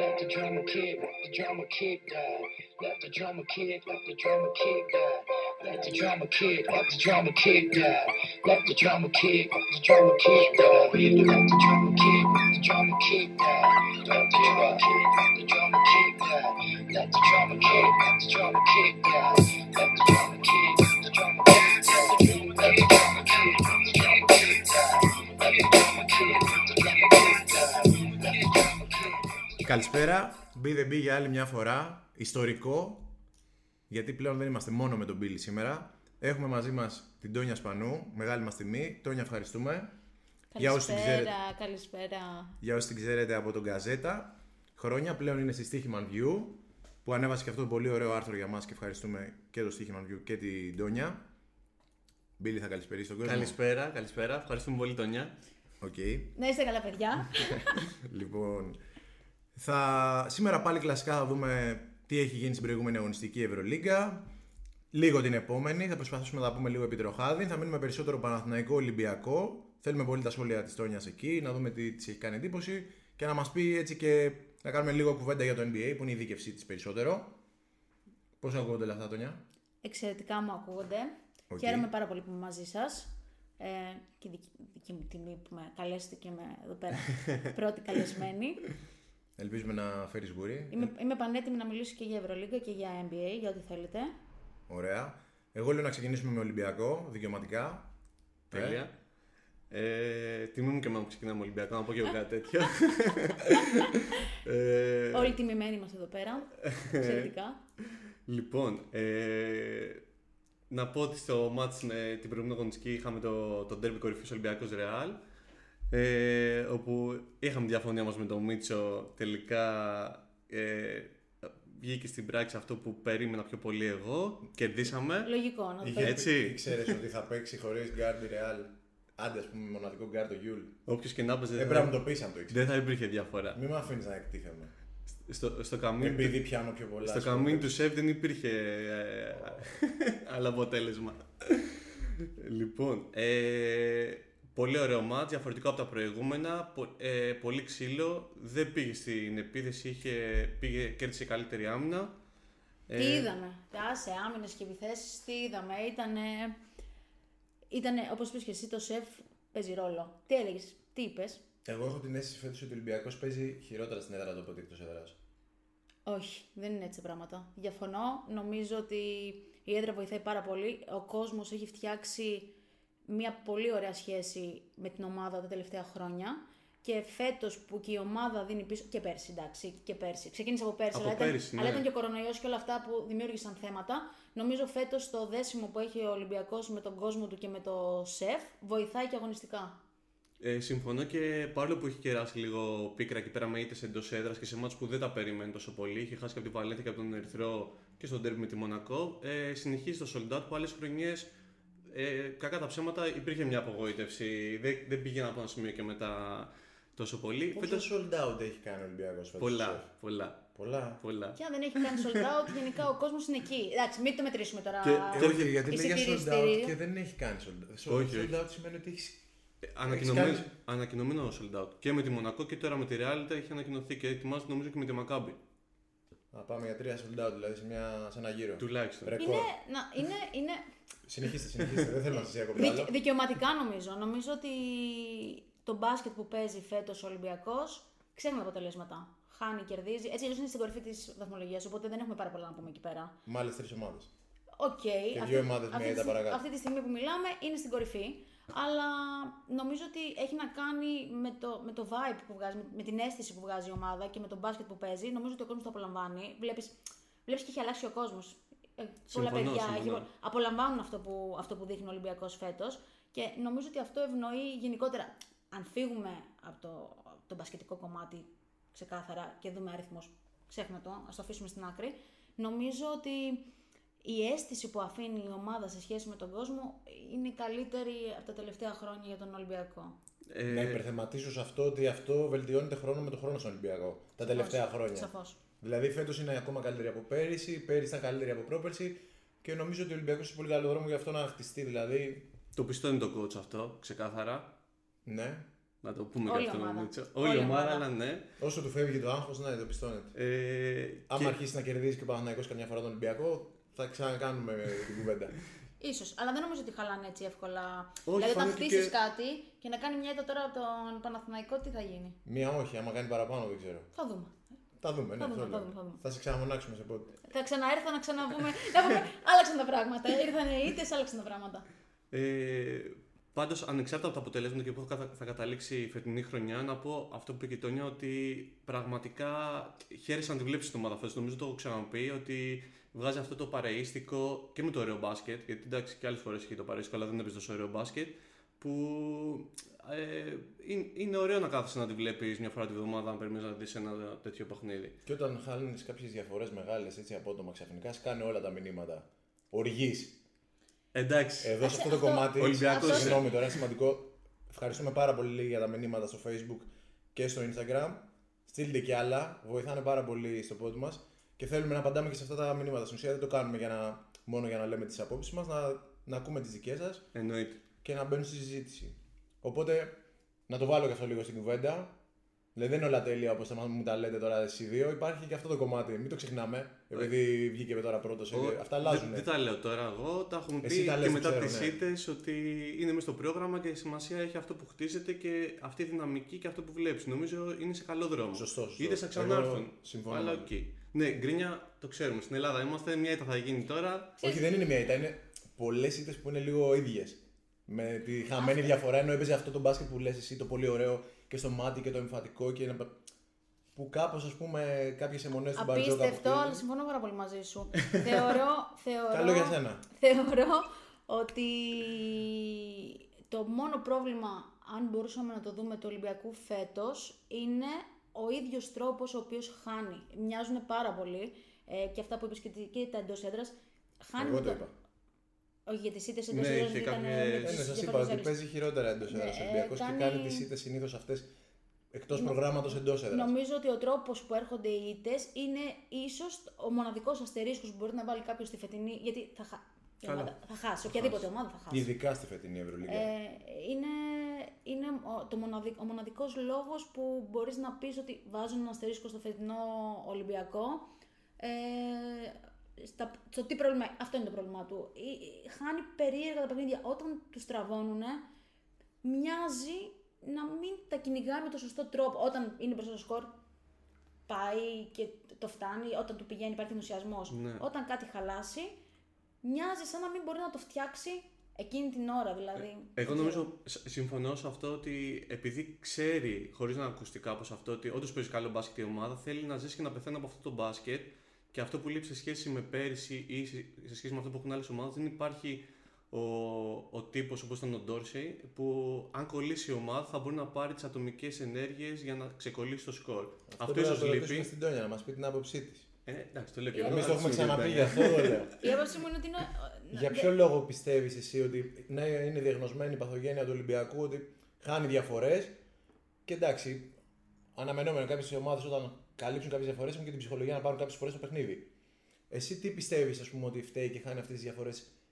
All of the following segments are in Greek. Let the drama kid, let the drama kid die. Let the drama kid, let the drama kid die. Let the drama kid, let the drama kid die. Let the drama kid, let the drama kid die. Let the drama kid, let the drama kid die. Let the drama kid, let the drama kid die. Let the drama kid, let the drama kid die. Let the drama kid, let the drama kid die. Let the drama kid, let the drama kid die. Let the drama uh, kid, let the drama kid die. Let the drama kid. Καλησπέρα. B&B για άλλη μια φορά. Ιστορικό. Γιατί πλέον δεν είμαστε μόνο με τον Billy σήμερα. Έχουμε μαζί μας την Τόνια Σπανού. Μεγάλη μας τιμή. Τόνια, ευχαριστούμε. Για όσους την ξέρετε. Καλησπέρα, καλησπέρα. Για όσοι την ξέρετε από τον Καζέτα, χρόνια πλέον είναι στη Stichiman View. Που ανέβασε και αυτό πολύ ωραίο άρθρο για μας και ευχαριστούμε και το Stichiman View και την Τόνια. Μπίλι, θα καλησπερίσει τον κόσμο. Καλησπέρα, καλησπέρα. Ευχαριστούμε πολύ, Τόνια. Οκ. Να είστε καλά, παιδιά. Λοιπόν, θα... σήμερα πάλι κλασικά θα δούμε τι έχει γίνει στην προηγούμενη αγωνιστική Ευρωλίγκα. Λίγο την επόμενη, θα προσπαθήσουμε να τα πούμε λίγο επιτροχάδι. Θα μείνουμε περισσότερο Παναθηναϊκό Ολυμπιακό. Θέλουμε πολύ τα σχόλια της Τόνιας εκεί, να δούμε τι της έχει κάνει εντύπωση και να μας πει έτσι και να κάνουμε λίγο κουβέντα για το NBA που είναι η δίκευσή της περισσότερο. Πώς ακούγονται όλα αυτά, Τόνια. Εξαιρετικά μου ακούγονται. Οκ. Χαίρομαι πάρα πολύ που είμαι μαζί σας. Ε, και δική, δική μου τιμή που με καλέσετε και είμαι εδώ πέρα πρώτη καλεσμένη. Ελπίζουμε να φέρεις γουρί. είμαι, είμαι πανέτοιμη να μιλήσω και για Ευρωλίγκα και για NBA, για ό,τι θέλετε. Ωραία. Εγώ λέω να ξεκινήσουμε με Ολυμπιακό, δικαιωματικά. Τέλεια. Ε, τιμή μου και εμένα που ξεκινάμε Ολυμπιακό, να πω και εγώ κάτι τέτοιο. ε, Όλοι τιμημένοι είμαστε εδώ πέρα. Εξαιρετικά. λοιπόν, ε, να πω ότι στο μάτς με την προηγούμενη αγωνιστική είχαμε το, το ντέρμπι κορυφής Ολυμπιακός Ρεάλ. Ε, όπου είχαμε διαφωνία μας με τον Μίτσο, τελικά ε, βγήκε στην πράξη αυτό που περίμενα πιο πολύ εγώ, κερδίσαμε. Λογικό να το Για- πω. Έτσι. Ξέρεις ότι θα παίξει χωρίς γκάρντ η Ρεάλ. Άντε, ας πούμε, μοναδικό γκάρντ το Γιούλ. Όποιος και να παίζει Έπρεπε να μου το πει αν το ήξερε. Ε, δεν θα υπήρχε διαφορά. Μην με αφήνεις να εκτίθεμαι. Στο, στο καμίνι Επειδή πιάνω πιο πολλά. Στο ας πούμε. καμίνι του σεφ δεν υπήρχε ε, άλλο αποτέλεσμα. λοιπόν, ε, πολύ ωραίο μάτς, διαφορετικό από τα προηγούμενα, πο- ε, πολύ ξύλο, δεν πήγε στην επίθεση, είχε, πήγε, κέρδισε καλύτερη άμυνα. Ε, Τι Ε. είδαμε. Τα σε άμυνες και επιθέσεις, τι είδαμε. Ήτανε. Ήτανε, όπως πεις και εσύ, το σεφ παίζει ρόλο. Τι έλεγες, τι είπες. Εγώ έχω την αίσθηση φέτος ότι ο Ολυμπιακός παίζει χειρότερα στην έδρα του από ότι εκτός έδρας. Όχι, δεν είναι έτσι τα πράγματα. Διαφωνώ. Νομίζω ότι η έδρα βοηθάει πάρα πολύ. Ο κόσμος έχει φτιάξει μια πολύ ωραία σχέση με την ομάδα τα τελευταία χρόνια. Και φέτος που και η ομάδα δίνει πίσω. και πέρσι, εντάξει, και πέρσι. Ξεκίνησε από πέρσι, Από αλλά, ήταν, πέρυσι, ναι. αλλά ήταν και ο κορονοϊός και όλα αυτά που δημιούργησαν θέματα. Νομίζω φέτος το δέσιμο που έχει ο Ολυμπιακός με τον κόσμο του και με το σεφ βοηθάει και αγωνιστικά. Ε, συμφωνώ και παρόλο που είχε κεράσει λίγο πίκρα εκεί πέρα με ήττες εντός έδρας και σε μάτς που δεν τα περίμενε τόσο πολύ, είχε χάσει και από τη Βαλένθια και από τον Ερυθρό και στον τέρμι με τη Μονακό, ε, συνεχίζει το sold out που άλλες χρονιές ε, κακά τα ψέματα υπήρχε μια απογοήτευση, δεν, δεν πήγαινε από ένα σημείο και μετά τόσο πολύ. Πόσα Φέτος sold out έχει κάνει ο Ολυμπιακός φέτος. πολλά, πολλά, Πολλά. πολλά. Και αν δεν έχει κάνει sold out, γενικά ο κόσμος είναι εκεί. Εντάξει, μην το μετρήσουμε τώρα. Ε, Και- όχι, γιατί λέει για εισιτήριο, sold out εισιτήριο. και δεν έχει κάνει sold out. Sold- Όχι, όχι. Sold out σημαίνει ότι έχεις. Ε, Ανακοινωμένο, κάνει- ανακοινωμένο sold out και με τη Μονακό και τώρα με τη Real τα έχει ανακοινωθεί και ετοιμάζεται νομίζω και με τη Μακάμπη. Να πάμε για τρία sold out, δηλαδή σε, μια... σε ένα γύρο. Τουλάχιστον. Ρεκόρ. Είναι, να, είναι, είναι Συνεχίστε, συνεχίστε. δεν θέλω να σας διακοπτώ δικαι- άλλο. δικαιωματικά νομίζω. Νομίζω ότι το μπάσκετ που παίζει φέτος ο Ολυμπιακός ξέρουμε τα αποτελέσματα. Χάνει, κερδίζει. Έτσι, αλλιώς είναι στην κορυφή της βαθμολογίας, οπότε δεν έχουμε πάρα πολλά να πούμε εκεί πέρα. Μάλιστα τρεις ομάδες. Οκ. δύο αυτή- ομάδες με αυτή, τη τα στι- παρακάτω. αυτή τη στιγμή που μιλάμε είναι στην κορυφή. Αλλά νομίζω ότι έχει να κάνει με το, με το vibe που βγάζει, με, με την αίσθηση που βγάζει η ομάδα και με το μπάσκετ που παίζει. Νομίζω ότι ο κόσμος το απολαμβάνει. Βλέπεις βλέπεις και έχει αλλάξει ο κόσμος. Πολλά Συμφωνώ, παιδιά συμφωνώ. έχει- απολαμβάνουν αυτό που, αυτό που δείχνει ο Ολυμπιακός φέτος. Και νομίζω ότι αυτό ευνοεί γενικότερα. Αν φύγουμε από το, από το μπασκετικό κομμάτι ξεκάθαρα και δούμε αριθμό, ξέχνα το, ας το αφήσουμε στην άκρη. Νομίζω ότι η αίσθηση που αφήνει η ομάδα σε σχέση με τον κόσμο είναι η καλύτερη από τα τελευταία χρόνια για τον Ολυμπιακό. Ε, Να υπερθεματίσω Ναι, σε αυτό ότι αυτό βελτιώνεται χρόνο με το χρόνο στον Ολυμπιακό. Τα τελευταία χρόνια. Σαφώς. Δηλαδή φέτος είναι ακόμα καλύτερη από πέρυσι, πέρυσι ήταν καλύτερη από πρόπερσι και νομίζω ότι ο Ολυμπιακός έχει πολύ καλό δρόμο για αυτό να χτιστεί. Δηλαδή, το πιστώνει το coach αυτό, ξεκάθαρα. ναι. Να το πούμε Όλη και αυτό η ομάδα. Μίτσο. Όλη Όλη η η ομάδα, ομάδα. αλλά ναι. Όσο του φεύγει το άγχος, ναι, το πιστώνεται. Ε, Άμα και- αρχίσει να κερδίζει και ο Παναθηναϊκός καμιά φορά τον Ολυμπιακό, θα ξανακάνουμε την κουβέντα. Ίσως, αλλά δεν νομίζω ότι χαλάνε έτσι εύκολα. Όχι, δηλαδή, όταν φάνηκε χτίσεις και- κάτι και να κάνει μια ήττα τώρα από τον Παναθηναϊκό, τι θα γίνει. Μία όχι, άμα κάνει παραπάνω δεν ξέρω. Θα δούμε. Τα δούμε, ναι, Θα δούμε, αυτό θα λέω. δούμε, θα δούμε. Θα σε ξαναμονάξουμε σε πότε. Θα ξαναέρθω να ξαναβούμε. να πούμε, άλλαξαν τα πράγματα. Ήρθαν οι ήττες, άλλαξαν τα πράγματα. Ε, Πάντως, ανεξάρτητα από τα αποτελέσματα και πού θα κατα- θα καταλήξει η φετινή χρονιά, να πω αυτό που είπε και η Τόνια ότι πραγματικά χαίρεσα να τη βλέπεις στην ομάδα φέτο. Νομίζω το έχω ξαναπεί ότι βγάζει αυτό το παρείστικο και με το ωραίο μπάσκετ. Γιατί εντάξει, και άλλες φορές είχε το παρείστικο, αλλά δεν έπαιζε τόσο ωραίο μπάσκετ. Που ε, είναι, είναι ωραίο να κάθεσαι να τη βλέπεις μια φορά τη βδομάδα, αν περιμένεις να δεις ένα τέτοιο παιχνίδι. Και όταν χάνεις κάποιες διαφορές μεγάλες έτσι απότομα ξαφνικά, σκάνε όλα τα μηνύματα. Οργή. Εντάξει. Εδώ σε Ε, Ας- αυτό το αυτό- κομμάτι. Ε, Ολυμπιακός είναι. Συγγνώμη τώρα, είναι σημαντικό. Ευχαριστούμε πάρα πολύ για τα μηνύματα στο Facebook και στο Instagram. Στείλτε κι άλλα. Βοηθάνε πάρα πολύ στο πόντ μας. Και θέλουμε να απαντάμε και σε αυτά τα μηνύματα. Στην ουσία δεν το κάνουμε για να, μόνο για να λέμε τις απόψεις μας, να, να ακούμε τις δικές σας Εννοείται. και να μπαίνουν στη συζήτηση. Οπότε να το βάλω και αυτό λίγο στην κουβέντα. Δηλαδή δεν είναι όλα τέλεια όπως μου τα λέτε τώρα εσύ δύο. Υπάρχει και αυτό το κομμάτι. Μην το ξεχνάμε. Επειδή βγήκε με τώρα πρώτος. Εγώ- Αυτά Δεν, αλλάζουν. δεν τα λέω τώρα εγώ. Τα έχουμε Εσύ πει τα λες, και το μετά ξέρω, τις ναι. ήττες ότι είναι μέσα στο πρόγραμμα και σημασία έχει αυτό που χτίζεται και αυτή η δυναμική και αυτό που βλέπεις. Νομίζω είναι σε καλό δρόμο. Σωστό, σωστό. Είτε θα Εγώ ξανάρθουν. συμφωνώ. Αλλά οκ. Ναι, γκρίνια το ξέρουμε. Στην Ελλάδα είμαστε. Μια ήττα θα γίνει τώρα. Όχι, δεν είναι μία ήττα. Είναι πολλές ήττες που είναι λίγο ίδιες. Με τη χαμένη ναι. διαφορά ενώ έπαιζε αυτό το μπάσκετ που λες εσύ το πολύ ωραίο και στο μάτι και το εμφατικό και να- που κάπως ας πούμε κάποιες αιμονές του Μπαρτζόκα. που Απίστευτο, αλλά χτίζουν. συμφωνώ πάρα πολύ μαζί σου. θεωρώ, θεωρώ, Καλό για σένα. Θεωρώ ότι το μόνο πρόβλημα, αν μπορούσαμε να το δούμε, του Ολυμπιακού φέτος, είναι ο ίδιος τρόπος ο οποίος χάνει. Μοιάζουν πάρα πολύ ε, και αυτά που είπες και, τη- και τα εντός έδρας. Χάνει Εγώ με το το- είπα. Όχι, γιατί οι ήττες Ναι, εντός έδρας είχε ήταν κάποιες- με Ναι, τις σα είπα διαφορετικές ότι άλλες. παίζει χειρότερα εντός έδρα Ναι, ο Ολυμπιακός και κάνει- κάνει τις ήττες συνήθως αυτές εκτός προγράμματος εντός έδρας. Νομίζω ότι ο τρόπος που έρχονται οι ήττες είναι ίσως ο μοναδικός αστερίσκος που μπορεί να βάλει κάποιος στη φετινή. Γιατί θα, χα... η Καλά. ομάδα θα χάσει, οποιαδήποτε ομάδα θα χάσει. Ειδικά στη φετινή Ευρωλίγα. Ε, είναι είναι ο, το μοναδικ, ο μοναδικός λόγος που μπορείς να πεις ότι βάζουν ένα αστερίσκο στο φετινό Ολυμπιακό. Ε, στα, στο τι πρόβλημα, αυτό είναι το πρόβλημά του. Ε, Χάνει περίεργα τα παιχνίδια. Όταν τους τραβώνουν, μοιάζει να μην τα κυνηγάει με το σωστό τρόπο. Όταν είναι μπροστά στο σκορ, πάει και το φτάνει. Όταν του πηγαίνει, υπάρχει ενθουσιασμός. Ναι. Όταν κάτι χαλάσει, μοιάζει σαν να μην μπορεί να το φτιάξει εκείνη την ώρα, δηλαδή. Ε, Εγώ νομίζω, σ- συμφωνώ σε αυτό ότι επειδή ξέρει, χωρίς να ακουστεί κάπως αυτό, ότι όντως παίζει καλό μπάσκετ η ομάδα, θέλει να ζήσει και να πεθαίνει από αυτό το μπάσκετ. Και αυτό που λείπει σε σχέση με πέρυσι ή σε σε σχέση με αυτό που έχουν άλλες ομάδες, δεν υπάρχει ο, ο τύπος όπως ήταν ο Ντόρσεϊ, που αν κολλήσει η ομάδα θα μπορεί να πάρει τις ατομικές ενέργειες για να ξεκολλήσει το σκορ. Αυτό, πρέπει ίσως να το ίσω ρωτήσουμε λείπει. στην Τόνια να μας πει την άποψή της. Ε, εντάξει, το λέω και εγώ. Εμεί αλλά το έχουμε συμβαίνει. ξαναπεί γι' αυτό το λέω. Η άποψή μου είναι ότι είναι. Για Ναι. ποιο λόγο πιστεύεις εσύ ότι ναι, είναι διαγνωσμένη η παθογένεια του Ολυμπιακού, ότι χάνει διαφορές. Και εντάξει, αναμενόμενο κάποιες ομάδες όταν καλύψουν κάποιες διαφορές έχουν και την ψυχολογία να πάρουν κάποιες φορές το παιχνίδι. Εσύ τι πιστεύεις, ας πούμε, ότι φταίει και χάνει αυτές τις διαφορές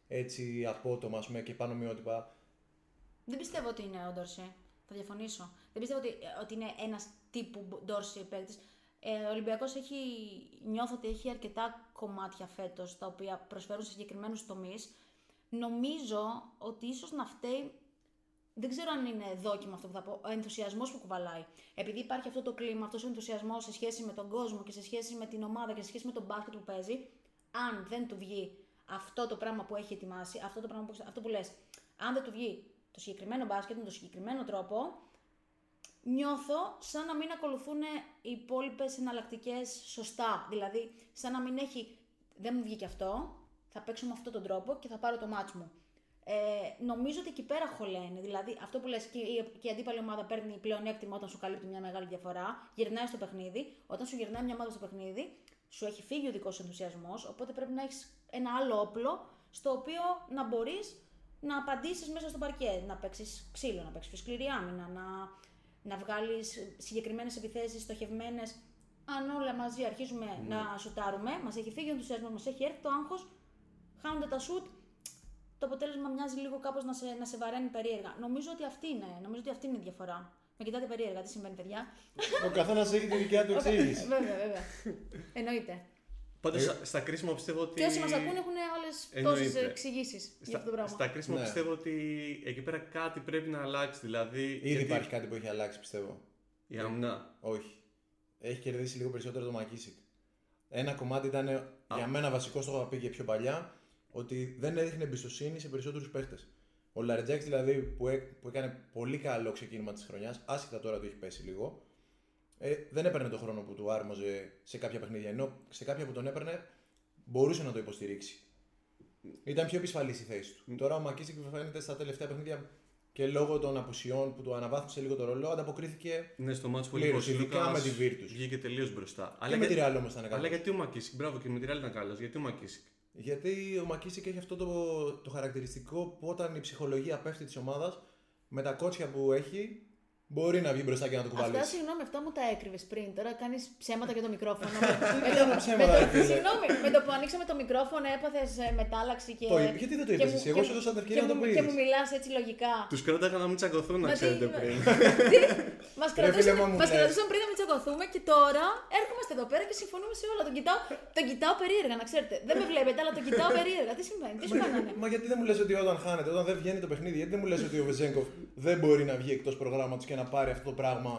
έτσι απότομα ας πούμε, και πάνω μειότυπα. Δεν πιστεύω ότι είναι ο Ντόρση. Θα διαφωνήσω. Δεν πιστεύω ότι, ε, ότι είναι ένας τύπου Ντόρση παίκτης. Ε, ο Ολυμπιακός έχει. Νιώθω ότι έχει αρκετά κομμάτια φέτος τα οποία προσφέρουν σε συγκεκριμένους τομείς. Νομίζω ότι ίσως να φταίει. Δεν ξέρω αν είναι δόκιμο αυτό που θα πω. Ο ενθουσιασμός που κουβαλάει. Επειδή υπάρχει αυτό το κλίμα, αυτός ο ενθουσιασμός σε σχέση με τον κόσμο και σε σχέση με την ομάδα και σε σχέση με τον μπάσκετ που παίζει, αν δεν του βγει αυτό το πράγμα που έχει ετοιμάσει, αυτό το πράγμα που, αυτό που λες, αν δεν του βγει το συγκεκριμένο μπάσκετ με τον συγκεκριμένο τρόπο, νιώθω σαν να μην ακολουθούν οι υπόλοιπες εναλλακτικές σωστά. Δηλαδή, σαν να μην έχει. Δεν μου βγήκε αυτό, θα παίξω με αυτόν τον τρόπο και θα πάρω το μάτς μου. Ε, νομίζω ότι εκεί πέρα χωλαίνει. Δηλαδή, αυτό που λες και η, και η αντίπαλη ομάδα παίρνει πλεονέκτημα όταν σου καλύπτει μια μεγάλη διαφορά, γυρνάει στο παιχνίδι. Όταν σου γυρνάει μια ομάδα στο παιχνίδι, σου έχει φύγει ο δικός σου ενθουσιασμός. Οπότε πρέπει να έχεις ένα άλλο όπλο στο οποίο να μπορείς να απαντήσεις μέσα στο παρκέ. Να παίξεις ξύλο, να παίξεις πιο σκληρή άμυνα, να, να βγάλεις συγκεκριμένες επιθέσεις στοχευμένες. Αν όλα μαζί αρχίζουμε Ναι. να σουτάρουμε, μας έχει φύγει ο ενθουσιασμός, μας έχει έρθει το άγχος, χάνονται τα σουτ, το αποτέλεσμα μοιάζει λίγο κάπως να, σε, να σε βαραίνει περίεργα. Νομίζω ότι αυτή είναι, νομίζω ότι αυτή είναι η διαφορά. Με κοιτάτε περίεργα, τι συμβαίνει, παιδιά. Ο καθένας έχει τη δικιά του εξήγηση. βέβαια, βέβαια. Εννοείται. Πάντως στα κρίσιμα πιστεύω ότι. Και όσοι μας ακούνε έχουν άλλε τόσε Εννοείται. εξηγήσεις για Στα, αυτό το πράγμα. στα κρίσιμα Ναι. πιστεύω ότι εκεί πέρα κάτι πρέπει να αλλάξει. Δηλαδή. Ήδη υπάρχει κάτι που έχει αλλάξει, πιστεύω. Η αμνά. Όχι. Έχει κερδίσει λίγο περισσότερο το Μακίσικ. Ένα κομμάτι ήταν για μένα βασικό, το είχα πει και πιο παλιά, ότι δεν έδειχνε εμπιστοσύνη σε περισσότερους παίχτε. Ο Λαριτζάκης δηλαδή που, έ- που έκανε πολύ καλό ξεκίνημα της χρονιάς, άσχετα τώρα του έχει πέσει λίγο, ε, δεν έπαιρνε τον χρόνο που του άρμοζε σε κάποια παιχνίδια. Ενώ σε κάποια που τον έπαιρνε μπορούσε να το υποστηρίξει. Ήταν πιο επισφαλής η θέση του. Τώρα ο Μακίσικ φαίνεται στα τελευταία παιχνίδια και λόγω των απουσιών που του αναβάθμισε λίγο το ρόλο, ανταποκρίθηκε Ναι, στο μάτσο που Πλήρως, ο ειδικά Λούκας με τη Virtus. Βγήκε τελείως μπροστά. και με τη Real όμως ήταν αλλά καλός. γιατί ο Μακίσικ, μπράβο και με τη Real ήταν καλός. Γιατί ο Μακίσικ. Γιατί ο Μακίσικ έχει αυτό το, το χαρακτηριστικό που όταν η ψυχολογία πέφτει της ομάδας με τα κότσια που έχει μπορεί να βγει μπροστά και να το Αυτά, κουβαλήσει. συγγνώμη, αυτά μου τα έκρυβες πριν. Τώρα κάνεις ψέματα για το μικρόφωνο. Δεν κάνω με ψέματα, ρε το, φίλε. συγγνώμη, με το που ανοίξαμε το μικρόφωνο έπαθες μετάλλαξη και. Το είπε. Γιατί δεν το και είπες μου- εσύ, εγώ και σου μου- έδωσα την ευκαιρία και να το μου- πεις. Και μου μιλάς έτσι λογικά. Τους κράταγα να μην τσακωθούν, να Μα τι- ξέρετε πριν. Μα φίλε κρατούσαν, μου, μου μας λες. κρατούσαν πριν να μην τσακωθούμε και τώρα έρχομαστε εδώ πέρα και συμφωνούμε σε όλα. Τον κοιτάω, τον κοιτάω περίεργα, να ξέρετε. Δεν με βλέπετε, αλλά τον κοιτάω περίεργα. Τι συμβαίνει, τι σου κάνανε. Ε. Μα γιατί δεν μου λες ότι όταν χάνεται, όταν δεν βγαίνει το παιχνίδι, γιατί δεν μου λες ότι ο Βεζέγκοφ δεν μπορεί να βγει εκτός προγράμματος και να πάρει αυτό το πράγμα.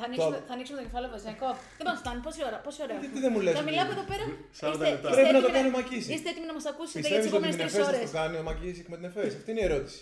Θα ανοίξουμε, θα ανοίξουμε το κεφάλαιο Βεζέγκο. Δεν μα φτάνει, πόση ώρα, πόση ώρα. Γιατί έχουμε. δεν μου λες Θα ότι- μιλάμε εδώ πέρα. 40 Είστε- λεπτά. είστε Πρέπει να το έτοιμοι κάνει ο Μακίσης. Είστε έτοιμοι να μας ακούσετε για τι Πιστεύει ότι επόμενε με την τρει Εφέ ώρε. θα το κάνει ο Μακίσικ με την Εφέ. Αυτή είναι η ερώτηση.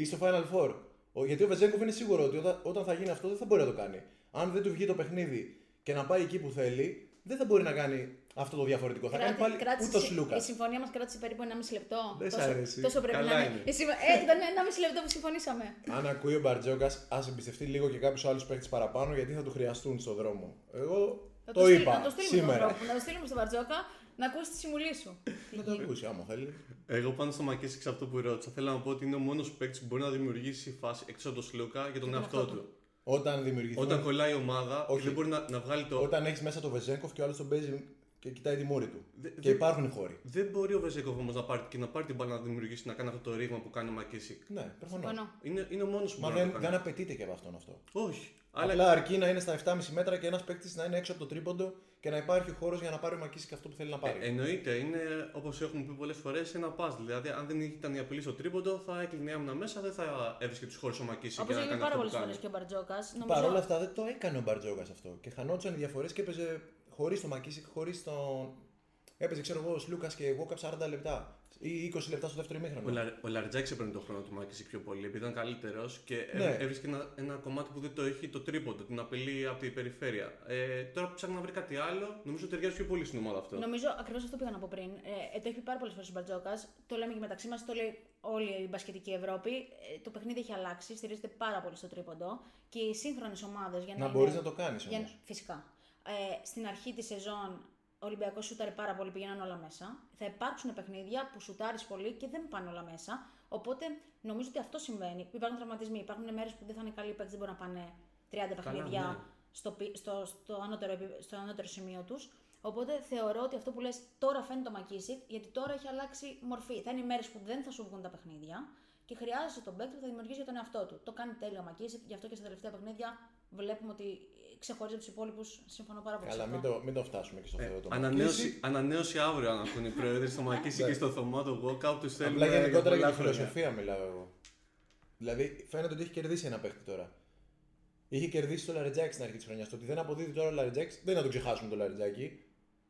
Ή στο Final Four. Ο- γιατί ο Βεζέγκοφ είναι σίγουρο ότι όταν, όταν θα γίνει αυτό δεν θα μπορεί να το κάνει. Αν δεν του βγει το παιχνίδι και να πάει εκεί που θέλει, δεν θα μπορεί να κάνει αυτό το διαφορετικό. Θα κάνει πάλι ούτω Λούκα. Η συμφωνία μας κράτησε περίπου 1,5 λεπτό. Δεν σ' Τόσο- αρέσει. Τόσο πρέπει Καλά να είναι. είναι. Η συμφω- Ε, Ήταν 1,5 λεπτό που συμφωνήσαμε. Αν ακούει ο Μπαρτζόκα, ας εμπιστευτεί λίγο και κάποιους άλλους παίχτες παραπάνω γιατί θα του χρειαστούν στον δρόμο. Εγώ Θα το, στείλ- είπα να το στείλουμε Στον σήμερα. τρόπο, να το στείλουμε στον Μπαρτζόκα να ακούσει τη συμβουλή σου. Να το ακούσει άμα θέλει. Εγώ πάνω στο Μακίσικ σε αυτό που ρώτησα, θέλω να πω ότι είναι ο μόνος παίκτης που μπορεί να δημιουργήσει φάση εκτό από τον Σλούκα για τον εαυτό του. Όταν δημιουργηθεί. Όταν κολλάει η ομάδα, Όχι. δεν μπορεί να, να βγάλει το. Όταν έχεις μέσα το Βεζέγκοφ και ο άλλος τον παίζει και κοιτάει τη μούρη του. Δε- και δε- υπάρχουν χώροι. Δεν μπορεί ο Βεζέκοφ όμως να πάρει και να πάρει την μπάλα να δημιουργήσει, να κάνει αυτό το ρήγμα που κάνει ο Μακίσικ. Ναι, προφανώς. Συμφωνώ. Είναι, είναι ο μόνος που Μα μπορεί να δεν, το δεν κάνει. απαιτείται και από αυτόν αυτό. Όχι. Ναι, Αλλά Απλά αρκεί να είναι στα 7,5 μέτρα και ένας παίκτης να είναι έξω από το τρίποντο και να υπάρχει χώρος για να πάρει ο Μακίση και αυτό που θέλει να πάρει. Ε, εννοείται, είναι όπως έχουμε πει πολλές φορές ένα παζ. Δηλαδή, αν δεν ήταν η απειλή στο τρίποντο, θα έκλεινε η άμυνα μέσα, δεν θα έβρισκε τους χώρους ο Μακίση Όπω και να έγινε κάνει πάρα αυτό πολλέ που φορέ κάνει. και ο Μπαρτζόκας. Παρ' όλα αυτά δεν το έκανε ο Μπαρτζόκας αυτό. Και χανόντουσαν οι διαφορές και έπαιζε χωρίς τον Μακίση, χωρί τον. Έπαιζε, ξέρω εγώ, ο Σλούκα και εγώ κάπου 40 λεπτά ή 20 λεπτά στο δεύτερο Ο, ημίχρονο. Λα, ο Λαρτζάκη έπαιρνε τον χρόνο του Μακίση πιο πολύ, επειδή ήταν καλύτερος και ε, Ναι. έβρισκε ένα, ένα κομμάτι που δεν το έχει το τρίποντο, την απειλή από την περιφέρεια. Ε, τώρα ψάχνει να βρει κάτι άλλο, νομίζω ότι ταιριάζει πιο πολύ στην ομάδα αυτό. Νομίζω ακριβώς αυτό πήγα να πω πριν. Ε, ε, το έχει πει πάρα πολλές φορές ο Μπαρτζόκα. Το λέμε και μεταξύ μας, το λέει όλη η μπασκετική Ευρώπη. Ε, το παιχνίδι έχει αλλάξει, στηρίζεται πάρα πολύ στο τρίποντο και οι σύγχρονες ομάδες για να. Να είναι- μπορεί να το κάνεις για- όμως. Φυσικά. Ε, στην αρχή της σεζόν ο Ολυμπιακός σούταρε πάρα πολύ, πηγαίναν όλα μέσα. Θα υπάρξουν παιχνίδια που σουτάρεις πολύ και δεν πάνε όλα μέσα. Οπότε νομίζω ότι αυτό συμβαίνει. Υπάρχουν τραυματισμοί, υπάρχουν μέρες που δεν θα είναι καλοί οι παίκτες, δεν μπορούν να πάνε 30 παιχνίδια ναι. στο, πι- στο, στο, ανώτερο, επι- στο ανώτερο σημείο τους. Οπότε θεωρώ ότι αυτό που λες τώρα φαίνεται το Μακίσικ, γιατί τώρα έχει αλλάξει μορφή. Θα είναι οι μέρες που δεν θα σου βγουν τα παιχνίδια και χρειάζεσαι τον παίκτη που θα δημιουργήσει για τον εαυτό του. Το κάνει τέλειο ο Μακίσικ, γι' αυτό και στα τελευταία παιχνίδια βλέπουμε ότι ξεχωρίζει από τους υπόλοιπους. Συμφωνώ πάρα πολύ. σε Καλά, αυτό. μην το, μην το φτάσουμε και στο Ε, Θεό το ανανέωση, ανανέωση αύριο, αν ακούνε οι πρόεδροι στο Μακίση και στο Θωμά το walkout Απλά του θέλουμε. γενικότερα για πολλά τη χρόνια. φιλοσοφία μιλάω εγώ. Δηλαδή φαίνεται ότι έχει κερδίσει ένα παίχτη τώρα. Είχε κερδίσει το Λαριτζάκι στην αρχή της χρονιάς. Το ότι δεν αποδίδει τώρα ο Λαριτζάκι, δεν να τον ξεχάσουμε το Λαριτζάκι.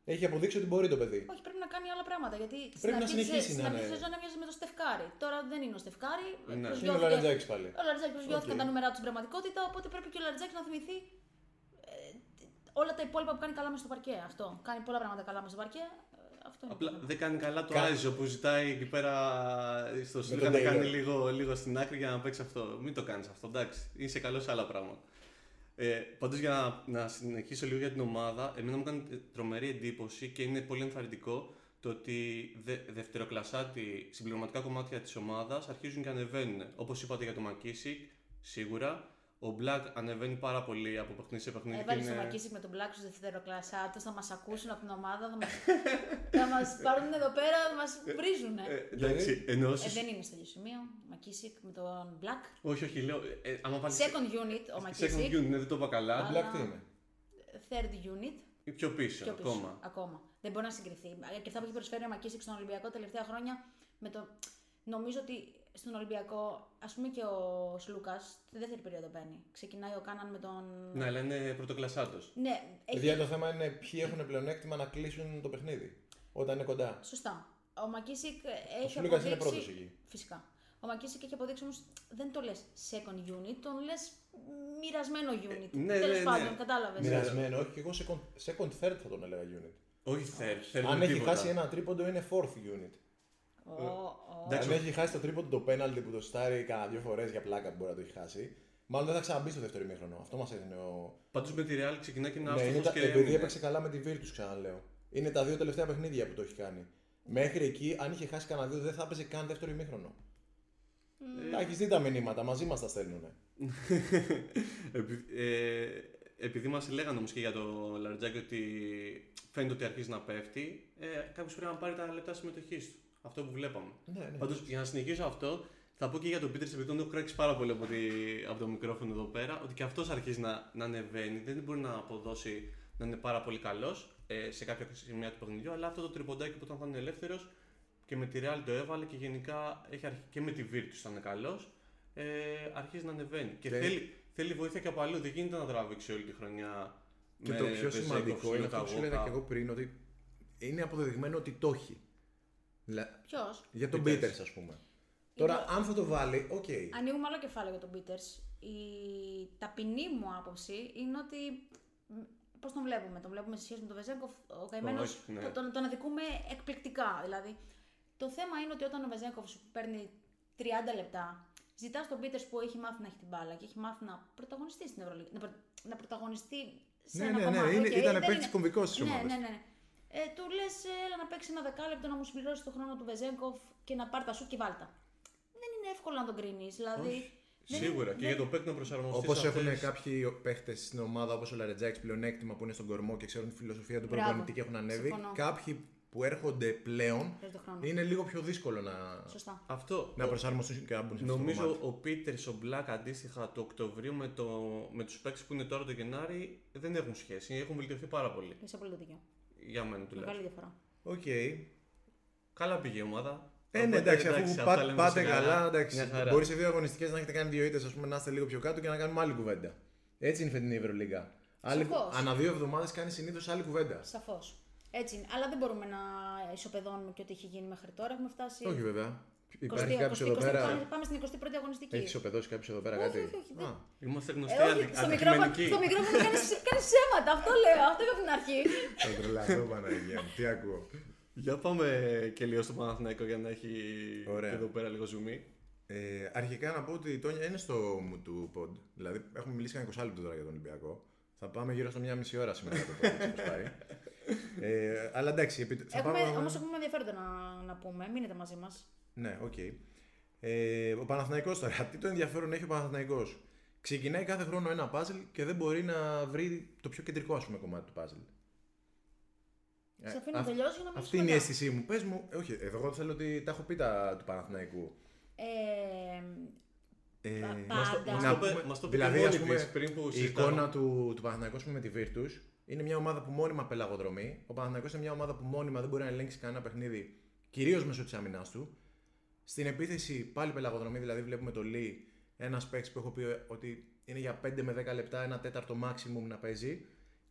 Έχει αποδείξει ότι μπορεί το παιδί. Όχι, πρέπει να κάνει άλλα πράγματα. Γιατί στην Πρέπει να αρχή της- συνεχίσει στην να αρχή είναι. της σεζόν έμοιαζε με το Στεφκάρη. Τώρα δεν είναι ο Στεφκάρη. Ναι. Είναι ο Λαριτζάκης πάλι. Ο Λαριτζάκης προσγειώθηκε Οκ. τα νούμερα του στην πραγματικότητα, οπότε πρέπει και ο Λαριτζάκης να θυμηθεί ε, τ- όλα τα υπόλοιπα που κάνει καλά μέσα στο παρκέ. Αυτό. Κάνει πολλά πράγματα καλά μέσα στο παρκέ. Ε, Αυτό είναι. Απλά το θέμα. δεν κάνει καλά το Κα- Άιζο που ζητάει εκεί πέρα στο Σλούκα τον να Taylor. κάνει λίγο, λίγο στην άκρη για να παίξει αυτό. Μην το κάνεις αυτό, εντάξει. Είσαι καλός σε άλλα πράγματα. Ε, Πάντως για να, να συνεχίσω λίγο για την ομάδα, εμένα μου κάνει τρομερή εντύπωση και είναι πολύ ενθαρρυντικό το ότι δε, δευτεροκλασάτη συμπληρωματικά κομμάτια της ομάδας αρχίζουν και ανεβαίνουν. Όπως είπατε για τον Μακίσικ, σίγουρα. Ο Black ανεβαίνει πάρα πολύ από παιχνίδι σε παιχνίδι. Έβαλε Ε, και στο είναι- Μακίσικ με τον Black στους δευτεροκλασσάτες, θα μας ακούσουν από την ομάδα, θα μας, θα μας πάρουν εδώ πέρα, θα μας βρίζουν. Ε, Ε, εντάξει, ενώ. στις- δεν είναι στο ίδιο σημείο. Μακίσικ με τον Black. Όχι, όχι, λέω. ε, άμα βάλεις- Second unit ο Second Μακίσικ. unit, ναι, δεν το είπα καλά. Αλλά- Black τι είναι. Third unit. Ή Πιο πίσω, Πιο πίσω. ακόμα. Ακόμα. Δεν μπορεί να συγκριθεί. Και αυτά που έχει προσφέρει ο Μακίσικ στον Ολυμπιακό τελευταία χρόνια με το. Νομίζω ότι στον Ολυμπιακό, ας πούμε και ο Σλούκα, στη δεύτερη περίοδο μπαίνει. Ξεκινάει ο Κάναν με τον. Ναι, Δηλαδή- αλλά είναι πρωτοκλασάτο. Ναι, έχει. Δηλαδή, Παιδιά, το θέμα είναι ποιοι έχουν πλεονέκτημα να κλείσουν το παιχνίδι όταν είναι κοντά. Σωστά. Ο Μακίσικ Ο έχει Σλούκα αποδείξει. είναι πρώτος εκεί. Φυσικά. Ο Μακίσικ έχει αποδείξει όμως δεν το λες second unit, τον λες μοιρασμένο unit. ναι, Τέλος ναι, πάντων, ναι. κατάλαβες. Μοιρασμένο, όχι και εγώ second, second third θα τον έλεγα unit. Όχι third, third Αν είναι έχει τίποτα. χάσει ένα τρίποντο είναι fourth unit. Εντάξει, Αν ο- Ε, έχει χάσει το τρίποντο το πέναλτι που το στάρει κανένα δύο φορές για πλάκα που μπορεί να το έχει χάσει, μάλλον δεν θα ξαναμπεί στο δεύτερο ημίχρονο. Αυτό μας έδινε ο. Πάντως με τη Real ξεκινά και ένα Ναι, είναι άστοχο τα... και επειδή έμεινε. έπαιξε καλά με τη Virtus, ξαναλέω. Είναι τα δύο τελευταία παιχνίδια που το έχει κάνει. Μέχρι εκεί, αν είχε χάσει κανένα δύο, δεν θα έπαιζε καν δεύτερο ημίχρονο. Ε. Τα έχεις δει τα μηνύματα, μαζί μας τα στέλνουνε. Επει- ε, επειδή μας λέγανε όμως και για το Λαρτζάκη ότι φαίνεται ότι αρχίζει να πέφτει, ε, κάποιος πρέπει να πάρει τα λεπτά συμμετοχής του. Αυτό που βλέπαμε. Ναι, ναι. Πάντως, για να συνεχίσω αυτό, θα πω και για τον Πίτερ, επειδή τον έχω κράξει πάρα πολύ από, τη, από το μικρόφωνο εδώ πέρα, ότι και αυτός αρχίζει να, να ανεβαίνει. Δεν μπορεί να αποδώσει να είναι πάρα πολύ καλός ε, σε κάποια σημεία του παιχνιδιού, αλλά αυτό το τριποντάκι που όταν θα είναι ελεύθερος και με τη Real το έβαλε και γενικά έχει αρχ- και με τη Virtus ήταν καλός. Ε, αρχίζει να ανεβαίνει. Και Και- θέλει, θέλει βοήθεια και από αλλού. Δεν γίνεται να τραβήξει όλη τη χρονιά. Και με το πιο Βεζέκοφ, σημαντικό είναι αυτό που σου Λοταγόκα. έλεγα και εγώ πριν, ότι είναι αποδεδειγμένο ότι το έχει. Δηλα- Ποιος. Για τον Peters, Πίτερ. ας πούμε. Τώρα, αν θα το βάλει, οκ. Ανοίγουμε άλλο κεφάλαιο για τον Πίτερς. Η ταπεινή μου άποψη είναι ότι. Πώς τον βλέπουμε, τον βλέπουμε σε σχέση με τον Βεζέγκοφ. Ο καημένος Όχι, ναι. τον, τον αδικούμε εκπληκτικά. Δηλαδή, το θέμα είναι ότι όταν ο Βεζέγκοφ σου παίρνει 30 λεπτά, ζητάς τον Πίτερς που έχει μάθει να έχει την μπάλα και έχει μάθει να πρωταγωνιστεί στην Ευρωλίγα. Να, πρω- να πρωταγωνιστεί σε Ναι, ένα ναι, ναι, κομμάτι. είναι- οκ, ήταν δεν παίκτης είναι- κομβικός της ναι, ομάδας. Ναι, ναι, ναι. Ε, του λες, έλα να παίξει ένα δεκάλεπτο να μου συμπληρώσεις το χρόνο του Βεζέγκοφ και να πάρει τα σου και βάλτα. Δεν είναι εύκολο να τον κρίνεις. Δηλαδή, δεν είναι- Σίγουρα. Και δεν- για το παίκτη να προσαρμοστείς. Όπως σε έχουν αυτές- κάποιοι παίχτες στην ομάδα, όπως ο Λαρετζάκης, πλεονέκτημα που είναι στον κορμό και ξέρουν τη φιλοσοφία του Μπράβο. προπονητή και έχουν ανέβει. Συμφωνώ. Κάποιοι που έρχονται πλέον Θέλει το χρόνο. είναι λίγο πιο δύσκολο να, Σωστά. Αυτό. να προσαρμοστούν και να μπουν σε αυτό το Νομίζω κομμάτι. ο Πίτερ, ο Μπλακ αντίστοιχα το Οκτωβρίου με, το, με τους παίκτες που είναι τώρα το Γενάρη δεν έχουν σχέση. Έχουν βελτιωθεί πάρα πολύ. Έχει απόλυτο δίκιο. Για μένα τουλάχιστον. Μεγάλη διαφορά. Οκ. Καλά πήγε η ομάδα. Ε, ναι, Οπότε, εντάξει, αφού αυτά πά, λέμε πάτε σε καλά, Μια εντάξει. χαρά. Μπορείς σε δύο αγωνιστικές να έχετε κάνει δύο ήττες, ας πούμε, να είστε λίγο πιο κάτω και να κάνουμε άλλη κουβέντα. Έτσι είναι η φετινή Ευρωλίγκα. Άλλη, Σαφώς. ανά δύο εβδομάδες κάνει συνήθως άλλη κουβέντα. Σαφώς. Έτσι είναι. Αλλά δεν μπορούμε να ισοπεδώνουμε και ό,τι έχει γίνει μέχρι τώρα. Έχουμε φτάσει. Όχι βέβαια. 20, Υπάρχει 20, κάποιος εδώ 20, πάμε- πέρα. Πάμε στην 21η αγωνιστική. Έχεις σοπεδώσει κάποιος εδώ πέρα Όχι, κάτι. όχι, όχι, δεν- Α. Είμαστε γνωστοί Ε, όχι, ε, στο μικρόφωνο, αντικειμενικοί. στο μικρόφωνο κάνεις ψέματα. Αυτό λέω. Αυτό είπα από την αρχή. Θα τρελαθώ Παναγία μου, τι ακούω. Για πάμε και λίγο στο Παναθηναϊκό για να έχει Ωραία. και εδώ πέρα λίγο ζουμί. Ε, αρχικά να πω ότι η Τόνια είναι στο μου του pod. Δηλαδή έχουμε μιλήσει κανένα 20 λεπτό τώρα για τον Ολυμπιακό. Θα πάμε γύρω στο μία μισή ώρα σήμερα το pod, έτσι όπως πάει. Ε, αλλά εντάξει, επί- θα Έχουμε, πάμε... Όμως έχουμε ενδιαφέροντα να, να πούμε. Μείνετε μαζί μας. Ναι, οκ. Ε, ο Παναθηναϊκός τώρα, τι το ενδιαφέρον έχει ο Παναθηναϊκός. Ξεκινάει κάθε χρόνο ένα puzzle και δεν μπορεί να βρει το πιο κεντρικό ας πούμε, κομμάτι του puzzle. Ε, Σε αφήνω να αυ- τελειώσει για να Αυτή μιλήσουμε. είναι η μετά. αίσθησή μου. Πες μου, ε, όχι, εγώ θέλω ότι τα έχω πει τα του Παναθηναϊκού. Ε, Ε, Πα- μας το- πάντα. να Μας το πε- πούμε- μας το πείτε δηλαδή, μόνοι ας πούμε, της πριν που η συζητάμε. εικόνα του, του Παναθηναϊκού ας πούμε, με τη Virtus είναι μια ομάδα που μόνιμα πελαγοδρομεί. Ο Παναθηναϊκός είναι μια ομάδα που μόνιμα δεν μπορεί να ελέγξει κανένα παιχνίδι, κυρίως μέσω της αμυνά του. Στην επίθεση πάλι πελαγοδρομεί, δηλαδή βλέπουμε το Λί, ένα παίξ που έχω πει ότι είναι για 5 με 10 λεπτά, ένα τέταρτο maximum να παίζει.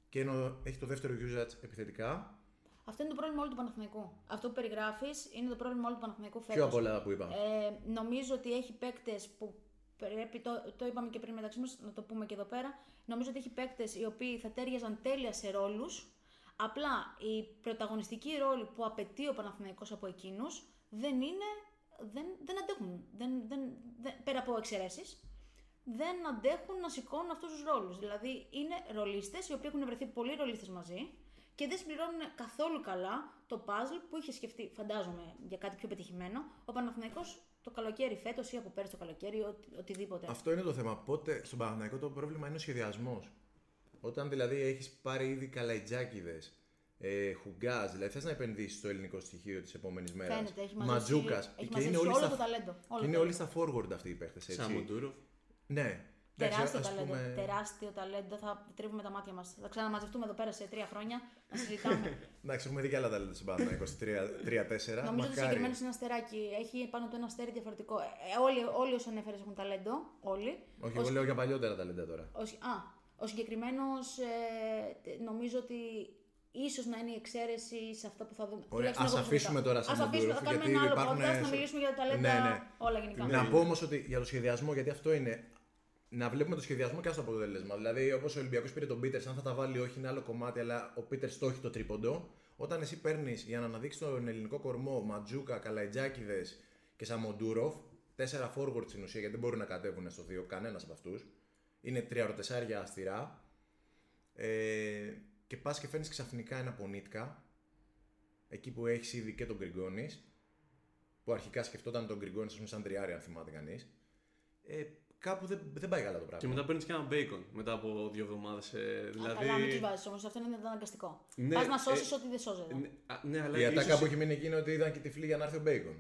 Και ενώ έχει το δεύτερο usage επιθετικά. Αυτό είναι το πρόβλημα όλου του Παναθηναϊκού. Αυτό που περιγράφεις είναι το πρόβλημα όλου του Παναθηναϊκού φέτο. Πιο απ' όλα που είπαμε. Ε, νομίζω ότι έχει παίκτες που πρέπει, το, το είπαμε και πριν μεταξύ μας, να το πούμε και εδώ πέρα. Νομίζω ότι έχει παίκτες οι οποίοι θα τέριαζαν τέλεια σε ρόλους. Απλά η πρωταγωνιστική ρόλη που απαιτεί ο Παναθηναϊκός από εκείνους δεν είναι. Δεν, δεν αντέχουν. Δεν, δεν, δεν- πέρα από εξαιρέσεις, δεν αντέχουν να σηκώνουν αυτούς τους ρόλους. Δηλαδή είναι ρολίστες οι οποίοι έχουν βρεθεί πολλοί ρολίστες μαζί και δεν συμπληρώνουν καθόλου καλά το puzzle που είχε σκεφτεί, φαντάζομαι, για κάτι πιο πετυχημένο, ο Παναθηναϊκός το καλοκαίρι φέτος ή από πέρσι το καλοκαίρι, ή οτι- οτιδήποτε. Αυτό είναι το θέμα. Πότε στον Παναθηναϊκό το πρόβλημα είναι ο σχεδιασμός. Όταν δηλαδή έχεις πάρει ήδη καλαϊτζάκιδες, ε, χουγκάς, δηλαδή θες να επενδύσεις στο ελληνικό στοιχείο της επόμενης μέρας. Φαίνεται, έχει μαζέψει, Ματζούκα. έχει μαζέψει όλο το ταλέντο. Όλο Και το είναι ταλέντο. όλοι στα forward αυτοί οι παίχτες. Σαμοντούροφ. Ναι. Εντάξει, Τεράστιο ας ταλέντο. πούμε- Τεράστιο ταλέντο. Θα τρίβουμε τα μάτια μας. Θα ξαναμαζευτούμε εδώ πέρα σε τρία χρόνια να συζητάμε. Εντάξει, έχουμε δει και άλλα ταλέντα στον Παναθηναϊκό. στη 3-4. Νομίζω ότι Μακάρι. συγκεκριμένος είναι αστεράκι. Έχει πάνω του ένα αστέρι διαφορετικό. Ε, όλοι, όλοι όσοι ανέφερες έχουν ταλέντο. Όλοι. Όχι, Ο εγώ λέω για παλιότερα ταλέντα τώρα. Ο, συ- α, ο συγκεκριμένος νομίζω ότι ίσως να είναι η εξαίρεση σε αυτά που θα δούμε. Ωραία, Τουλάχιστον ας εγώ προσωπικά. αφήσουμε τώρα Ας Σαμοντούροφ, αφήσουμε, Θα κάνουμε γιατί ένα άλλο υπάρχουν, podcast να ε, μιλήσουμε για τα ταλέντα Ναι, ναι. όλα γενικά. Να πω όμως ότι για το σχεδιασμό, γιατί αυτό είναι. Να βλέπουμε το σχεδιασμό και στο αποτέλεσμα. Δηλαδή, όπως ο Ολυμπιακός πήρε τον Πίτερ, αν θα τα βάλει, όχι είναι άλλο κομμάτι, αλλά ο Πίτερ το έχει το τρίποντο. Όταν εσύ παίρνεις για να αναδείξεις τον ελληνικό κορμό Ματζούκα, Καλαϊτζάκιδε και Σαμοντούροφ, τέσσερα forward στην ουσία, γιατί δεν μπορούν να κατέβουν στο δύο κανένας από αυτούς. Είναι τριαροτεσσάρια αυστηρά. Ε, και πας και φέρνεις ξαφνικά ένα πονίτκα, εκεί που έχεις ήδη και τον Γκριγκόνης, που αρχικά σκεφτόταν τον Γκριγκόνης, ας πούμε, σαν τριάρι, αν θυμάται κανείς. Ε, κάπου δεν, δεν πάει καλά το Και πράγμα. μετά παίρνεις και ένα μπέικον μετά από δύο εβδομάδες. Δηλαδή... Δηλαδή. Καλά, μην του βάζεις όμως. Αυτό είναι αναγκαστικό. Ναι, Πας να ε, σώσεις ό,τι δεν σώζεται. Ναι, α, ναι, αλλά Η ατάκα ίσως- που έχει μείνει εκεί είναι ότι ήταν και τυφλή για να έρθει ο Μπέικον.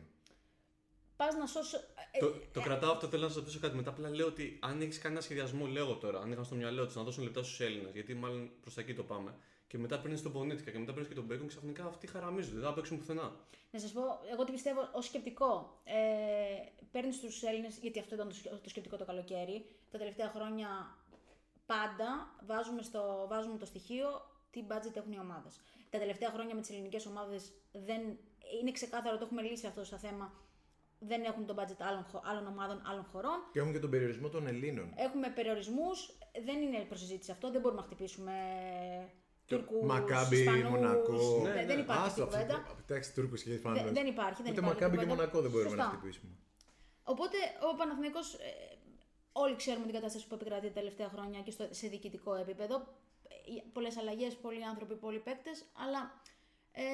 Πα να σώσει. ε, Το, το κρατάω αυτό, θέλω να σα ρωτήσω κάτι μετά. Απλά λέω ότι αν έχεις κανένα σχεδιασμό, λέω τώρα, αν είχαν στο μυαλό τους να δώσουν λεπτά στους Έλληνες, γιατί μάλλον προς τα εκεί το πάμε. Και μετά παίρνεις τον Πονίτικα και μετά παίρνεις και τον Μπέκον, ξαφνικά αυτοί χαραμίζονται, δεν θα παίξουν πουθενά. Να σας πω, εγώ τι πιστεύω ως σκεπτικό. Ε, Παίρνεις τους Έλληνες, γιατί αυτό ήταν το σκε- το σκεπτικό το καλοκαίρι. Τα τελευταία χρόνια πάντα βάζουμε, στο, βάζουμε το στοιχείο τι budget έχουν οι ομάδες. Τα τελευταία χρόνια με τις ελληνικές ομάδες είναι ξεκάθαρο, το έχουμε λύσει αυτό στο θέμα. Δεν έχουν το budget άλλων, χω- άλλων ομάδων, άλλων χωρών. Και έχουν και τον περιορισμό των Ελλήνων. Έχουμε περιορισμούς. Δεν είναι προσυζήτηση αυτό. Δεν μπορούμε να χτυπήσουμε Τουρκού. Μακάμπι, Μονακό. Ναι, Δεν ναι. υπάρχει αυτή Άστο η αυτή- κουβέντα. Εντάξει, Τούρκους και Δε- Ισπανού. δεν υπάρχει, δεν Ούτε υπάρχει Μακάμπι και τίποτα. Μονακό δεν μπορούμε να Σωστά. χτυπήσουμε. Οπότε ο Παναθηναϊκός, ε, όλοι ξέρουμε την κατάσταση που επικρατεί τα τελευταία χρόνια και στο, σε διοικητικό επίπεδο. Ε, Πολλές αλλαγές, πολλοί άνθρωποι, πολλοί παίκτες, αλλά ε,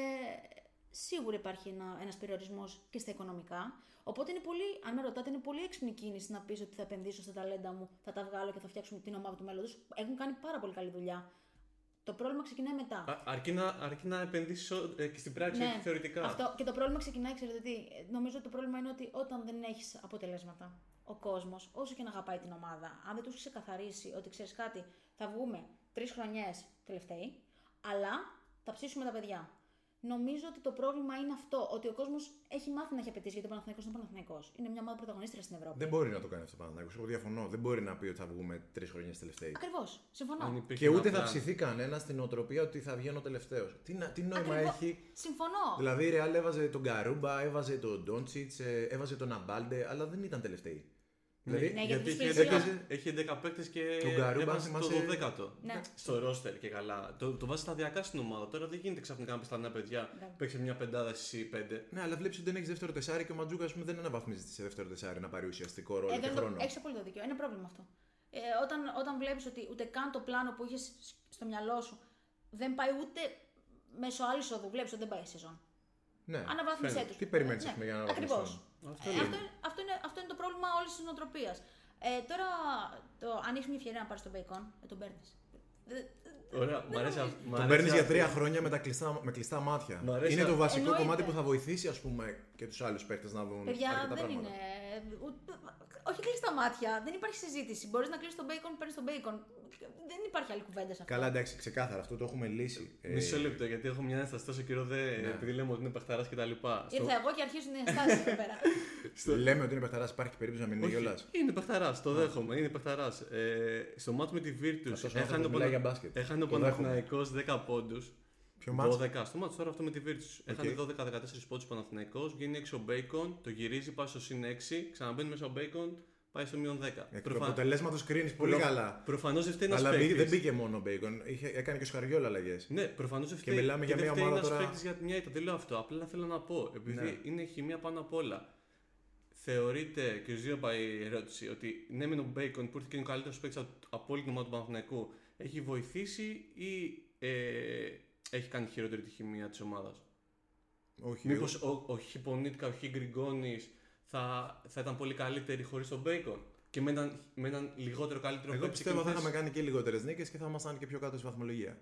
σίγουρα υπάρχει ένα ένας περιορισμός και στα οικονομικά. Οπότε είναι πολύ, αν με ρωτάτε, είναι πολύ έξυπνη κίνηση να πεις ότι θα επενδύσω στα ταλέντα μου, θα τα βγάλω και θα φτιάξουμε την ομάδα του μέλλοντος. Έχουν κάνει πάρα πολύ καλή δουλειά. Το πρόβλημα ξεκινάει μετά. Α- αρκεί να, αρκεί να επενδύσεις και στην πράξη όχι θεωρητικά. Ναι. Αυτό. Και το πρόβλημα ξεκινάει, ξέρετε τι. Ε, Νομίζω ότι το πρόβλημα είναι ότι όταν δεν έχεις αποτελέσματα, ο κόσμος, όσο και να αγαπάει την ομάδα, αν δεν τους έχει ξεκαθαρίσει ότι ξέρεις κάτι, θα βγούμε τρεις χρονιές τελευταίοι, αλλά θα ψήσουμε τα παιδιά. Νομίζω ότι το πρόβλημα είναι αυτό, ότι ο κόσμος έχει μάθει να έχει απαιτήσει γιατί ο Παναθηναϊκός είναι Παναθηναϊκός. Είναι μια ομάδα πρωταγωνίστρια στην Ευρώπη. Δεν μπορεί να το κάνει αυτό ο Παναθηναϊκός. Εγώ διαφωνώ. Δεν μπορεί να πει ότι θα βγούμε τρεις χρονιέ τελευταίοι. Ακριβώς. Συμφωνώ. Αν υπήρχε Και ένα ούτε θα plan. ψηθεί κανένας στην οτροπία ότι θα βγαίνω τελευταίος. Τι, να- τι νόημα Ακριβώς. έχει Συμφωνώ. Δηλαδή η Ρεάλ έβαζε τον Καρούμπα, έβαζε τον Ντόντσιτ, έβαζε τον Αμπάλντε, αλλά δεν ήταν τελευταίοι. Δηλαδή, Ναι, γιατί γιατί τους έχει πήρες 11, έχει 11 παίκτες και Τον Γκαρούμπα, έβαζε θυμάσαι- το 12ο. Ναι. Στο ρόστερ και καλά. Το, το βάζει σταδιακά στην ομάδα. Τώρα δεν γίνεται ξαφνικά να πεις στα νέα παιδιά Ναι. παίξε μια πεντάδα εσύ πέντε. ναι, αλλά βλέπεις ότι δεν έχεις δεύτερο τεσάρι και ο Ματζούκα ας πούμε, δεν αναβαθμίζεται σε δεύτερο τεσάρι να πάρει ουσιαστικό ρόλο Ε, και δεν το, χρόνο. έχεις απόλυτο δίκιο. Είναι πρόβλημα αυτό. Ε, όταν όταν βλέπεις ότι ούτε καν το πλάνο που είχες στο μυαλό σου δεν πάει ούτε μέσω άλλη οδού, βλέπεις ότι δεν πάει η σεζόν. Ναι. Αναβάθμισε Ε, φαίνεται. τους. Τι περιμένεις, ας πούμε, ναι. για να αναβαθμιστούν. Ακριβώ. Αυτό Ε, Αυτό, είναι. είναι- αυτό, είναι, αυτό είναι το πρόβλημα όλης της νοοτροπίας. Ε, τώρα, το, αν έχεις μια ευκαιρία να πάρεις τον Μπέικον, ε, τον παίρνεις. Ωραία, Ναι, μ' αρέσει αυτό. Τον παίρνεις για τρία χρόνια με, τα κλειστά, με κλειστά μάτια. Μ' αρέσει Είναι το αυτό. βασικό Εννοείται. κομμάτι που θα βοηθήσει ας πούμε, και τους άλλους παίκτες να δουν Παιδιά, αρκετά δεν πράγματα. είναι. ούτε- όχι κλείσει τα μάτια, δεν υπάρχει συζήτηση. Μπορείς να κλείσεις τον Μπέικον, παίρνεις τον Μπέικον. Δεν υπάρχει άλλη κουβέντα σε αυτό. Καλά, εντάξει, ξεκάθαρα αυτό το έχουμε λύσει. Ε, Ναι. Μισό λεπτό, γιατί έχω μια ένσταση τόσο καιρό δε, επειδή λέμε ότι είναι παχταρά και τα λοιπά. Στο- Ήρθα εγώ και αρχίζουν οι ενστάσεις εδώ πέρα. Λέμε ότι είναι παιχταράς, υπάρχει και περίπτωση να μην είναι Όχι, κιόλα. είναι παχταρά, το δέχομαι. Είναι παχταρά. Ε, στο μάτι με τη Virtus Αυτός ο έχανε άνθρωπος ο, μιλάει για μπάσκετ. έχανε ο Το δέχομαι. Παναθηναϊκός 10 πόντους. Ποιο μάτς? 12. Στο μάτι τώρα αυτό με τη Virtus. Έχανε 12-14 πόντου Παναθηναϊκός, βγαίνει έξω ο Bacon, το γυρίζει, πάει στο συν 6, ξαναμπαίνει μέσα ο Bacon, πάει στο μείον 10. Εκ του αποτελέσματος κρίνεις Ε, πολύ καλά. Προφανώς δεν φταίει ένας Αλλά μπή- δεν μπήκε μόνο ο Μπέικον, είχε- έκανε και ο Σχαριόλα αλλαγές. Ναι, προφανώς δεν φταίει. μιλάμε για δεν μια φταίει ομάδα ένας τώρα- παίκτης για μια ήττα. Δεν λέω αυτό. Απλά θέλω να πω, επειδή Ναι. είναι χημεία πάνω απ' όλα. Θεωρείτε, και ο Ζήρο πάει ερώτηση, ότι ναι, μεν ο Μπέικον που ήρθε και είναι ο καλύτερος παίκτης από όλη την ομάδα του Παναθηναϊκού έχει βοηθήσει ή ε, έχει κάνει χειρότερη τη χημεία της ομάδας. Όχι. Μήπως ο, ο Χιπονίτκα, ο Χιγκριγκόνη θα, θα ήταν πολύ καλύτερη χωρίς τον Μπέικον και με έναν, με έναν λιγότερο καλύτερο Εγώ παίκτη σε πιστεύω θα εκείνη είχαμε θέση. κάνει και λιγότερες νίκες και θα ήμασταν και πιο κάτω στη βαθμολογία.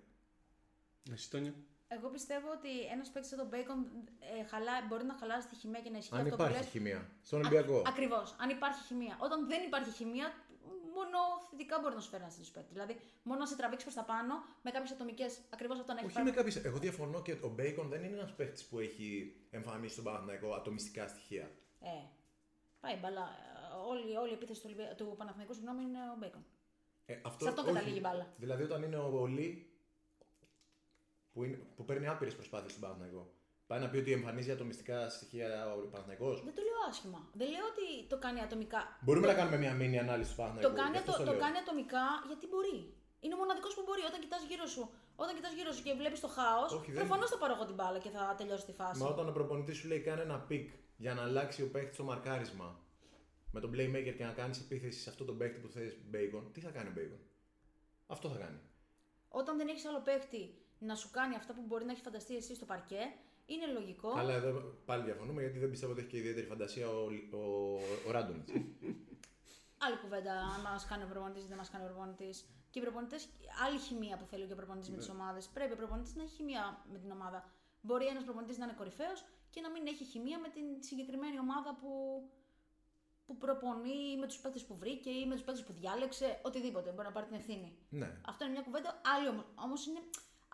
Εσύ, Τόνια. Εγώ πιστεύω ότι ένας παίκτης σαν τον Μπέικον ε, χαλά, μπορεί να χαλάσει τη χημεία και να ισχύει Αν αυτό που υπάρχει λες. χημεία. Στον Ολυμπιακό. Ακριβώς. Αν υπάρχει χημεία. Όταν δεν υπάρχει χημεία, μόνο θετικά μπορεί να σου φέρει ένα τέτοιο παίκτη. Δηλαδή, μόνο να σε τραβήξει προς τα πάνω με κάποιες ατομικές. Ακριβώς αυτό να έχει Όχι πάρει. με κάποιες. Εγώ διαφωνώ και ο Μπέικον δεν είναι ένας παίχτη που έχει εμφανίσει στον Παναθηναϊκό ατομιστικά στοιχεία. Ε, πάει μπαλά. Ε, Όλη, όλη η επίθεση του, Ολυμπια- του Παναθηναϊκού, συγγνώμη, είναι ο Μπέικον. Ε, αυτό, Σε αυτό όχι. καταλήγει η μπάλα. Δηλαδή όταν είναι ο Βολή που, είναι, που παίρνει άπειρες προσπάθειες στον Παναθηναϊκό. Πάει να πει ότι εμφανίζει ατομιστικά στοιχεία ο Παναθηναϊκός. Δεν το λέω άσχημα. Δεν λέω ότι το κάνει ατομικά. Μπορούμε να κάνουμε μια μήνυ ανάλυση του Το Παναθηναϊκού. κάνει, γι' αυτό το, το λέω. κάνει ατομικά γιατί μπορεί. Είναι ο μοναδικός που μπορεί. Όταν κοιτάς γύρω σου, όταν κοιτάς γύρω σου και βλέπεις το χάος, Όχι, δεν- προφανώς θα πάρω εγώ την μπάλα και θα τελειώσει τη φάση. Μα όταν ο προπονητής σου λέει κάνε ένα πικ για να αλλάξει ο παίχτης το μαρκάρισμα με τον playmaker και να κάνεις επίθεση σε αυτό τον παίχτη που θες Bacon, τι θα κάνει ο Bacon. Αυτό θα κάνει. Όταν δεν έχεις άλλο παίχτη να σου κάνει αυτά που μπορεί να έχεις φανταστεί εσύ στο παρκέ, είναι λογικό. Αλλά εδώ πάλι διαφωνούμε γιατί δεν πιστεύω ότι έχει και ιδιαίτερη φαντασία ο, ο, ο Ράντονιτ. Άλλη κουβέντα, αν μας κάνει ο προπονητής ή δεν μας κάνει ο προπονητής. Και οι προπονητές, άλλη χημεία που θέλει και ο προπονητής Ναι. με τις ομάδες. Πρέπει ο προπονητής να έχει χημεία με την ομάδα. Μπορεί ένας προπονητής να είναι κορυφαίος και να μην έχει χημεία με την συγκεκριμένη ομάδα που, που προπονεί ή με τους παίκτες που βρήκε ή με τους παίκτες που διάλεξε. Οτιδήποτε μπορεί να πάρει την ευθύνη. ναι. Αυτό είναι μια κουβέντα, άλλη όμως είναι.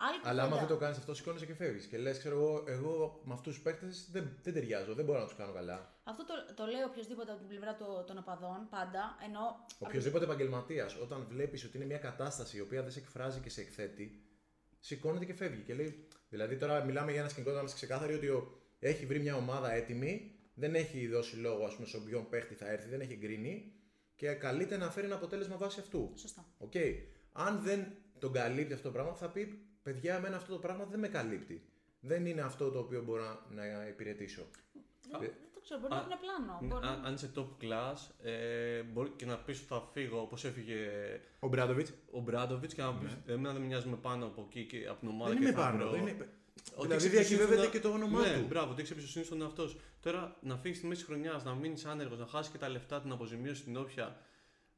Άλλη Αλλά άμα κουβέντα. δεν το κάνεις αυτό, σηκώνεσαι και φεύγεις. Και λες, ξέρω εγώ, εγώ με αυτούς τους παίχτε δεν, δεν ταιριάζω, δεν μπορώ να τους κάνω καλά. Αυτό το, το λέει οποιοδήποτε από την πλευρά το, των οπαδών πάντα. Ενώ. Οποιοδήποτε επαγγελματίας, όταν βλέπεις ότι είναι μια κατάσταση η οποία δεν σε εκφράζει και σε εκθέτει, σηκώνεται και φεύγει. Και λέει, δηλαδή τώρα μιλάμε για ένα σκηνικό να είμαστε ξεκάθαροι ότι ο, έχει βρει μια ομάδα έτοιμη, δεν έχει δώσει λόγο ας πούμε, στον ποιον παίχτη θα έρθει, δεν έχει εγκρίνει και καλείται να φέρει ένα αποτέλεσμα βάσει αυτού. Σωστά. Οκ. Αν δεν τον καλύπτει αυτό το πράγμα, θα πει παιδιά, εμένα αυτό το πράγμα δεν με καλύπτει. Δεν είναι αυτό το οποίο μπορώ να, να υπηρετήσω. Δεν, δεν το ξέρω, μπορεί να α, έχουν πλάνο. Ναι, μπορεί να- αν, αν είσαι top class, ε, μπορεί και να πεις ότι θα φύγω όπως έφυγε Ο Μπράντοβιτ. ο Μπράντοβιτ και να πεις: Εμένα δεν μοιάζουμε πάνω από εκεί και από την ομάδα. Ναι. Δεν και είμαι θα πάνω. βρω». Δεν είναι... Ότι Δηλαδή έχεις εμπιστοσύνη διακυβεύεται στον- και το όνομά ναι, του. Μπράβο, ότι έχει εμπιστοσύνη στον εαυτό σου. Τώρα να φύγεις στη μέση χρονιάς, να μείνεις άνεργος, να χάσεις και τα λεφτά, την αποζημίωση, την όφια.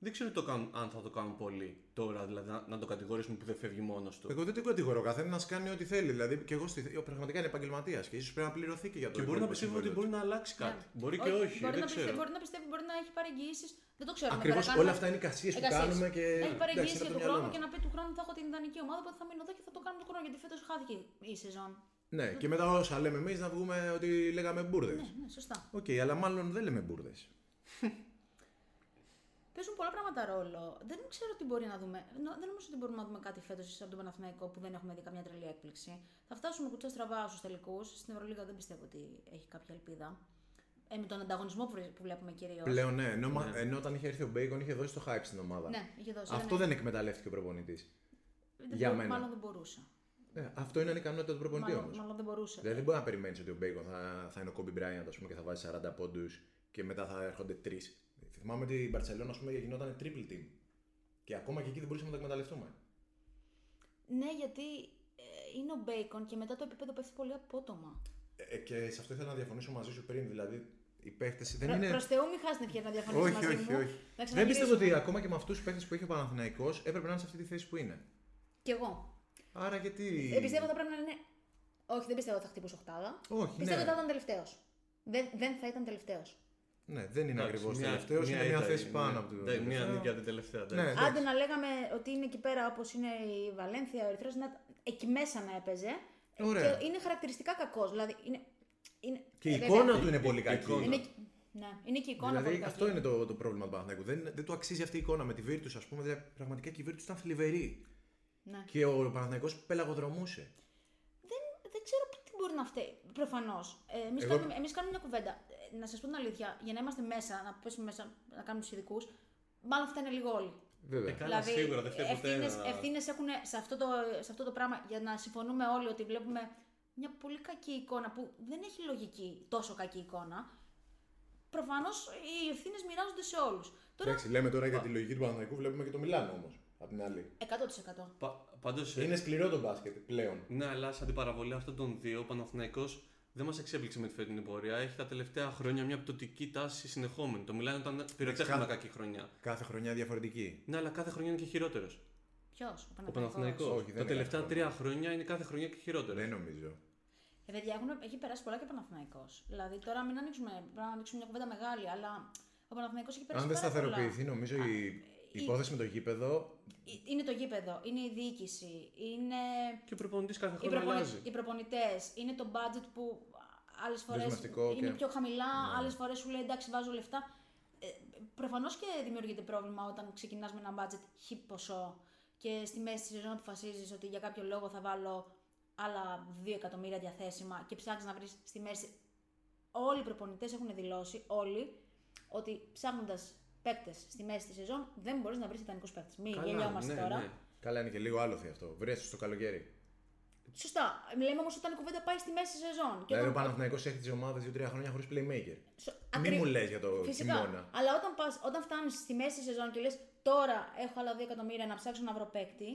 Δεν ξέρω τι το κάνουν, αν θα το κάνουν πολλοί τώρα, δηλαδή να, να το κατηγορήσουν που δεν φεύγει μόνος του. Εγώ δεν την κατηγορώ. Καθένα κάνει ό,τι θέλει. Δηλαδή και εγώ στη... πραγματικά είναι επαγγελματίας και ίσως πρέπει να πληρωθεί και για το Και μπορεί να υπόλοιπο πιστεύω ότι συμβόλαιο μπορεί του. να αλλάξει κάτι. Ναι. Μπορεί και Ό- όχι, Μπορεί, δεν να ξέρω. πιστεύει, μπορεί να πιστεύει, μπορεί να έχει παρεγγίσει. Δεν το ξέρω. Ακριβώς, όλα αυτά είναι εικασίες που κάνουμε και- Έχει εντάξει, παρεγγίσει είναι για από το τον μυαλό χρόνο μας. και να πει του χρόνου θα έχω την ιδανική ομάδα, οπότε θα μείνω εδώ και θα το κάνω τον χρόνο. Γιατί φέτος χάθηκε η σεζόν. Ναι, και μετά όσα λέμε εμείς να βγούμε ότι λέγαμε μπουρδες. Ναι, ναι, σωστά. Οκ, αλλά μάλλον δεν λέμε μπουρδες. Παίζουν πολλά πράγματα ρόλο. Δεν ξέρω τι μπορεί να δούμε. Νο- Δεν νομίζω ότι μπορούμε να δούμε κάτι φέτος από τον Παναθηναϊκό που δεν έχουμε δει καμιά τρελή έκπληξη. Θα φτάσουμε κουτσά στραβά στους τελικούς. Στην Ευρωλίγα δεν πιστεύω ότι έχει κάποια ελπίδα. Ε, με τον ανταγωνισμό που βρε- που βλέπουμε κυρίως. Πλέον ναι, ενώ, μα- ενώ όταν είχε έρθει ο Μπέικον είχε δώσει το hype στην ομάδα. Ναι, είχε δώσει. Αυτό ναι. δεν εκμεταλλεύτηκε ο προπονητής. δεν για μπο- μένα. Μάλλον δεν μπορούσε. Ναι, αυτό είναι ανικανότητα του προπονητή Μάλλον, όμως. μάλλον δεν μπορούσε. Δηλαδή δεν μπορεί να περιμένεις ότι ο Μπέικον θα, θα είναι ο Κόμπι Μπράιαντ πούμε, και θα βάζει 40 πόντους και μετά θα έρχονται τρεις. Θυμάμαι ότι η Μπαρσελόνα ας πούμε, γινόταν triple team. Και ακόμα και εκεί δεν μπορούσαμε να το εκμεταλλευτούμε. Ναι, γιατί ε, είναι ο Μπέικον και μετά το επίπεδο πέφτει πολύ απότομα. Ε, και σε αυτό ήθελα να διαφωνήσω μαζί σου πριν. Δηλαδή οι παίχτες δεν Προ είναι. προς Θεού, μην χάσει την ευκαιρία να διαφωνήσει όχι, μαζί όχι, μου. όχι. Να Δεν πιστεύω ξαναγυρίσουμε. ότι ακόμα και με αυτούς τους παίχτες που έχει ο Παναθηναϊκός έπρεπε να είναι σε αυτή τη θέση που είναι. Κι εγώ. Άρα γιατί. Ε, πιστεύω θα πρέπει να είναι. Όχι, δεν πιστεύω ότι θα χτυπούσε οχτάδα. Όχι, πιστεύω ναι. ότι θα ήταν τελευταίος. Δεν, δεν θα ήταν τελευταίος. Ναι, δεν είναι Εντάξει, ακριβώς μια- τελευταίο, είναι μια ήττα θέση είναι. πάνω από το. Ναι, Μια τελευταίο. νίκη από την τελευταία. Ναι, εντάξει. Άντε να λέγαμε ότι είναι εκεί πέρα όπως είναι η Βαλένθια, ο Ερυθρός, να... εκεί μέσα να έπαιζε. Ωραία. Και είναι χαρακτηριστικά κακός. Δηλαδή είναι. είναι... Και η ε, εικόνα βέβαια, του είναι πολύ η- κακή. εικόνα. Είναι... Ναι, είναι και η εικόνα δηλαδή, πολύ αυτό κακή. είναι το, το πρόβλημα του Παναθηναϊκού. Δεν, δεν του αξίζει αυτή η εικόνα με τη Virtus, ας πούμε. Δηλαδή, πραγματικά και η Virtus ήταν θλιβερή. Ναι. Και ο Παναθηναϊκός πελαγοδρομούσε. Δεν, δεν ξέρω τι μπορεί να φταίει. Προφανώς. Ε, Εμείς Εγώ- κάνουμε, εμείς κάνουμε μια κουβέντα. Ε, να σας πω την αλήθεια, για να είμαστε μέσα, να πέσουμε μέσα, να κάνουμε τους ειδικούς, μάλλον φταίνε λίγο όλοι. Δηλαδή, Βέβαια. Ε, καλά, σίγουρα δεν φταίει ποτέ. ένα- Ευθύνε έχουν σε αυτό, το, σε αυτό το πράγμα για να συμφωνούμε όλοι ότι βλέπουμε μια πολύ κακή εικόνα που δεν έχει λογική τόσο κακή εικόνα. Προφανώς οι ευθύνες μοιράζονται σε όλους. Τώρα, Ε, Εντάξει, λέμε τώρα για τη λογική του Παναθηναϊκού, βλέπουμε και το Μιλάνο όμως. απ' την άλλη. 100%. Πάντω. Είναι σκληρό το μπάσκετ πλέον. Ναι, αλλά σε αντιπαραβολή αυτών των δύο, ο Παναθηναϊκός δεν μας εξέπληξε με τη φετινή πορεία. Έχει τα τελευταία χρόνια μια πτωτική τάση συνεχόμενη. Το μιλάνε όταν πυροτέχνημα κα- κακή χρονιά. Κάθε χρονιά διαφορετική. Ναι, αλλά κάθε χρονιά είναι και χειρότερο. Ποιος, Ο Παναθηναϊκός. Όχι, δεν Τα είναι Ναι. τελευταία κάθε τρία χρόνια είναι κάθε χρονιά και χειρότερο. Δεν νομίζω. Ε, παιδιά, έχουν, έχει περάσει πολλά και ο Παναθηναϊκός. Δηλαδή, τώρα μην ανοίξουμε, πρέπει να ανοίξουμε μια κουβέντα μεγάλη, αλλά ο Παναθηναϊκός έχει περάσει Αν δεν πάρα πολλά. σταθεροποιηθεί, νομίζω η η η- υπόθεση με το γήπεδο. Ε, Είναι το γήπεδο, είναι η διοίκηση, είναι Και ο προπονητής κάθε οι, χρόνο προπονη- αλλάζει. οι προπονητές, είναι το budget που άλλες φορές Δεσμευτικό και- είναι πιο χαμηλά, Ναι. άλλες φορές σου λέει εντάξει, βάζω λεφτά. Ε, Προφανώς και δημιουργείται πρόβλημα όταν ξεκινάς με ένα budget χι ποσό και στη μέση της σεζόν αποφασίζεις ότι για κάποιο λόγο θα βάλω άλλα 2 εκατομμύρια διαθέσιμα και ψάχνεις να βρεις στη μέση όλοι οι προπονητές έχουν δηλώσει, όλοι, ότι ψάχνοντας παίκτες στη μέση της σεζόν δεν μπορείς να βρεις ιδανικού παίκτε. Μην Καλά, γελιόμαστε ναι, τώρα. ναι. Καλά, είναι και λίγο άλοθη αυτό. Βρέσει το καλοκαίρι. Σωστά. Λέμε όμως όταν η κουβέντα πάει στη μέση σεζόν. Δηλαδή, ο όταν- Παναθηναϊκός έχει τι ομάδε 2-3 χρόνια χωρίς playmaker. Σο- Μην ακρι- μου λες για το Φυσικά. χειμώνα. Αλλά όταν, πας, όταν φτάνεις στη μέση σεζόν και λες τώρα έχω άλλα 2 εκατομμύρια να ψάξω να βρω παίκτη,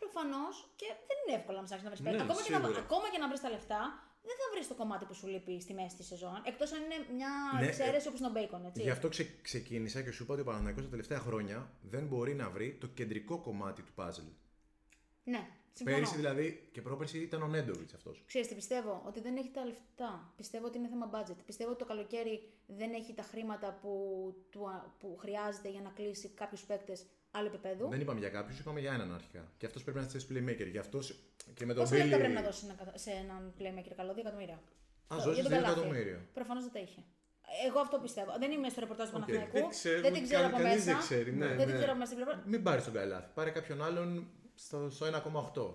προφανώς και δεν είναι εύκολο να ψάξεις να βρεις Ναι, παίκτη. ακόμα, και να, σίγουρα. ακόμα και να βρεις τα λεφτά, δεν θα βρεις το κομμάτι που σου λείπει στη μέση της σεζόν. Εκτός αν είναι μια Ναι, εξαίρεση όπως τον Μπέικον, έτσι. Γι' αυτό ξε- ξεκίνησα και σου είπα ότι ο Παναθηναϊκός τα τελευταία χρόνια δεν μπορεί να βρει το κεντρικό κομμάτι του puzzle. Ναι, συμφωνώ. Πέρυσι δηλαδή και πρόπερσι ήταν ο Νέντοβιτ αυτός. Ξέρεις τι πιστεύω, ότι δεν έχει τα λεφτά. Πιστεύω ότι είναι θέμα budget. Πιστεύω ότι το καλοκαίρι δεν έχει τα χρήματα που, του, που χρειάζεται για να κλείσει κάποιους παίκτες άλλου επίπεδου. Δεν είπαμε για κάποιους, είπαμε για έναν αρχικά. Και αυτός πρέπει να είναι playmaker. Γι' αυτός σε- και με τον Πόσα λεφτά πρέπει να Billy. δώσει σε ένα καθα- σε έναν playmaker καλό, 2 εκατομμύρια. Α, ζώσει 2 εκατομμύρια. Προφανώς δεν τα είχε. Εγώ αυτό πιστεύω. Δεν είμαι στο ρεπορτάζ του Παναθηναϊκού. δεν ξέρουμε, Δεν την ξέρω κα- από κανείς μέσα. δεν ξέρει, ναι, δεν ναι. την ξέρω από μέσα την πλευρά. Μην πάρεις τον Καλάθι. Πάρε κάποιον άλλον στο, στο 1,8.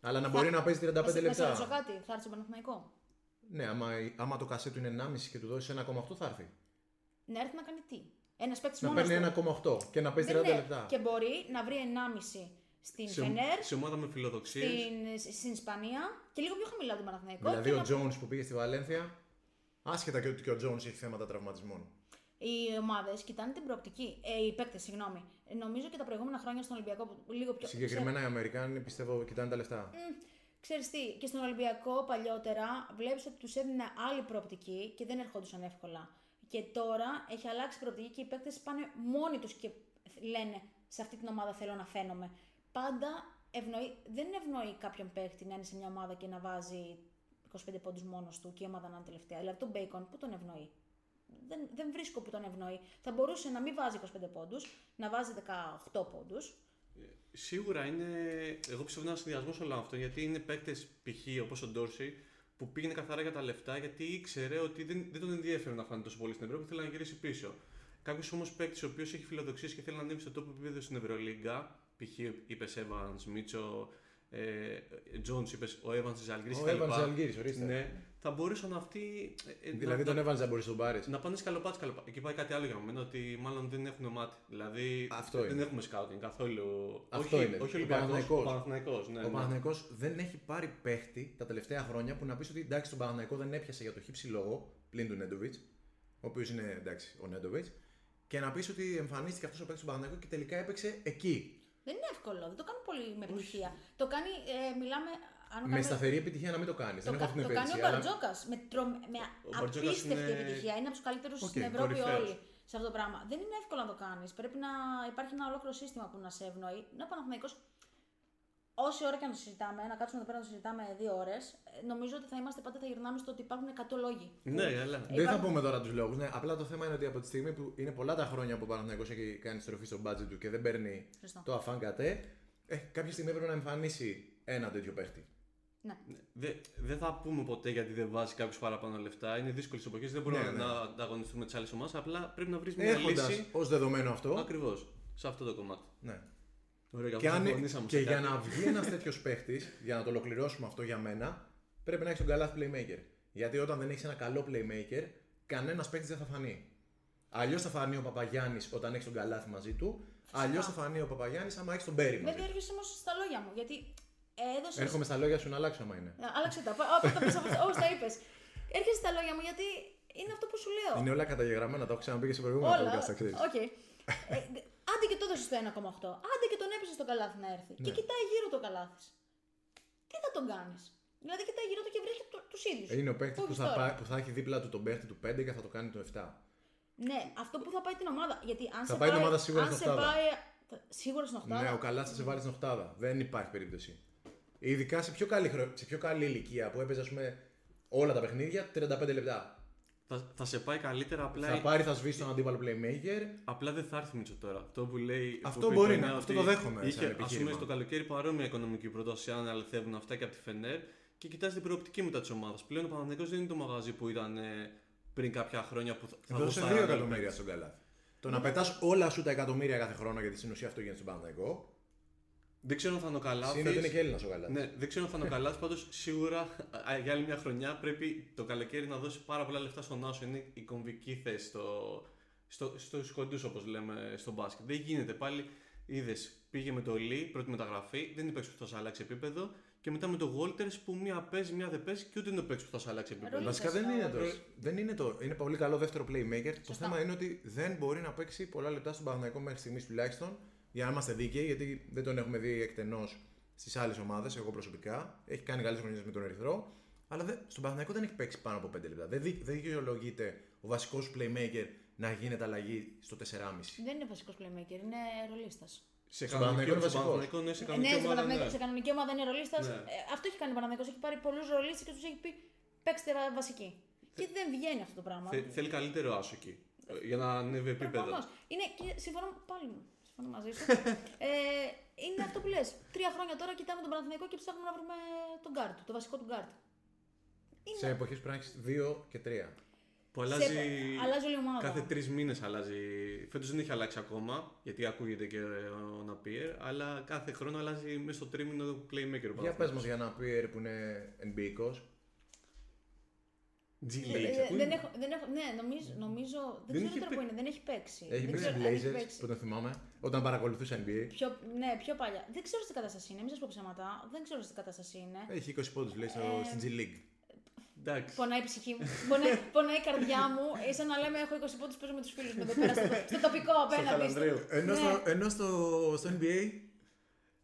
Αλλά να μπορεί να παίζει 35 Να σε- Να σε ρωτήσω λεπτά. κάτι, θα έρθει στον Παναθηναϊκό. Ναι, άμα, άμα το κασέ του είναι 1,5 και του δώσει 1,8 θα έρθει. Να έρθει να κάνει τι. Ένας παίκτης Να μόνος. παίρνει 1,8 και να παίζει 30 λεπτά. Ναι, Και μπορεί να βρει 1,5 στην Σε, Φενέρ, σε ομάδα με φιλοδοξίες. στην, στην Ισπανία και λίγο πιο χαμηλά τον Παναθηναϊκό. Δηλαδή και ο να- Jones που πήγε στη Βαλένθια, άσχετα και ότι και ο Jones έχει θέματα τραυματισμών. Οι ομάδες κοιτάνε την προοπτική. Ε, οι παίκτες, συγγνώμη. Ε, Νομίζω και τα προηγούμενα χρόνια στον Ολυμπιακό που λίγο πιο. Συγκεκριμένα οι Αμερικάνοι πιστεύω κοιτάνε τα λεφτά. Mm. Ξέρεις τι, και στον Ολυμπιακό παλιότερα βλέπεις ότι τους έδινε άλλη προοπτική και δεν ερχόντουσαν εύκολα. Και τώρα έχει αλλάξει η προοπτική και οι παίκτες πάνε μόνοι τους και λένε σε αυτή την ομάδα θέλω να φαίνομαι. Πάντα ευνοεί, δεν ευνοεί κάποιον παίκτη να είναι σε μια ομάδα και να βάζει 25 πόντους μόνος του και η ομάδα να είναι τελευταία. Δηλαδή τον Bacon που τον ευνοεί. Δεν, δεν βρίσκω που τον ευνοεί. Θα μπορούσε να μην βάζει 25 πόντους, να βάζει 18 πόντους. Σίγουρα είναι. Εγώ πιστεύω ένα συνδυασμός όλων αυτών γιατί είναι παίκτες π.χ. όπως ο Ντόρση που πήγαινε καθαρά για τα λεφτά γιατί ήξερε ότι δεν, δεν τον ενδιαφέρει να φάνει τόσο πολύ στην Ευρώπη, θέλει να γυρίσει πίσω. Κάποιος όμως παίκτης ο οποίος έχει φιλοδοξίες και θέλει να ανέβει στο τόπο επίπεδο στην Ευρωλίγκα, π.χ. είπες Evans, Μίτσο, ε, Jones, είπες ο Evans της Αλγύρη Ο Evans της Αλγύρης, ορίστε. Ναι, θα μπορούσαν αυτοί. ε, ε, Δηλαδή να, τον έβαλε να μπορείς στον πάρει. να πάνε σκαλοπάτι, σκαλοπάτι. Εκεί πάει κάτι άλλο για μένα, ότι μάλλον δεν έχουν μάτι. Δηλαδή Αυτό δεν είναι. έχουμε σκάουτινγκ καθόλου. Αυτό όχι, είναι. Όχι Ο Ολυμπιακός, Παναθηναϊκός. ο Παναθηναϊκός, ναι, Ο ναι. Παναθηναϊκός δεν έχει πάρει παίχτη τα τελευταία χρόνια που να πεις ότι εντάξει, τον Παναθηναϊκό δεν έπιασε για το χύψη λόγο πλην του Νέντοβιτ, ο οποίος είναι εντάξει, ο Νέντοβιτ, και να πεις ότι εμφανίστηκε αυτός ο παίκτης του Παναθηναϊκού και τελικά έπαιξε εκεί. Δεν είναι εύκολο, δεν το κάνουν πολύ με επιτυχία. Το κάνει, ε, μιλάμε. Αν Με κάνουμε- σταθερή επιτυχία να μην το κάνεις. Το, Δεν έχω κα- αυτή την το κάνει ο επένδυση. αλλά- Μπαρτζόκας με, τρο... με Ο Μπαρτζόκας απίστευτη είναι- επιτυχία. Είναι από τους καλύτερους Οκ, στην Ευρώπη κορυφαίος. όλοι σε αυτό το πράγμα. Δεν είναι εύκολο να το κάνεις. Πρέπει να υπάρχει ένα ολόκληρο σύστημα που να σε ευνοεί. Να Παναθυμαϊκό. Όση ώρα και να το συζητάμε, να κάτσουμε εδώ πέρα να το συζητάμε δύο ώρες, νομίζω ότι θα είμαστε πάντα θα γυρνάμε στο ότι υπάρχουν 100 λόγοι. Ναι, αλλά. Δεν θα Υπάρχουν- πούμε τώρα τους λόγους. Ναι, απλά το θέμα είναι ότι από τη στιγμή που είναι πολλά τα χρόνια που ο Παναθηναϊκός έχει κάνει στροφή στο budget του και δεν παίρνει Σωστό. το αφάν κατέ, ε, κάποια στιγμή πρέπει να εμφανίσει ένα τέτοιο παίχτη. Ναι. Δε- Δεν θα πούμε ποτέ γιατί δεν βάζει κάποιου παραπάνω λεφτά. Είναι δύσκολες εποχές. Δεν μπορούμε Ναι, ναι. να ανταγωνιστούμε τις άλλες ομάδες. Απλά πρέπει να βρεις μια Έχοντας λύση. ως δεδομένο αυτό. Ακριβώς. Σε αυτό το κομμάτι. Ναι. Ωραία, Και, αυτό αν, συμφωνήσαμε και σε για κάτι. να βγει ένας τέτοιος παίχτης, για να το ολοκληρώσουμε αυτό για μένα, πρέπει να έχεις τον καλά playmaker. Γιατί όταν δεν έχεις ένα καλό playmaker, κανένας παίχτης δεν θα φανεί. Αλλιώς θα φανεί ο Παπαγιάννης όταν έχεις τον Καλάθι μαζί του. Αλλιώς θα φανεί ο Παπαγιάννης άμα έχεις τον Μπέρι μαζί Δεν του. έρχεσαι όμως στα λόγια μου, γιατί ε, έδωσες. Έρχομαι στα λόγια σου να αλλάξω άμα είναι. Ναι, Άλλαξε τα. Όπω τα είπες. Έρχεσαι στα λόγια μου γιατί είναι αυτό που σου λέω. Είναι όλα καταγεγραμμένα, τα έχω ξαναπεί και σε προηγούμενο Όλα. podcast, τα ξέρεις. Οκ. Ε, Α, Άντε και το έδωσες στο 1,8. Άντε και τον έπεσε στο καλάθι να έρθει. Ναι. Και κοιτάει γύρω το καλάθι. Τι θα τον κάνεις. Δηλαδή κοιτάει γύρω του και βρίσκει το, τους ίδιους. Ε, Είναι ο παίκτης που, θα πάει- που θα έχει δίπλα του τον παίκτη του 5 και θα το κάνει το 7. Ναι, αυτό που θα πάει την ομάδα. Γιατί αν Θα σε πάει την ομάδα σίγουρα αν στην σε οκτάδα. πάει. θα- Σίγουρα στην οκτάδα. Ναι, ο καλά θα σε βάλει στην οχτάδα. Δεν υπάρχει περίπτωση. Ειδικά σε πιο καλή, χρο- σε πιο καλή ηλικία που έπαιζε, ας πούμε, όλα τα παιχνίδια 35 λεπτά. Θα, θα σε πάει καλύτερα, απλά, Θα πάρει, θα σβήσει τον αντίπαλο playmaker. απλά δεν θα έρθει Μίτσο τώρα. Αυτό που λέει. Αυτό που είπε μπορεί η να- Νέα αυτό ότι το δέχομαι σαν Είχε, ας πούμε, επιχείρημα. στο καλοκαίρι παρόμοια οικονομική πρόταση, αν αληθεύουν αυτά και από τη Φενέρ και κοιτάζει την προοπτική μετά της ομάδας. Πλέον ο Παναγενικό δεν είναι το μαγαζί που ήταν ε, πριν κάποια χρόνια που θα- θα Δώσε 2 δώσει 40 λεπτά. εκατομμύρια στον καλά. Το να πετάς όλα σου τα εκατομμύρια κάθε χρόνο γιατί στην ουσία αυτό γίνεται στον Παναθηναϊκό. Δεν ξέρω αν θα είναι ο Καλάθης. Είναι ότι είναι και Έλληνας ο καλά. Ναι, δεν ξέρω αν θα είναι ο Καλάθης, πάντως σίγουρα α, για άλλη μια χρονιά πρέπει το καλοκαίρι να δώσει πάρα πολλά λεφτά στον Άσο. Είναι η κομβική θέση στο, στο, στους κοντούς όπως λέμε στο μπάσκετ. Δεν γίνεται πάλι, είδες, πήγε με το Λί, πρώτη μεταγραφή, δεν είναι παίξι που θα σε αλλάξει επίπεδο και μετά με το Walters που μία παίζει, μία δεν παίζει και ούτε είναι παίξι που θα σε αλλάξει επίπεδο. Ρόλο. Βασικά δεν Σωστά. είναι, το, δεν είναι το. Είναι πολύ καλό δεύτερο playmaker. Το Σωστά. θέμα είναι ότι δεν μπορεί να παίξει πολλά λεπτά στον Παναθηναϊκό μέχρι στιγμής τουλάχιστον. Για να είμαστε δίκαιοι, γιατί δεν τον έχουμε δει εκτενώς στις άλλες ομάδες. Εγώ προσωπικά. Έχει κάνει καλές χρονιές με τον Ερυθρό. Αλλά δεν, στον Παναθηναϊκό δεν έχει παίξει πάνω από 5 λεπτά. Δεν, δι- δεν δικαιολογείται ο βασικός playmaker να γίνεται αλλαγή στο 4,5. Δεν είναι βασικός playmaker, είναι ρολίστας. Σε Στον κανονική Παναθηναϊκό είναι βασικός. στον Παναθηναϊκό, ναι, σε ναι, κανονική σε ομάδα, κανονική- ναι. σε κανονική ομάδα είναι ρολίστας. Ναι. αυτό έχει κάνει ο Παναγενικό. Έχει πάρει πολλούς ρολίστες και τους έχει πει παίξτε ρα- βασική. Ε, Και δεν βγαίνει αυτό το πράγμα. Θε- Θέλει καλύτερο Άσο εκεί, ε, για να ανέβει επίπεδο. Προφανώς. Είναι και συμφωνώ πάλι μου. Συμφωνώ μαζί σου. ε, είναι αυτό που λες. Τρία χρόνια τώρα κοιτάμε τον Παναθηναϊκό και ψάχνουμε να βρούμε τον κάρτ, το βασικό του κάρτ. Σε εποχές που να έχεις 2 και 3. Που αλλάζει. αλλάζει όλη η ομάδα. Κάθε τρεις μήνες αλλάζει. Φέτος δεν έχει αλλάξει ακόμα, γιατί ακούγεται και ο Ναπίερ, αλλά κάθε χρόνο αλλάζει μέσα στο τρίμηνο το playmaker. ο Για πες μας Παναθηναϊκός. για να πει που είναι NBA G Ε, League, ε, πού δεν είναι? έχω, δεν έχω, ναι, νομίζω, νομίζω δεν, Δεν ξέρω έχει τώρα παί- που είναι, δεν έχει παίξει. Έχει Ε, δεν παίξει ξέρω αν έχει Blazers παίξει. που τον θυμάμαι όταν παρακολουθούσε NBA. Πιο, ναι, πιο παλιά. Δεν ξέρω σε τι κατάσταση είναι, μην σας πω ψέματα. Δεν ξέρω σε τι κατάσταση είναι. Έχει 20 πόντους, λέει, στο Ε, στην G League. Εντάξει. Πονάει η ψυχή μου, πονάει, πονάει η καρδιά μου. Ε, σαν να λέμε: Έχω 20 πόντους παίζω με τους φίλους μου εδώ πέρα, στο, στο τοπικό απέναντι. Χαλανδρέου. Ενώ, Ναι. στο, ενώ στο, στο NBA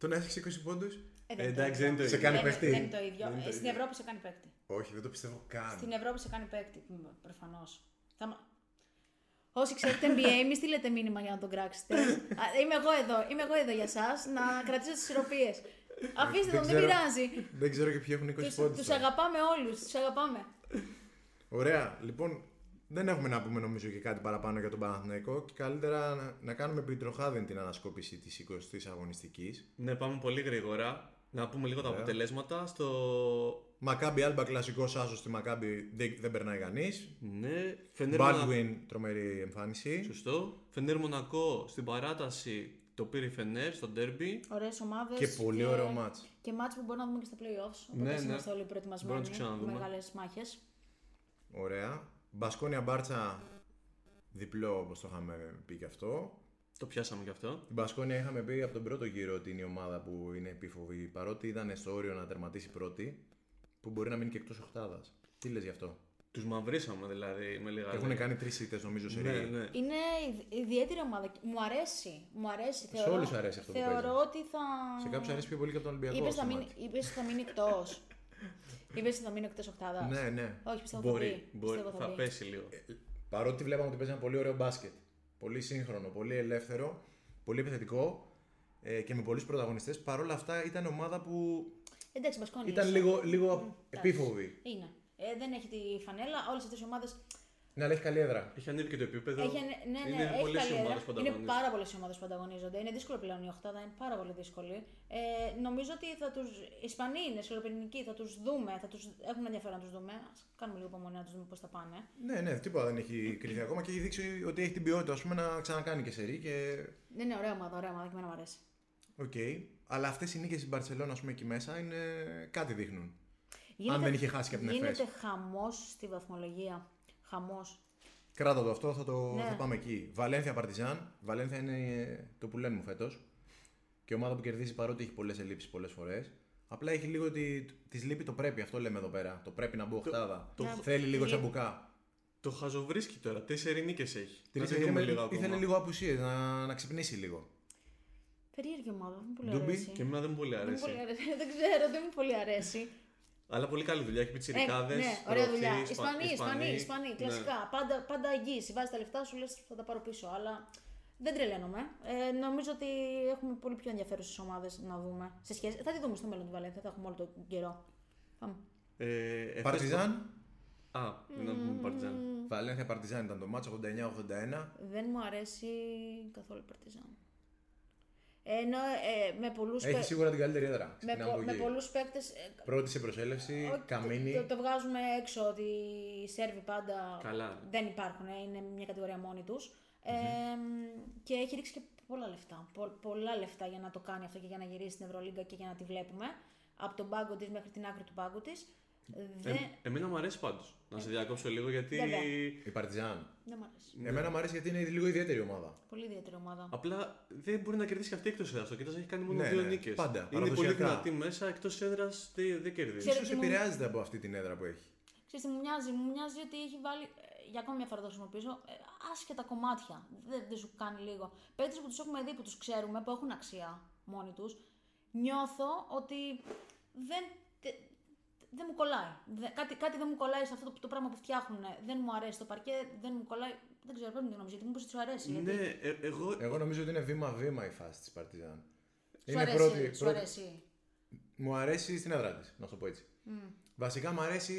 τον έφτιαξε 20 πόντους. Ε, δεν Εντάξει, δεν είναι το ίδιο. ίδιο. Σε κάνει Δεν- παίκτη. Δεν είναι το ίδιο. Δεν είναι το Ε, Στην ίδιο. Ευρώπη σε κάνει παίκτη. Όχι, δεν το πιστεύω καν. Στην Ευρώπη σε κάνει παίκτη, προφανώς. Θα... μα- Όσοι ξέρετε NBA, μη στείλετε μήνυμα για να τον κράξετε. Α, είμαι εγώ εδώ, είμαι εγώ εδώ για εσάς να κρατήσετε τις ισορροπίες. Αφήστε Δεν τον, δεν ξέρω. πειράζει. Δεν ξέρω και ποιοι έχουν 20 πόντους. Τους αγαπάμε όλους, τους αγαπάμε. Ωραία, λοιπόν, δεν έχουμε να πούμε νομίζω και κάτι παραπάνω για τον Παναθηναϊκό και καλύτερα να, να κάνουμε επί τροχάδεν την ανασκόπηση της 20η αγωνιστικής. Ναι, πάμε πολύ γρήγορα. Να πούμε λίγο τα Ωραία. αποτελέσματα. Στο. Μακάμπι Άλμπα, κλασικός άσος στη Μακάμπι, δεν, δεν περνάει κανείς. Ναι, Φενέρ Μονακό. Baldwin, τρομερή εμφάνιση. Σωστό. Φενέρ Μονακό στην παράταση το πήρε η Φενέρ στο ντέρμπι. Ωραίες ομάδες. Και πολύ ωραίο μάτς. Και μάτς που μπορούμε να δούμε και στα playoffs. Οπότε Ναι, ναι. είμαστε όλοι Μπορούμε να προετοιμασμένοι. τους ξαναδούμε. Μεγάλες μάχες. Ωραία. Μπασκόνια Μπάρτσα, διπλό όπως το είχαμε πει και αυτό. Το πιάσαμε κι αυτό. Την Μπασκόνια είχαμε πει από τον πρώτο γύρο ότι είναι η ομάδα που είναι επίφοβη. Παρότι ήταν στο όριο να τερματίσει πρώτη, που μπορεί να μείνει και εκτός οχτάδα. Τι λες γι' αυτό. Τους μαυρίσαμε δηλαδή με λίγα. Έχουν λόγια. κάνει τρεις ήττες νομίζω σε Ναι, ρίγη. ναι. Είναι ιδ- ιδιαίτερη ομάδα. Μου αρέσει. Μου αρέσει. Σε όλους αρέσει αυτό που Θεωρώ παίζει. ότι θα. Σε κάποιους αρέσει πιο πολύ και από τον Ολυμπιακό. Είπες στο θα μείνει, μάτι. είπες ότι θα μείνει εκτός. Είπες ότι θα μείνει εκτός οκτάδας. Ναι, ναι. Όχι, πιστεύω θα Μπορεί, μπει. μπορεί. Πιστεύω θα, Θα μπει. πέσει λίγο. Παρότι βλέπαμε ότι παίζει ένα πολύ ωραίο μπάσκετ. Πολύ σύγχρονο, πολύ ελεύθερο, πολύ επιθετικό ε, και με πολλούς πρωταγωνιστές. Παρ' όλα αυτά ήταν ομάδα που Εντάξει, Μπασκόνη. ήταν είσαι. λίγο, λίγο εντάξει. επίφοβη. Είναι. Ε, δεν έχει τη φανέλα. Όλες αυτές οι ομάδες. Ναι, αλλά έχει καλή έδρα. Έχει ανέβει και το επίπεδο. Έχει, ναι, ναι, είναι έχει πολλές καλή οι ομάδες έδρα. που Είναι ανταγωνίζονται. πάρα πολλές οι ομάδες που ανταγωνίζονται. Είναι δύσκολο πλέον η Οχτάδα, είναι πάρα πολύ δύσκολη. Ε, νομίζω ότι θα τους. Οι Ισπανοί είναι σκληροπυρηνικοί, θα τους δούμε. Θα τους... Έχουμε ενδιαφέρον να τους δούμε. Ας κάνουμε λίγο υπομονή να τους δούμε πώς θα πάνε. Ναι, ναι, τίποτα δεν έχει κρυθεί ακόμα και έχει δείξει ότι έχει την ποιότητα ας πούμε, να ξανακάνει και σερή και. Ναι, ναι, ωραία ομάδα, ωραία ομάδα και εμένα μου αρέσει. Οκ. Αλλά αυτές οι νίκες τη Μπαρσελόνα, ας πούμε, εκεί μέσα είναι. κάτι δείχνουν. Γίνεται, δεν είχε χάσει και από την Γίνεται Εφές. χαμός στη βαθμολογία. Χαμός. Κράτα το αυτό, θα, το, Ναι. θα πάμε εκεί. Βαλένθια Παρτιζάν. Βαλένθια είναι ε, το που λένε μου φέτος. Και ομάδα που κερδίζει παρότι έχει πολλές ελλείψεις πολλές φορές. Απλά έχει λίγο τη της λείπει το πρέπει, αυτό λέμε εδώ πέρα. Το πρέπει να μπω οχτάδα. το- Θέλει λίγο λείπει. τσαμπουκά. Το χαζοβρίσκει τώρα. Τέσσερι νίκες έχει. Την Να τη ήθελε- δούμε λίγο ακόμα. Ήθελε λίγο απουσίες, να, να ξυπνήσει λίγο. Περίεργη ομάδα, δεν μου πολύ Ντούμπι αρέσει. Και εμένα δεν μου πολύ Δεν μου αρέσει. πολύ αρέσει. Δεν ξέρω, δεν μου πολύ αρέσει. Αλλά πολύ καλή δουλειά. Έχει Ε, πιτσιρικάδε. ναι, ωραία δουλειά. Ισπανοί, Ισπανοί, Ναι. Ισπανοί, κλασικά. Πάντα, πάντα εγγύηση. Βάζεις τα λεφτά σου, λες θα τα πάρω πίσω. Αλλά δεν τρελαίνομαι. Ε, νομίζω ότι έχουμε πολύ πιο ενδιαφέρουσες ομάδες να δούμε. Σε σχέση... Θα τη δούμε στο μέλλον του Βαλένθια, θα έχουμε όλο τον καιρό. Πάμε. Ε, ε, Παρτιζάν. Α, να πούμε Παρτιζάν. Βαλένθια Παρτιζάν ήταν το μάτσο 89-81. Δεν μου αρέσει καθόλου η Παρτιζάν. Ενώ ε, με πολλούς Έχει σίγουρα την καλύτερη έδρα. με, Ξεκινάμε πο- από με εκεί. πολλούς παίκτες, ε, Πρώτη σε προσέλευση, Ότι Καμίνη. Το, το βγάζουμε έξω ότι οι Σέρβοι πάντα Καλά. δεν υπάρχουν, ε, είναι μια κατηγορία μόνοι του. και έχει ρίξει και πολλά λεφτά. πο- πολλά λεφτά για να το κάνει αυτό και για να γυρίσει στην Ευρωλίγκα και για να τη βλέπουμε. Από τον πάγκο της μέχρι την άκρη του πάγκου της. Ε, Δεν, εμένα μου αρέσει πάντως. Να σε διακόψω λίγο γιατί. Ε. Βέβαια. Η Παρτιζάν. δεν μου αρέσει. Εμένα μου αρέσει γιατί είναι λίγο ιδιαίτερη ομάδα. Πολύ ιδιαίτερη ομάδα. Απλά δεν μπορεί να κερδίσει και αυτή εκτός έδρας. Ο Κίτα έχει κάνει μόνο Ναι, δύο ναι, νίκες. πάντα, Είναι πολύ παραδοσιακά. δυνατή μέσα. Εκτός έδρας δεν, δεν κερδίζει. Ξέρω Ίσως τι μου- επηρεάζεται από αυτή την έδρα που έχει. Ξέρεις τι μου μοιάζει, μου μοιάζει ότι έχει βάλει ε, για ακόμη μια φορά το χρησιμοποιήσω ε, άσχετα κομμάτια. Δεν, δεν σου κάνει λίγο. Παίκτε που τους έχουμε δει, που τους ξέρουμε, που έχουν αξία μόνοι τους, νιώθω ότι δεν, τε- δεν μου κολλάει. Δε- κάτι, κάτι δεν μου κολλάει σε αυτό το, το πράγμα που φτιάχνουν. Δεν μου αρέσει το παρκέ, δεν μου κολλάει. Δεν ξέρω, πρέπει να γνώμη, γιατί μου είπε ότι σου αρέσει. Ναι, γιατί... ε, εγώ. Εγώ νομίζω ότι είναι βήμα-βήμα η φάση της Παρτιζάν. Σου αρέσει, πρώτη- σου πρώτη- αρέσει. Μου αρέσει στην έδρα τη, να σου το πω έτσι. Βασικά μου αρέσει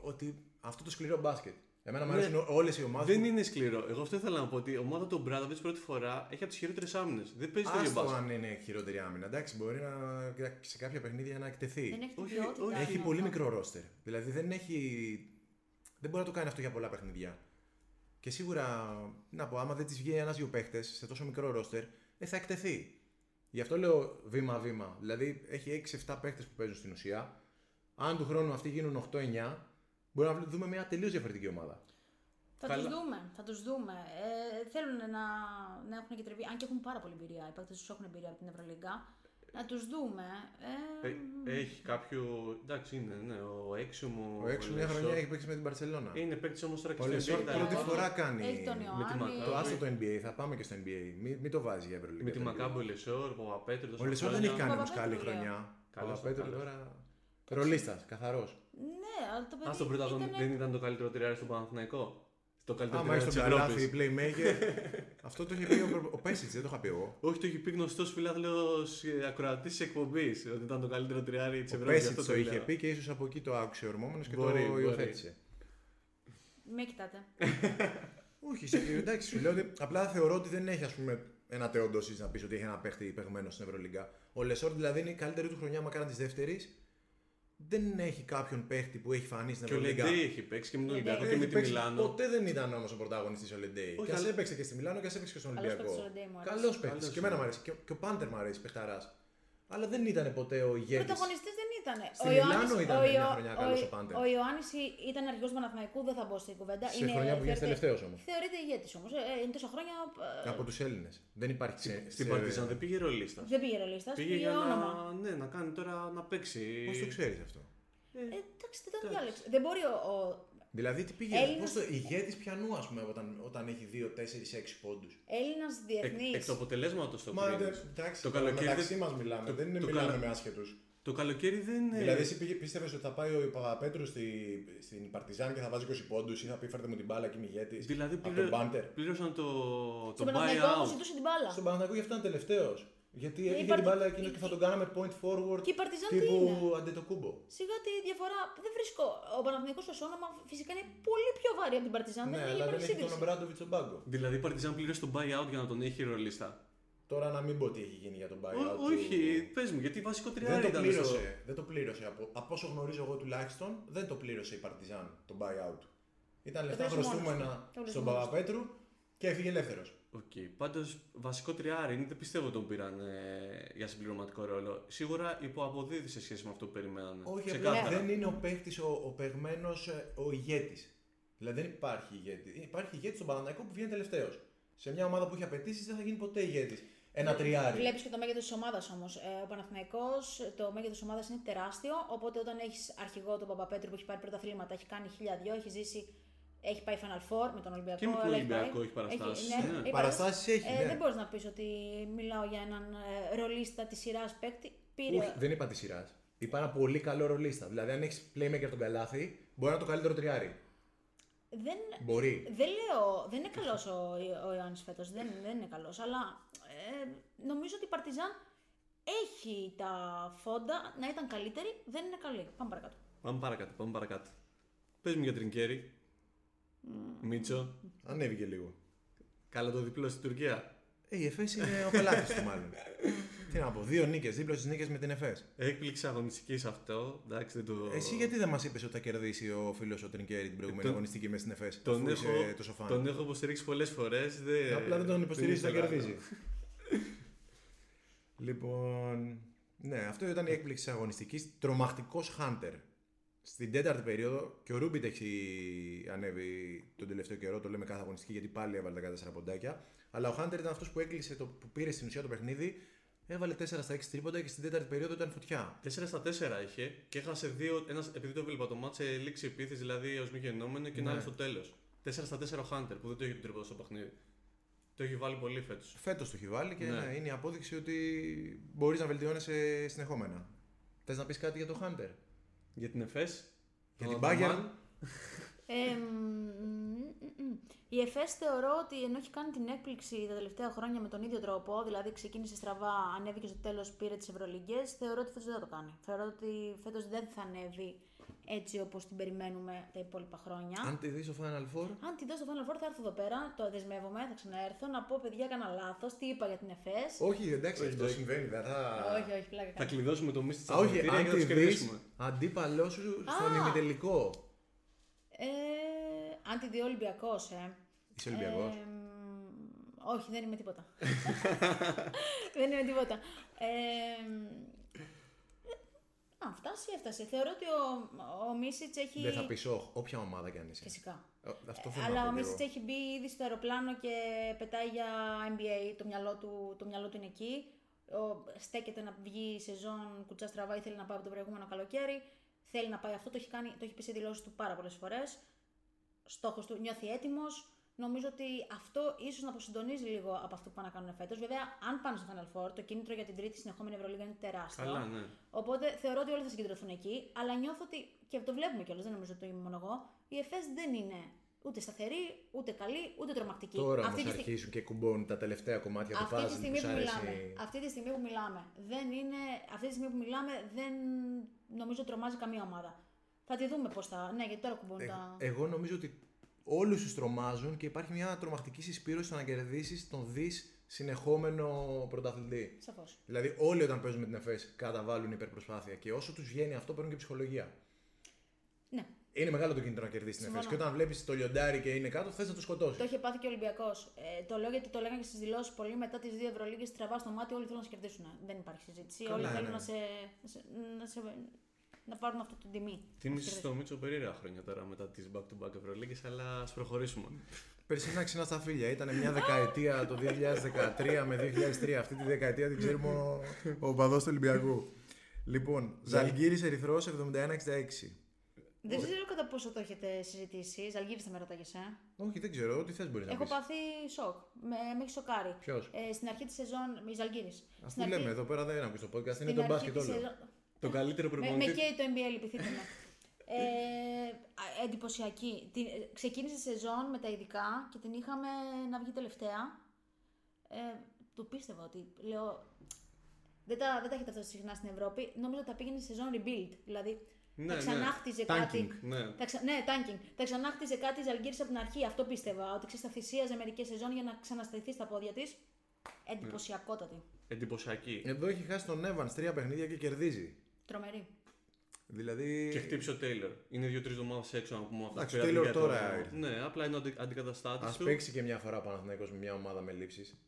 ότι αυτό το σκληρό μπάσκετ. Εμένα μου Ναι. αρέσουν όλες οι ομάδες. Δεν είναι σκληρό. Εγώ αυτό ήθελα να πω ότι η ομάδα του Μπράδοβιτ πρώτη φορά έχει από τις χειρότερες άμυνες. Δεν παίζει το ίδιο Άστο μπάσκετ. αν είναι χειρότερη άμυνα. Εντάξει, μπορεί να, σε κάποια παιχνίδια να εκτεθεί. Δεν έχει την όχι, ποιότητα. όχι. είναι Έχει πολύ αυτό. μικρό ρόστερ. Δηλαδή δεν έχει. Δεν μπορεί να το κάνει αυτό για πολλά παιχνίδια. Και σίγουρα, να πω, άμα δεν της βγει ένα-δύο παίχτες σε τόσο μικρό ρόστερ, ε, θα εκτεθεί. Γι' αυτό λέω βήμα-βήμα. Δηλαδή έχει 6-7 παίχτες που παίζουν στην ουσία. Αν του χρόνου αυτοί γίνουν 8-9, μπορεί να δούμε μια τελείως διαφορετική ομάδα. Θα Καλά. τους δούμε, θα τους δούμε. Ε, θέλουν να, να έχουν και τριβή, αν και έχουν πάρα πολύ εμπειρία. Οι παίκτες τους έχουν εμπειρία από την Ευρωλίγκα. Να τους δούμε. Ε, Ε, έχει κάποιο. Εντάξει, είναι ναι, ο Έξουμο. Ο Έξου μια Λεσό. χρονιά έχει παίξει με την Παρσελώνα. Είναι παίκτης όμως τώρα και Ο στην Λεσόρ Ευρώπη. πρώτη Μακάμπι. φορά κάνει. Έχει τον Ιωάννη. Μακάμπι. Το άστο το NBA, θα πάμε και στο NBA. Μην, μην το βάζεις για Ευρωλίγκα. Με τη το NBA. Μακάμπο, ο Λεσόρ, ο Παπαπέτρο. Ο Λεσόρ δεν έχει κάνει όμως Παπαπέτρου καλή λέω. χρονιά. Καλός, Παπαπέτρου καλός. τώρα. Ρολίστας, καθαρός. Ναι, αλλά το παιδί. Α το πρωτάθλημα ήτανε- δεν ήταν το καλύτερο τριάρι στον Παναθηναϊκό. Το καλύτερο Άμα έχει τριάρι τον τη καλάθι, Ευρώπη. playmaker. Αυτό το είχε πει ο, προ- ο Πέσιτ, δεν το είχα πει εγώ. Όχι, το έχει πει ε, γνωστός φιλάθλος ακροατής της εκπομπής. Ότι ήταν το καλύτερο τριάρι της Ο Ευρώπης. Πέσιτ το είχε πει και ίσως από εκεί το άκουσε ορμόμενο και το Μπορεί, μπορεί. υιοθέτησε. Με κοιτάτε. Όχι, σε- εντάξει, σου λέω ότι απλά θεωρώ ότι δεν έχει ας πούμε, ένα Τεοντόσιτ να πεις ότι έχει ένα παίχτη παιγμένο στην Ευρωλίγκα. Ο Λεσόρ δηλαδή είναι η καλύτερη του χρονιά, μακάρι της δεύτερης. Δεν έχει κάποιον παίχτη που έχει φανεί στην Και ο Ευρωλίγκα. Ναι, Λεντέι έχει παίξει και με τον Λεντέι. Ολυμπιακό και Έχει με τη παίξει- Μιλάνο. Ποτέ δεν ήταν όμως ο πρωταγωνιστής ο Λεντέι. Όχι, Και ας αλλά- έπαιξε και στη Μιλάνο και ας έπαιξε και στον Καλός Ολυμπιακό. παίκτης ο Λεντέι μου αρέσει. Καλός παίκτης. Καλός Και εμένα είναι. μου αρέσει. Και, και ο Πάντερ μου αρέσει, παιχταράς. Αλλά δεν ήταν ποτέ ο ηγέτη. Πρωταγωνιστής δεν ήταν. Στη Μιλάνο ήταν μια χρονιά καλός ο Πάντερ. Ο Ιωάννης ήταν αρχηγός του Παναθηναϊκού, δεν θα μπω στην κουβέντα. Σε χρονιά που βγαίνει θεωρείται- τελευταίος όμως. Θεωρείται ηγέτης όμως. Ε, είναι τόσα χρόνια. ε, Από τους Έλληνες. Δεν υπάρχει σε- Στην σε- Παρτιζάν δεν πήγε ρολίστας. Δεν πήγε ρολίστας, Πήγε πήγε για όνομα. να, ναι, να κάνει τώρα να παίξει. Πώς το ξέρεις αυτό. Ε, εντάξει, δεν τα Εντάξει. διάλεξε. Δεν μπορεί ο- ο, Δηλαδή τι πήγε. Έλληνας- Πώς το ηγέτης πιανού, ας πούμε, όταν, όταν έχει 2, 4, 6 πόντους. Έλληνας Εκ, διεθνής. εκ του αποτελέσματος το Μα κρίνεις. ντε- εντάξει, Το τώρα καλοκαίρι μεταξύ δεν- μας μιλάμε. το- δεν είναι το μιλάμε καλο- με άσχετους. Το καλοκαίρι δεν. Ναι. ε, Δηλαδή, εσύ πίστευες ότι θα πάει ο Παπαπέτρου στη, στην Παρτιζάν και θα βάζει 20 πόντους ή θα πει φέρτε μου την μπάλα και είμαι ηγέτη. δηλαδή από τον πλήρω- Πάντερ. πλήρωσαν το, το Στον Παναθηναϊκό όμως buyout. ζητούσε την μπάλα. Στον Παναγιώ γι' αυτό ήταν τελευταίος. Γιατί η είχε Παρτι- την μπάλα εκείνο και η- θα τον κάναμε point forward. Και η Παρτιζάν τι τύπου Αντετοκούμπο. Σιγά τη διαφορά. Δεν βρίσκω. Ο Παναθηναϊκός ως όνομα φυσικά είναι πολύ πιο βαρύ από την Παρτιζάν. Ναι, δεν αλλά δεν είναι έχει τον υπερσύγκριση. Ομπράντοβιτ στον πάγκο. Δηλαδή η Παρτιζάν πλήρωσε το buyout για να τον έχει ρολίστα. Τώρα να μην πω τι έχει γίνει για τον Ο- buyout. του. Όχι, πες μου, γιατί βασικό Δεν τριάρι το ήταν. στο- πλήρωσε. Δεν το πλήρωσε. Από, από όσο γνωρίζω εγώ τουλάχιστον, δεν το πλήρωσε η Παρτιζάν τον buyout του. Ήταν λεφτά πλήρωσε μόνος χρωστούμενα του. Το πλήρωσε στον μόνος του. Παπαπέτρου και έφυγε ελεύθερος. Οκ. Πάντως, βασικό τριάρι είναι, δεν πιστεύω ότι τον πήραν ε, για συμπληρωματικό ρόλο. Σίγουρα υποαποδίδει σε σχέση με αυτό που περιμένανε. Όχι, απλά Ξεκάθαρα. δεν είναι ο παίχτη, ο, ο παιγμένο, ο ηγέτης. Δηλαδή δεν υπάρχει ηγέτη. Υπάρχει ηγέτη στον Παναναναϊκό που βγαίνει τελευταίος. Σε μια ομάδα που έχει απαιτήσεις δεν θα γίνει ποτέ ηγέτης. Ε, Ένα τριάρι. Βλέπεις και το μέγεθος της ομάδας όμως. Ε, ο Παναθηναϊκός, το μέγεθος της ομάδας είναι τεράστιο. Οπότε όταν έχεις αρχηγό τον Παπαπέτρου που έχει πάρει πρώτα θλήματα, έχει κάνει χίλια δυο, έχει ζήσει Έχει πάει Final Four με τον Ολυμπιακό. Και με τον αλλά Ολυμπιακό πάει- έχει παραστάσεις, ναι. έχει Παραστάσεις έχει, Ε, ναι. Δεν μπορείς να πεις ότι μιλάω για έναν ε, ρολίστα της σειράς παίκτη. Πήρε. Όχι, δεν είπα της σειράς. Είπα ένα πολύ καλό ρολίστα. Δηλαδή, αν έχεις playmaker τον καλάθι, μπορεί να είναι το καλύτερο τριάρι. Δεν, Μπορεί. δεν λέω. Δεν είναι καλός ο, ο Ιωάννης φέτος. Δεν, δεν είναι καλός. Αλλά ε, νομίζω ότι η Παρτιζάν έχει τα φόντα να ήταν καλύτερη. Δεν είναι καλή. Πάμε παρακάτω. Πάμε παρακάτω, πάμε παρακάτω. Πες μου για Τρινκέρι. Μίτσο. Ανέβηκε λίγο. Καλά το διπλό στην Τουρκία. Ε, η Εφές είναι ο πελάτης του, μάλλον. Τι να πω, δύο νίκες, δίπλα στις νίκες με την Εφές. Έκπληξη αγωνιστική σε αυτό. Εντάξει, δεν το... Εσύ γιατί δεν μας είπες ότι θα κερδίσει ο φίλος ο Τρινκέρι την προηγούμενη Ε, Τον- αγωνιστική μες στην Εφές. Τον έχω, τόσο φαν. τον έχω υποστηρίξει πολλές φορές. Δε... Ε, Απλά δεν τον υποστηρίζει, θα ήθελα. κερδίζει. λοιπόν. Ναι, αυτό ήταν η έκπληξη αγωνιστικής. Τρομακτικός Hunter. Στην τέταρτη περίοδο και ο Ρούμπιτ έχει ανέβει τον τελευταίο καιρό, το λέμε κάθε αγωνιστική γιατί πάλι έβαλε 14 ποντάκια. Αλλά ο Χάντερ ήταν αυτός που έκλεισε, το, που πήρε στην ουσία το παιχνίδι, έβαλε 4 στα 6 τρίποντα και στην τέταρτη περίοδο ήταν φωτιά. 4 στα 4 είχε και έχασε δύο. Ένας, επειδή το έβλεπα το μάτσε, λήξη επίθεση, δηλαδή ως μη γεννόμενο Ναι. και ένα άλλο στο τέλος. 4 στα 4 ο Χάντερ που δεν το έχει τρίποντο στο παιχνίδι. Το έχει βάλει πολύ φέτος. Φέτος το έχει βάλει και Ναι. ναι, είναι η απόδειξη ότι μπορείς να βελτιώνεσαι συνεχόμενα. Θες να πεις κάτι για το Χάντερ. Για την ΕΦΕΣ. Για τον την Bayern. Ανταμάν, Ε, μ, μ, μ. η ΕΦΕΣ θεωρώ ότι ενώ έχει κάνει την έκπληξη τα τελευταία χρόνια με τον ίδιο τρόπο, δηλαδή ξεκίνησε στραβά, ανέβηκε στο τέλος, πήρε τις Ευρωλυγκέ, θεωρώ ότι φέτο δεν θα το κάνει. Θεωρώ ότι φέτος δεν θα ανέβει έτσι όπως την περιμένουμε τα υπόλοιπα χρόνια. Αν, Αν τη δεις στο Final Four. τη δω στο Final Four, θα έρθω εδώ πέρα, το δεσμεύομαι, θα ξαναέρθω να πω παιδιά, έκανα λάθος, τι είπα για την ΕΦΕΣ. Όχι, εντάξει, Όχι, αυτό εντάξει. συμβαίνει. Δεν θα. Όχι, όχι, πλάκα. Θα κάνω. κλειδώσουμε το μίστη της Α, όχι, για αν να τη τους δεις κερδίσουμε. αντίπαλός σου στον Α! ημιτελικό. Ε, αν τη δει Ολυμπιακός, ε. Είσαι Ολυμπιακός. Ε, όχι, δεν είμαι τίποτα. δεν είμαι τίποτα. Ε, α, φτάσει, έφτασε. Θεωρώ ότι ο, ο Μίσιτ έχει. Δεν θα πει όχι, όποια ομάδα κι αν είσαι. Φυσικά. Ε, Αυτό θέλω Αλλά να ο πω. κι Μίσιτ εγώ. έχει μπει ήδη στο αεροπλάνο και πετάει για NBA. Το μυαλό του, το μυαλό του είναι εκεί. Ο, στέκεται να βγει η σεζόν κουτσά στραβά, ήθελε να πάει από το προηγούμενο καλοκαίρι. Θέλει να πάει αυτό, το έχει, κάνει, το έχει πει σε δηλώσεις του πάρα πολλές φορές. Στόχος του νιώθει έτοιμος. Νομίζω ότι αυτό ίσως να αποσυντονίζει λίγο από αυτό που πάνε να κάνουν φέτος. Βέβαια, αν πάνε στο Final Four, το κίνητρο για την τρίτη συνεχόμενη Ευρωλίγα είναι τεράστιο. Καλά, ναι. Οπότε θεωρώ ότι όλοι θα συγκεντρωθούν εκεί, αλλά νιώθω ότι. και το βλέπουμε κιόλας, δεν νομίζω ότι το είμαι μόνο εγώ. Η ΕΦΕΣ δεν είναι ούτε σταθερή, ούτε καλή, ούτε τρομακτική. Τώρα όμω Αυτή τη στι- αρχίσουν και κουμπώνουν τα τελευταία κομμάτια του αυτή τη puzzle στιγμή που σ' που μιλάμε, αρέσει. αυτή τη στιγμή που μιλάμε, δεν είναι, αυτή τη στιγμή που μιλάμε, δεν νομίζω τρομάζει καμία ομάδα. Θα τη δούμε πώς θα. Ναι, γιατί τώρα κουμπώνουν Ε, τα. Εγώ νομίζω ότι όλους τους τρομάζουν και υπάρχει μια τρομακτική συσπήρωση στο να κερδίσεις τον δις συνεχόμενο πρωταθλητή. Σαφώς. Δηλαδή, όλοι όταν παίζουν με την ΕΦΕΣ καταβάλουν υπερπροσπάθεια και όσο τους βγαίνει αυτό παίρνουν και ψυχολογία. Ναι. Είναι μεγάλο το κίνητρο να κερδίσεις την ΕΦΕΣ. Και Συμφωνώ. όταν βλέπεις το λιοντάρι και είναι κάτω, θες να το σκοτώσεις. Το είχε πάθει και ο Ολυμπιακός. Ε, το λέω γιατί το λέγανε και στις δηλώσεις πολύ μετά τις δύο Ευρωλίγε. Τραβά στο μάτι, όλοι θέλουν να σε κερδίσουν. Ε, Δεν υπάρχει συζήτηση. όλοι Καλά, θέλουν ναι. να, σε, να, σε, να, σε- να πάρουν αυτή την τιμή. Θύμισε στο Μίτσο περίεργα χρόνια τώρα μετά τις back-to-back Ευρωλίγκες, αλλά ας προχωρήσουμε. Περσινά ξινά στα φίλια. Ήταν μια δεκαετία το 2013 με 2003. Αυτή τη δεκαετία την ξέρουμε ο, ο παδός του Ολυμπιακού. Λοιπόν, Ζαλγκύρης Ερυθρός 71-66. Δεν ξέρω κατά πόσο το έχετε συζητήσεις. Ζαλγίρι θα με ρώταγε, ε. Όχι, δεν ξέρω, τι θες μπορείς να Έχω πεις. πάθει σοκ. Με, με έχει σοκάρει. Ποιος? Ε, στην αρχή της σεζόν. Η Ζαλγίρι. Αφού λέμε εδώ πέρα δεν ακούσει το podcast, είναι το μπάσκετ όλο. Το καλύτερο Με, με προπονητή. καίει το NBA, λυπηθείτε με. ε, α, εντυπωσιακή. Την, ε, ξεκίνησε η σεζόν με τα ειδικά και την είχαμε να βγει τελευταία. Ε, το πίστευα ότι. Λέω, δεν τα, δεν τα έχετε αυτό συχνά στην Ευρώπη. Νόμιζα ότι τα πήγαινε σε σεζόν rebuild. Δηλαδή Ναι, θα ναι. ξανάχτιζε Tanking, κάτι. ναι. Τα ξα... Ναι, tanking. Τα ξανάχτιζε κάτι η Ζαλγκύρη από την αρχή. Αυτό πίστευα. Ότι ξέρεις, θα θυσίαζε μερικές σεζόν για να ξανασταθεί στα πόδια της. Ναι. Εντυπωσιακότατη. Εντυπωσιακή. Εδώ έχει χάσει τον Evans τρία παιχνίδια και κερδίζει. Τρομερή. Δηλαδή. Και χτύπησε ο Τέιλορ. Είναι δύο-τρει εβδομάδες έξω να πούμε αυτό. Εντάξει, ο Taylor τώρα ήρθε. Ναι, απλά είναι ο αντι- αντικαταστάτης Ας του. παίξει και μια φορά Παναθηναϊκός με μια ομάδα με λήψεις.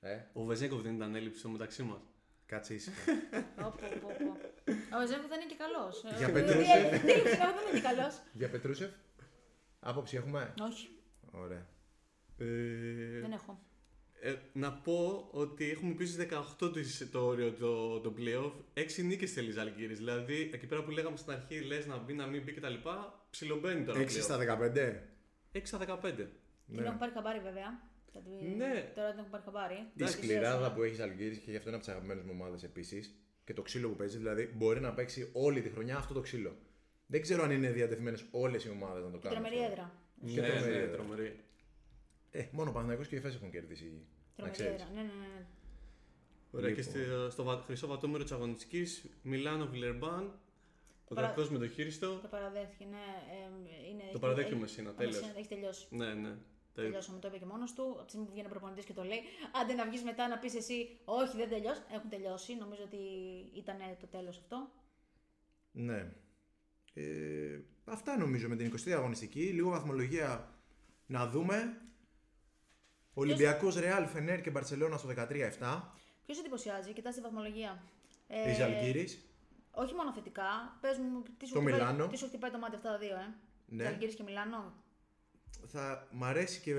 Ε, Ο Βεζέγκοφ δεν ήταν έλλειψη στο μεταξύ μας. κάτσε ήσυχα. Ω, πω, πω, πω. Ο Ζέμβου δεν είναι και ε. καλό. Για Πετρούσεφ. Δεν είναι και καλός. Για Πετρούσεφ, άποψη έχουμε. Όχι, Ωραία. Ε, δεν έχω. ε, να πω ότι έχουμε πει στις 18 της- το όριο το, το playoff. 6 νίκες θέλει η Ζαλγκύρης. Δηλαδή εκεί πέρα που λέγαμε στην αρχή, λες να μπει, να μην μπει κτλ. Ψιλομπαίνει τώρα. 6 πλέον. στα 15. 6 στα 15. Ναι. Την έχουν πάρει χαμπάρι βέβαια. Θα τη- Ναι. Τώρα την έχουν πάρει χαμπάρι. Τη Εντάξει. σκληράδα που έχεις Αλγύρι και γι' αυτό είναι από τις αγαπημένες μου ομάδες επίσης. Και το ξύλο που παίζεις, δηλαδή μπορεί να παίξει όλη τη χρονιά αυτό το ξύλο. Δεν ξέρω αν είναι διατεθειμένες όλες οι ομάδες να το Και κάνουν. τρομερή αυτό. έδρα. Και ναι, τρομερή ναι, έδρα. τρομερή. Ε, μόνο ο Παναθηναϊκός και η Εφές έχουν κερδίσει. Να Τρομερή ξέρεις. έδρα. Ναι, ναι, ναι. Ωραία, και Λοιπόν. στη- στο βα- χρυσό βατόμερο της αγωνιστικής Μιλάνο Βιλερμπάν. Ο Παρα- Δρακό με το χείριστο. Το παραδέχτηκε, ναι. Ε, είναι, Το παραδέχτηκε έχει- ο Μεσίνα, ο τέλος. Μεσίνα έχει τελειώσει. Ναι, ναι. Τα- Τελειώσαμε, το είπε και μόνος του. Από τη στιγμή που βγαίνει ο προπονητής και το λέει, άντε να βγεις μετά να πεις εσύ, Όχι, δεν τελειώσει. Έχουν τελειώσει. Νομίζω ότι ήταν το τέλος αυτό. Ναι. Ε, αυτά νομίζω με την 23η αγωνιστική. Λίγο βαθμολογία να δούμε. Ολυμπιακός, Ρεάλ, Φενέρ και Μπαρσελόνα στο 13-7. Ποιος εντυπωσιάζει, κοιτάς τη βαθμολογία. Ε, η Ζαλγκύρης. Όχι μόνο θετικά. Πες μου, τι σου, Το χτυπάει, Μιλάνο. τι σου χτυπάει το μάτι αυτά τα δύο, ε. Ναι. Ζαλγκύρης και Μιλάνο. Θα μ' αρέσει και,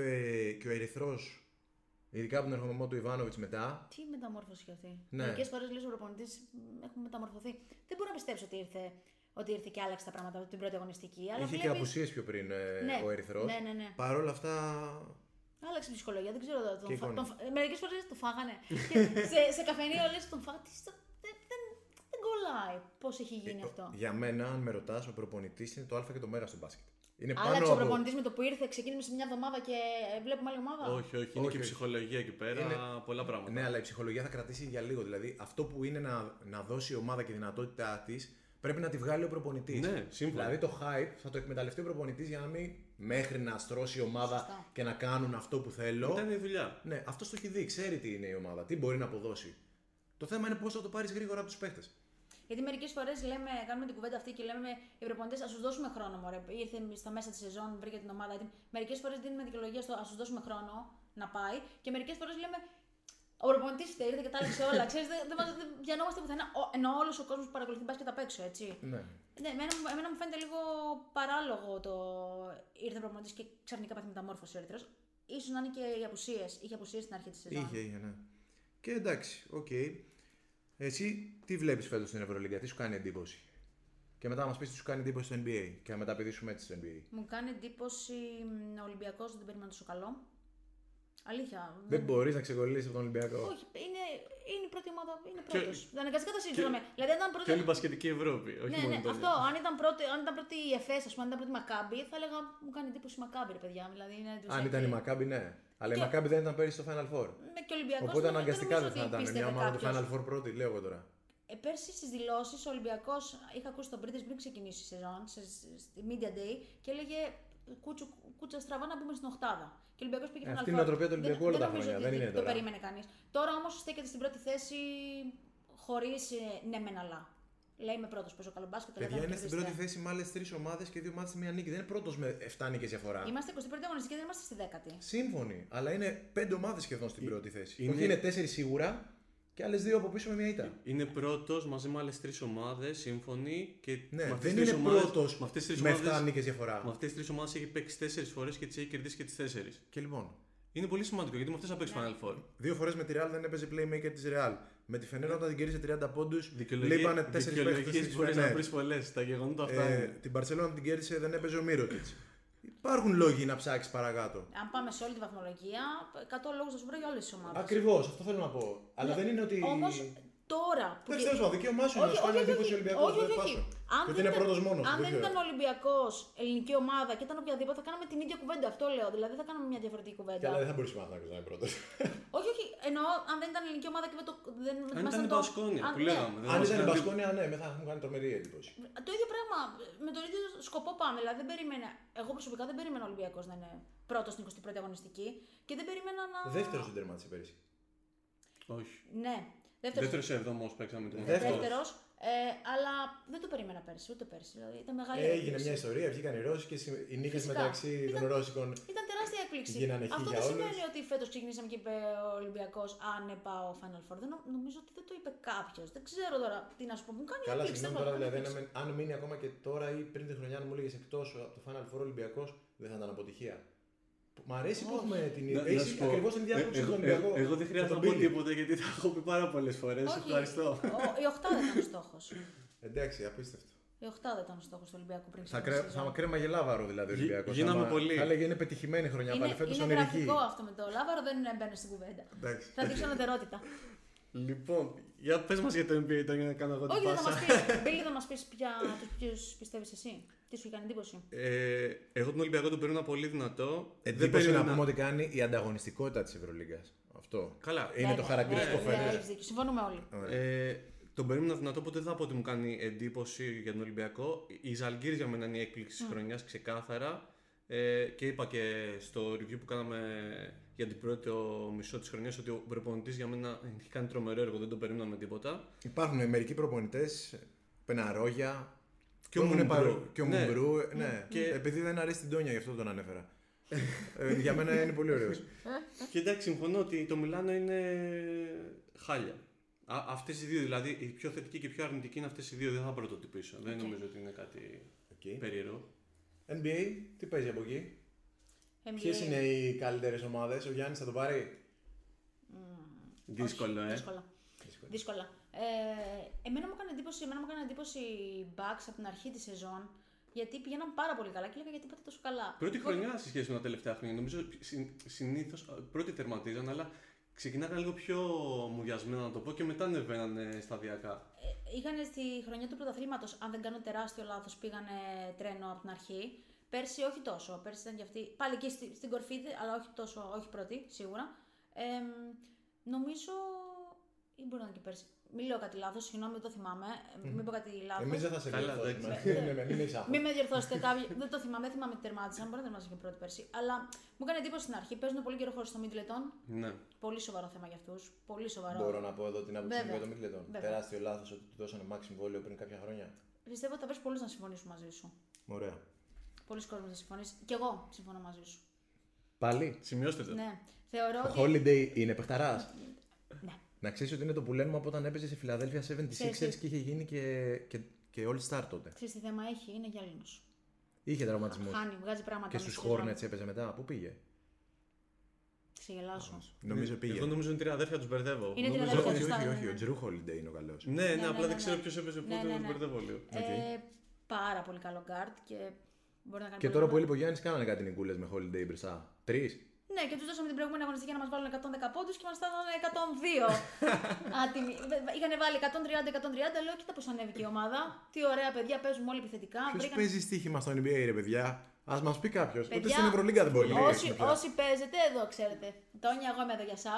και ο Ερυθρός, ειδικά από τον ερχομό του Ιβάνοβιτς μετά. Τι μεταμόρφωση και αυτή. Ναι. Μερικές φορές λέει ο προπονητής έχουν μεταμορφωθεί. Δεν μπορώ να πιστέψω ότι ήρθε, ότι ήρθε και άλλαξε τα πράγματα από την πρώτη αγωνιστική. Αλλά Είχε και βλέπεις- απουσίες πιο πριν ε, Ναι. ο Ερυθρός. Ναι, ναι, ναι. Παρ' όλα αυτά... Άλλαξε η ψυχολογία, δεν ξέρω. Και Τον φα... εικόνα. τον... Μερικές φορές τον φάγανε. και σε, σε καφενείο λες τον φάγανε. Δεν, δεν, δεν κολλάει πώς έχει γίνει αυτό. ε, Για μένα, αν με ρωτάς, ο προπονητής είναι το α και το μέρα στο μπάσκετ. Είναι Άλλαξε ο από- προπονητής με το που ήρθε, ξεκίνησε μια εβδομάδα και ε, βλέπουμε άλλη ομάδα. Όχι, όχι, είναι Όχι, όχι. και ψυχολογία εκεί πέρα. Είναι- Πολλά πράγματα. Ναι, αλλά η ψυχολογία θα κρατήσει για λίγο. Δηλαδή, αυτό που είναι να, να δώσει η ομάδα και η δυνατότητά της, πρέπει να τη βγάλει ο προπονητής. Ναι, σύμφωνα. Δηλαδή, το hype θα το εκμεταλλευτεί ο προπονητής για να μην μέχρι να στρώσει η ομάδα Σωστά. και να κάνουν αυτό που θέλω. Ήταν η δουλειά. Ναι, αυτό το έχει δει. Ξέρει τι είναι η ομάδα, τι μπορεί να αποδώσει. Το θέμα είναι πώς θα το πάρεις γρήγορα από τους παίχτες. Γιατί μερικές φορές λέμε, κάνουμε την κουβέντα αυτή και λέμε οι προπονητές, ας του δώσουμε χρόνο. Μωρέ. Ήρθε στα μέσα της σεζόν, βρήκε την ομάδα. Μερικές φορές δίνουμε δικαιολογία στο ας του δώσουμε χρόνο να πάει και μερικές φορές λέμε ο προπονητής ήρθε, ήρθε και τα άλλαξε όλα. Ξέρεις, δεν δεν μας- δεν διανόμαστε πουθενά. Ο, ενώ όλος ο κόσμος που παρακολουθεί μπάσκετ απ' έξω, έτσι. Ναι. Ναι, εμένα, μου- εμένα μου φαίνεται λίγο παράλογο το ήρθε προπονητής και ξαφνικά πάθει μεταμόρφωση ο Ερυθρός. σω να είναι και οι απουσίες. Είχε απουσίες στην αρχή της σεζόν. Είχε, είχε, ναι. Και εντάξει, οκ. Εσύ τι βλέπεις φέτος στην Ευρωλίγκα, τι σου κάνει εντύπωση. Και μετά μας πεις τι σου κάνει εντύπωση στο NBA. Και να μεταπηδήσουμε έτσι στο NBA. Μου κάνει εντύπωση μ, ο Ολυμπιακός, δεν περίμενα τόσο καλό. Αλήθεια. Δεν μπορείς να ξεκολλήσεις από τον Ολυμπιακό. Όχι, είναι, είναι η πρώτη ομάδα. Είναι Και- πρώτος. Αναγκαστικά το συζητάμε. Δηλαδή, αν ήταν πρώτη. Και όλη η μπασκετική Ευρώπη. Όχι Ναι, μόνο ναι, η Ιταλία. αυτό. Αν ήταν πρώτη, αν ήταν πρώτη η ΕΦΕΣ, ας πούμε, αν ήταν πρώτη η Μακάμπη, θα έλεγα μου κάνει εντύπωση η Μακάμπη, ρε παιδιά. Δηλαδή, είναι εντυπωσιακή. Αν ήταν η Μακάμπη, ναι. Αλλά η Και- Μακάμπη δεν ήταν πέρυσι στο Final Four. Ναι, και ο Ολυμπιακός. Οπότε αναγκαστικά δεν θα ήταν. Μια ομάδα του Final Four πρώτη, λέω εγώ τώρα. Ε, πέρσι στις δηλώσεις, ο Ολυμπιακός, είχα ακούσει τον Πρίτη πριν ξεκινήσει η σεζόν, σε, στη Media Day, και έλεγε κούτσου, κούτσα στραβά να μπούμε στην Οχτάδα. Και ο Ολυμπιακός πήγε Ε, στον αυτή είναι η Αλφάρ. νοοτροπία του Ολυμπιακού όλα τα νομίζω χρόνια, ότι δεν είναι Το τώρα. περίμενε κανείς. Τώρα όμως στέκεται στην πρώτη θέση χωρίς ναι, μεν αλλά. Λέει με πρώτος, παίζω καλό μπάσκετ. αλλά Παιδιά δεν είναι στην κερδίστε. πρώτη θέση με άλλες τρεις ομάδες και δύο ομάδε σε μία νίκη. Δεν είναι πρώτος με 7 νίκες διαφορά. Είμαστε 21η αγωνιστική, δεν είμαστε στη δέκατη. Σύμφωνοι. Αλλά είναι πέντε ομάδες σχεδόν στην πρώτη θέση. είναι- Όχι, Ε, είναι τέσσερις σίγουρα και άλλες δύο από πίσω με μία Ε, ήττα. Είναι πρώτος μαζί με άλλες τρεις ομάδες, σύμφωνοι. Και Ναι, με αυτές δεν τις είναι ομάδες- πρώτο Με αυτές τι με 7 ομάδες. νίκες διαφορά. Με αυτές τι τρεις ομάδες έχει παίξει τέσσερις φορές και τις έχει κερδίσει και τις τέσσερις. Και λοιπόν, Είναι πολύ σημαντικό γιατί με αυτές θα παίξει Ναι. Final Four. δύο φορές με τη Real δεν έπαιζε playmaker της Real. Με τη Φενέρα όταν την κέρδισε 30 πόντου, Δικαιολογίε- λείπανε 4 δικαιολογίες μπορεί να βρεις πολλές. Τα γεγονότα αυτά. Ε, είναι. την Παρσελόνα την κέρδισε, δεν έπαιζε ο Μύρωτιτ. Υπάρχουν λόγοι να ψάξεις παρακάτω. Αν πάμε σε όλη τη βαθμολογία, 100 λόγου θα σου βρω για όλες τις ομάδες. Ακριβώς, αυτό θέλω να πω. Αλλά δεν είναι ότι. Όμως τώρα που. Εντάξει, τέλο πάντων, δικαίωμά σου είναι να σου κάνει εντύπωση ο Ολυμπιακός. όχι, όχι, όχι. Αν Γιατί δεν είναι ήταν- πρώτος μόνος. Αν δεν ήταν Ολυμπιακός ελληνική ομάδα και ήταν οποιαδήποτε, θα κάναμε την ίδια κουβέντα. Αυτό λέω. Δηλαδή θα κάναμε μια διαφορετική κουβέντα. Καλά, δεν θα μπορούσε να να είναι πρώτος. Όχι, όχι. Εννοώ αν δεν ήταν ελληνική ομάδα και με το. Δεν, με Αν θυμάσταν ήταν η το- Μπασκόνια αν- που ναι. λέγαμε. δεν Αν μας ήταν η κάνει- Μπασκόνια, ναι, με θα έχουν κάνει τρομερή εντύπωση. Το ίδιο πράγμα. Με τον ίδιο σκοπό πάμε. Δηλαδή δεν περίμενα. Εγώ προσωπικά δεν περίμενα ο Ολυμπιακός να είναι πρώτος στην 21η αγωνιστική και δεν περίμενα να. Δεύτερος δεν τερμάτισε πέρυσι. Όχι. Ναι. Δεύτερος. Δεύτερος σε εβδομό παίξαμε την ομάδα. Δεύτερος. Ε, αλλά δεν το περίμενα πέρσι, ούτε πέρσι. Δηλαδή ήταν μεγάλη Έγινε έκπληξη. μια ιστορία, βγήκαν οι Ρώσοι και οι νίκες Φυσικά. μεταξύ των Ήταν- Ρώσικων. Ήταν τεράστια έκπληξη. Γίνανε χι Αυτό για δεν όλους. σημαίνει ότι φέτος ξεκινήσαμε και είπε ο Ολυμπιακός Αν ναι, πάω Final Four. Δεν, νο- νομίζω ότι δεν το είπε κάποιος. Δεν ξέρω τώρα τι να σου πω. Μου κάνει Καλά, έκπληξη. συγγνώμη τέλος τώρα, πάντων, δηλαδή, έκπληξη. αν- αν μείνει ακόμα και τώρα ή πριν τη χρονιά, αν μου λέγε εκτός από το Final Four Ολυμπιακός, δεν θα ήταν αποτυχία. Μ' αρέσει που έχουμε την Να- ίδια. να σου Έχει πω, ακριβώς την ίδια ε- άποψη εγώ- στον Ολυμπιακό. εγώ- Εγώ δεν με χρειάζεται να τον πω Πίλη. τίποτα γιατί τα έχω πει πάρα πολλές φορές. Όχι, Ευχαριστώ. ο- η οχτάδα ήταν ο στόχος. Εντάξει, απίστευτο. Η οχτάδα ήταν ο στόχος του Ολυμπιακού πριν Θα, ξεκινήσει κρέ... η θα σεζόν. κρέμαγε λάβαρο δηλαδή ο Γι- Ολυμπιακός. γίναμε πολύ. Θα έλεγε είναι πετυχημένη χρονιά πάλι Είναι, φέτος είναι ονειρική. γραφικό αυτό με το λάβαρο, δεν μπαίνω στην κουβέντα. Εντάξει. θα δείξω ανωτερότητα. Λοιπόν, για πες μας για το NBA τώρα για να κάνω εγώ την Όχι, δεν θα μα πάσα. πει. Μπίλι, θα μας πεις πια του ποιου πιστεύεις εσύ. Τι σου έκανε εντύπωση. Ε, εγώ τον Ολυμπιακό τον περίμενα πολύ δυνατό. Εντύπωση να Ε, περίμενα- πούμε ότι κάνει η ανταγωνιστικότητα της Ευρωλίγκας. Αυτό. Καλά. Είναι το Ναι, χαρακτηριστικό ναι, φέτος. ναι, έχεις δίκιο. Συμφωνούμε όλοι. Ε, τον περίμενα δυνατό, οπότε δεν θα πω ότι μου κάνει εντύπωση για τον Ολυμπιακό. Η Ζαλγκύρης για μένα είναι η έκπληξη της χρονιάς, ξεκάθαρα. Ε, και είπα και στο review που κάναμε για την πρώτη μισό της χρονιάς ότι ο προπονητής για μένα έχει κάνει τρομερό έργο, δεν τον περίμεναμε τίποτα. Υπάρχουν μερικοί προπονητές, πεναρόγια. Και ο που έχουν Μουμπρού. πάρει- Και ο Ναι. Μουμπρού. Ναι. Και- Επειδή δεν αρέσει την Τόνια, γι' αυτό τον ανέφερα. Ε, για μένα είναι πολύ ωραίος. Και εντάξει, συμφωνώ ότι το Μιλάνο είναι χάλια. Α, αυτές οι δύο, δηλαδή η πιο θετική και η πιο αρνητική είναι αυτές οι δύο, δεν θα πρωτοτυπήσω. Δεν νομίζω ότι είναι κάτι Ε. Okay. περίεργο. NBA, τι παίζει από εκεί. NBA. Ποιες είναι οι καλύτερες ομάδες, ο Γιάννης θα το πάρει. Δύσκολο, Όχι, ε. Δύσκολα. δύσκολα. Ε, εμένα μου έκανε εντύπωση, εμένα μου έκανε εντύπωση οι Bucks από την αρχή της σεζόν. Γιατί πηγαίναν πάρα πολύ καλά και έλεγα γιατί πάτε τόσο καλά. Πρώτη Λοιπόν, χρονιά σε σχέση με τα τελευταία χρόνια. Νομίζω συνήθω πρώτη τερματίζαν, αλλά ξεκινάγαν λίγο πιο μουδιασμένα να το πω και μετά ανεβαίνανε σταδιακά. ε, Είχαν στη χρονιά του πρωταθλήματος, αν δεν κάνω τεράστιο λάθος, πήγανε τρένο από την αρχή. Πέρσι όχι τόσο. Πέρσι ήταν και αυτή. Πάλι εκεί στη- στην κορφή, δε- αλλά όχι τόσο, όχι πρώτη, σίγουρα. Ε, νομίζω. ή μπορεί να είναι και πέρσι. Μην λέω κάτι λάθος, συγγνώμη, δεν το θυμάμαι. Ε, Μην πω κάτι λάθος. Εμείς δεν θα σε Καλά, κρυφτώσουμε. εντάξει. Ναι, ναι, Μην έχει άγχος. Μην με διορθώσετε κάποιοι. δεν το θυμάμαι, δεν θυμάμαι τι τερμάτισαν. Μπορεί να τερμάτισαν και πρώτη πέρσι. Αλλά μου έκανε εντύπωση στην αρχή. Παίζουν πολύ καιρό χωρίς το Μίτλετον. Ναι. Πολύ σοβαρό θέμα για αυτούς. Πολύ σοβαρό. Μπορώ να πω εδώ την άποψή μου Βέβαια. για το Μίτλετον. Βέβαια. Τεράστιο λάθος ότι του δώσανε Max συμβόλαιο πριν κάποια χρόνια. Πιστεύω ότι θα βρει πολλούς να συμφωνήσουν μαζί σου. Ωραία. Πολλοί κόσμοι να συμφωνήσει. Και εγώ συμφωνώ μαζί σου. Πάλι. Σημειώστε Ε, το. Ναι. Θεωρώ Ο ότι. Holiday είναι παιχταράς. Ναι. Να ξέρεις ότι είναι το που λένε από όταν έπαιζε στη Φιλαδέλφια 76ers Ξέρεις. και είχε γίνει και, και, και All Star τότε. Ξέρεις τι θέμα έχει, είναι γυαλίνο. Είχε τραυματισμούς. Χάνει, βγάζει πράγματα. Και μέσα στους στη σεζόν. Hornets έπαιζε μετά. Πού πήγε. Ξεγελάσω. Νομίζω πήγε. Εγώ Ναι. νομίζω είναι τρία αδέρφια, τους μπερδεύω. Είναι τρία Νομίζω- αδέρφια. Όχι, σωστά, όχι, ναι, όχι. ναι. Ο Τζρου Holiday είναι ο καλός. Ναι, Ναι, ναι, απλά ναι, δεν ναι. ξέρω ποιος έπαιζε πότε, Ναι, ναι, του ναι. μπερδεύω λίγο. Ε, πάρα πολύ καλό γκάρτ και μπορεί να κάνει. Και πολλά τώρα που πράγματα. έλειπε ο Γιάννης, κάνανε κάτι νικούλες με Holiday μπροστά. Τρεις. Ναι, και τους δώσαμε την προηγούμενη αγωνιστική να μας βάλουν 110 πόντους και μας στάζανε 102. Άτιμοι. Είχαν βάλει 130-130, λέω, κοίτα πώς ανέβηκε η ομάδα. Τι ωραία παιδιά, παίζουμε όλοι επιθετικά. Ποιος Βρήκαν- παίζει στοίχημα στο NBA, ρε παιδιά. Ας μας πει κάποιος. Ούτε Παιδιά, στην Ευρωλίγκα δεν μπορεί να Όσοι, παίξει. πια. όσοι παίζετε εδώ, ξέρετε. Τόνια, εγώ είμαι εδώ για εσά.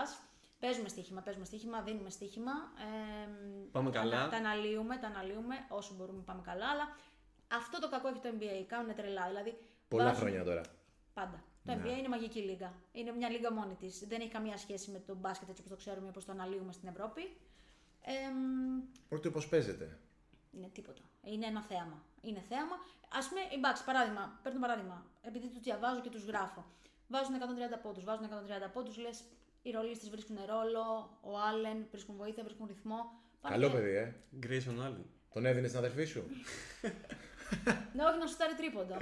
Παίζουμε στοίχημα, παίζουμε στοίχημα, δίνουμε στοίχημα. Ε, Πάμε τα, καλά. Τα αναλύουμε, τα αναλύουμε όσο μπορούμε πάμε καλά. Αλλά αυτό το κακό έχει το NBA. Κάνουν τρελά. Δηλαδή, Πολλά βάζουν- χρόνια τώρα. Πάντα. Το NBA είναι μαγική λίγα. Είναι μια λίγα μόνη της. Δεν έχει καμία σχέση με το μπάσκετ έτσι όπως το ξέρουμε, όπως το αναλύουμε στην Ευρώπη. Εμ, Ούτε πώ παίζεται. είναι τίποτα. Είναι ένα θέαμα. Είναι θέαμα. Ας πούμε, οι Bucks, παράδειγμα, παίρνω παράδειγμα, επειδή τους διαβάζω και τους γράφω. Βάζουν 130 πόντους, βάζουν 130 πόντους, λες οι ρολίστες βρίσκουν ρόλο, ο Άλεν βρίσκουν βοήθεια, βρίσκουν ρυθμό. Πάνε Καλό και- παιδί, ε. Grayson Allen. Τον έδινε στην αδερφή σου. Ναι, όχι να σου στάρει τρίποντα.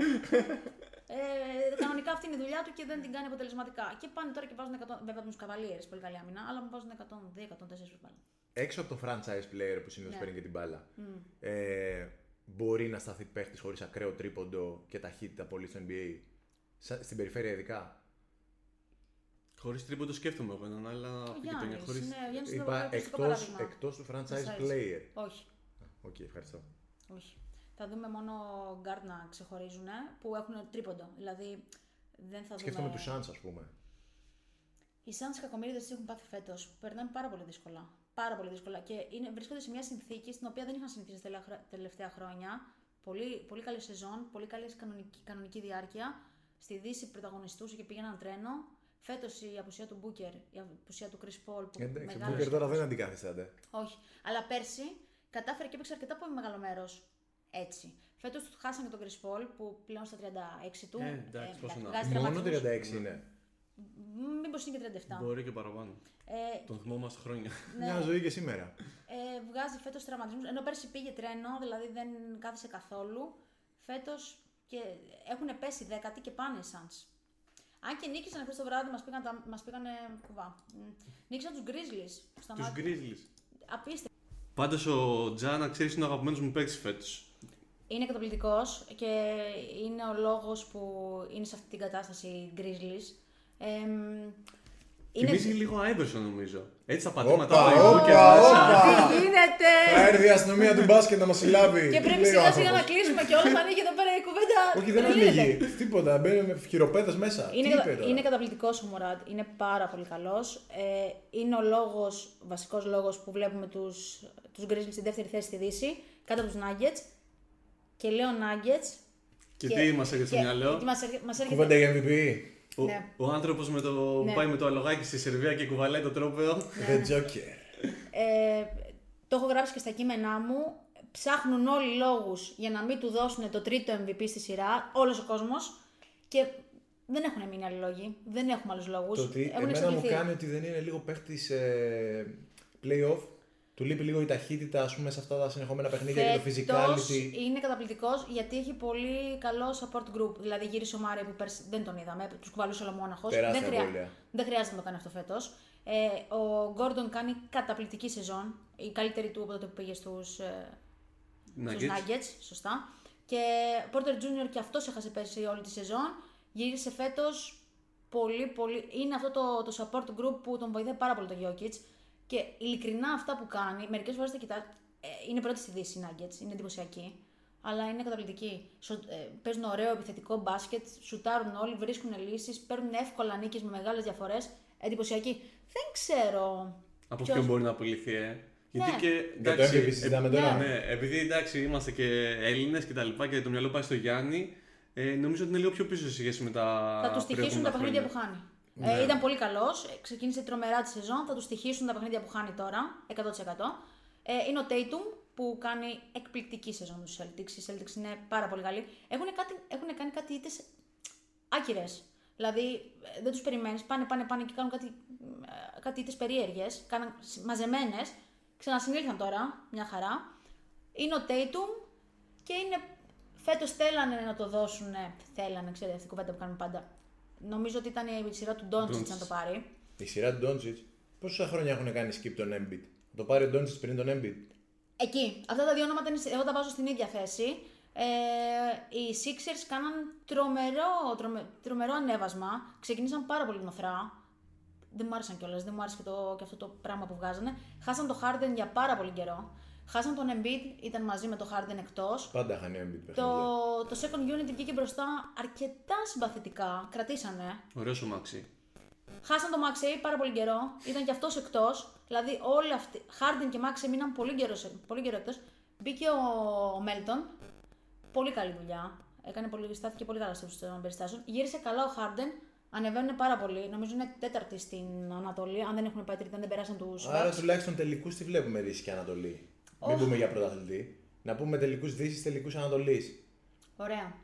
ε, κανονικά αυτή είναι η δουλειά του και δεν την κάνει αποτελεσματικά. Και πάνε τώρα και βάζουν 100. Βέβαια τους καβαλίερε, πολύ καλή άμυνα, αλλά μου βάζουν 102-104 πάλι. Έξω από το franchise player που συνήθως Ναι. παίρνει και την μπάλα. Ε, μπορεί να σταθεί παίχτης χωρίς ακραίο τρίποντο και ταχύτητα πολύ στο NBA. Σα- στην περιφέρεια ειδικά. Χωρίς τρίποντο σκέφτομαι εγώ έναν, αλλά Ο από την Γιάννη. γειτονιά. Χωρίς... Ναι, ο Γιάννης είναι το Είπα χαρακτηριστικό εκτός, παράδειγμα. εκτός του franchise Franchise. player. Όχι. Οκ, ευχαριστώ. Όχι. Θα δούμε μόνο γκάρτ να ξεχωρίζουν που έχουν τρίποντο. Δηλαδή δεν θα Σκέφτομαι δούμε. τους Suns, ας πούμε. Οι Suns κακομίριδε τις έχουν πάθει φέτος. Περνάνε πάρα πολύ δύσκολα. Πάρα πολύ δύσκολα. Και είναι, βρίσκονται σε μια συνθήκη στην οποία δεν είχαν συνηθίσει τα τελε- χρο- τελευταία χρόνια. Πολύ, πολύ καλή σεζόν, πολύ καλή κανονική, κανονική διάρκεια. Στη Δύση πρωταγωνιστούσε και πήγαιναν τρένο. Φέτος η απουσία του Μπούκερ, η απουσία του Chris Paul που Εντάξει, ο μεγάλος Booker τώρα στόχος. δεν αντικαθιστάται. Όχι. Αλλά πέρσι κατάφερε και έπαιξε αρκετά πολύ μεγάλο μέρος έτσι. Φέτος του χάσανε τον Κρυσπόλ που πλέον στα 36 του. Ε, εντάξει, πόσο να- βγάζει Μόνο τραυματισμούς. 36 είναι. Μήπως είναι και 37. Μπορεί και παραπάνω. Ε, Τον θυμόμαστε χρόνια. Ναι. Μια ζωή και σήμερα. ε, βγάζει φέτος τραυματισμούς. Ενώ πέρσι πήγε τρένο, δηλαδή δεν κάθισε καθόλου. Φέτος και έχουν πέσει δέκατη και πάνε οι Suns. Αν και νίκησαν χθες το βράδυ, μας πήγαν, τα- μας πήγανε κουβά. Μ. Νίκησαν τους Grizzlies. Στα τους μάτια. Grizzlies. Απίστευτο. Πάντως ο Τζα, να ξέρεις, είναι ο αγαπημένος μου παίκτης φέτος. Είναι καταπληκτικός και είναι ο λόγος που είναι σε αυτή την κατάσταση η Grizzlies. Εμ, είναι... Θυμίζει λίγο Άιβερσον νομίζω. Έτσι τα πατήματα Όπα, του Αϊβού και όπα, μέσα. όπα. Τι γίνεται! Θα έρθει η αστυνομία του μπάσκετ να μας συλλάβει. Και πρέπει Λέει ο σιγά σιγά να άνθρωπος. κλείσουμε και όλα. Ανοίγει εδώ πέρα η κουβέντα. Όχι, δεν τρελαίνεται. ανοίγει. Τίποτα. Μπαίνει με χειροπέδες μέσα. Είναι, Τι κατα... είπε τώρα. είναι καταπληκτικός ο Μουράτ. Είναι πάρα πολύ καλός. Ε, είναι ο λόγος, βασικός λόγος που βλέπουμε τους τους Grizzlies στη δεύτερη θέση στη Δύση, κάτω από τους Nuggets. Και λέω Nuggets. Και τι μας έρχεται στο μυαλό? Μα έρχεται. Μας έρχεται- Κουβέντα για MVP. Ο, Ναι. ο άνθρωπος με το... που πάει με το αλογάκι στη Σερβία και κουβαλάει το τρόπαιο. Ναι. The Joker. Ε, το έχω γράψει και στα κείμενά μου. Ψάχνουν όλοι λόγους για να μην του δώσουν το τρίτο MVP στη σειρά, όλος ο κόσμος. Και δεν έχουν μείνει άλλοι λόγοι. Δεν έχουμε άλλους λόγους. Το ότι Έχουν εμένα μου εξαντληθεί. κάνει ότι δεν είναι λίγο παίχτης ε, playoff. Του λείπει λίγο η ταχύτητα ας πούμε, σε αυτά τα συνεχόμενα παιχνίδια και το Φέτος physicality. είναι καταπληκτικός γιατί έχει πολύ καλό support group. Δηλαδή γύρισε ο Μάρε που πέρσι δεν τον είδαμε, τους κουβαλούσε όλο μόναχος. Δεν, Τεράστια χρειά- εμβόλια. δεν χρειάζεται να το κάνει αυτό φέτος. Ε, ο Γκόρντον κάνει καταπληκτική σεζόν. Η καλύτερη του από τότε που πήγε ε, στους Nuggets. Nuggets. Σωστά. Και ο Porter Jr. και αυτός έχασε πέρσι όλη τη σεζόν. Γύρισε φέτος πολύ, πολύ. Είναι αυτό το, το support group που τον βοηθάει πάρα πολύ το Jokic. Και ειλικρινά αυτά που κάνει, μερικές φορές τα κοιτά. Ε, είναι πρώτη στη Δύση οι Nuggets, είναι εντυπωσιακή. Αλλά είναι καταπληκτική. Σου- ε, Παίζουν ωραίο επιθετικό μπάσκετ, σουτάρουν όλοι, βρίσκουν λύσεις, παίρνουν εύκολα νίκες με μεγάλες διαφορές. Εντυπωσιακή. Δεν ξέρω. Από ποιος- ποιον μπορεί να απολυθεί, ε. Γιατί Ναι. και. Για το MVP συζητάμε ε, τώρα. ναι, επειδή εντάξει είμαστε και Έλληνες και τα λοιπά και το μυαλό πάει στο Γιάννη, ε, νομίζω ότι είναι λίγο πιο πίσω σε σχέση με τα. θα του στοιχήσουν τα προηγούμενα παιχνίδια που χρόνια. χάνει. Ε, ήταν πολύ καλός. Ξεκίνησε τρομερά τη σεζόν. Θα του στοιχήσουν τα παιχνίδια που χάνει τώρα 100%. Ε, είναι ο Tatum που κάνει εκπληκτική σεζόν με του Celtics. Οι Celtics είναι πάρα πολύ καλοί. Έχουν, κάτι, έχουν κάνει κάτι ήττες άκυρες. Δηλαδή ε, δεν τους περιμένεις. Πάνε, πάνε, πάνε και κάνουν κάτι, ε, κάτι ήττες περίεργες. Μαζεμένες. Ξανασυνήλθαν τώρα, μια χαρά. Είναι ο Tatum και είναι. Φέτος θέλανε να το δώσουν. Θέλανε, ξέρετε, αυτή η κουβέντα που κάνουμε πάντα. Νομίζω ότι ήταν η σειρά του Ντόντσιτ να το πάρει. Η σειρά του Doncic. Πόσα χρόνια έχουν κάνει skip τον Embiid. Θα το πάρει ο Doncic πριν τον Embiid. Εκεί. Αυτά τα δύο ονόματα είναι, εγώ τα βάζω στην ίδια θέση. Ε, οι Sixers κάναν τρομερό, τρομε, τρομερό ανέβασμα. Ξεκίνησαν πάρα πολύ νοθρά. Δεν μου άρεσαν κιόλας, δεν μου άρεσε και, το, και αυτό το πράγμα που βγάζανε. Χάσαν το Harden για πάρα πολύ καιρό. Χάσαν τον Embiid, ήταν μαζί με το Harden εκτός. Πάντα χάνει ο Embiid Το, παιχνίδια. το second unit βγήκε μπροστά αρκετά συμπαθητικά. Κρατήσανε. Ωραίος ο Μάξι. Χάσαν το Μαξέι πάρα πολύ καιρό. Ήταν και αυτός εκτός. Δηλαδή, όλοι αυτοί. Χάρντιν και Μαξέι μείναν πολύ καιρό, πολύ καιρό εκτός. Μπήκε ο Μέλτον. Πολύ καλή δουλειά. Έκανε πολύ, στάθηκε πολύ καλά στο των περιστάσεων. Γύρισε καλά ο Χάρντεν. Ανεβαίνουν πάρα πολύ. Νομίζω είναι τέταρτη στην Ανατολή. Αν δεν έχουν πάει τρίτη, αν δεν περάσαν τους. Άρα τουλάχιστον τελικούς τι βλέπουμε Δύση και Ανατολή. Μην πούμε για πρωταθλητή. Να πούμε τελικούς Δύσης, τελικούς Ανατολής. Ωραία.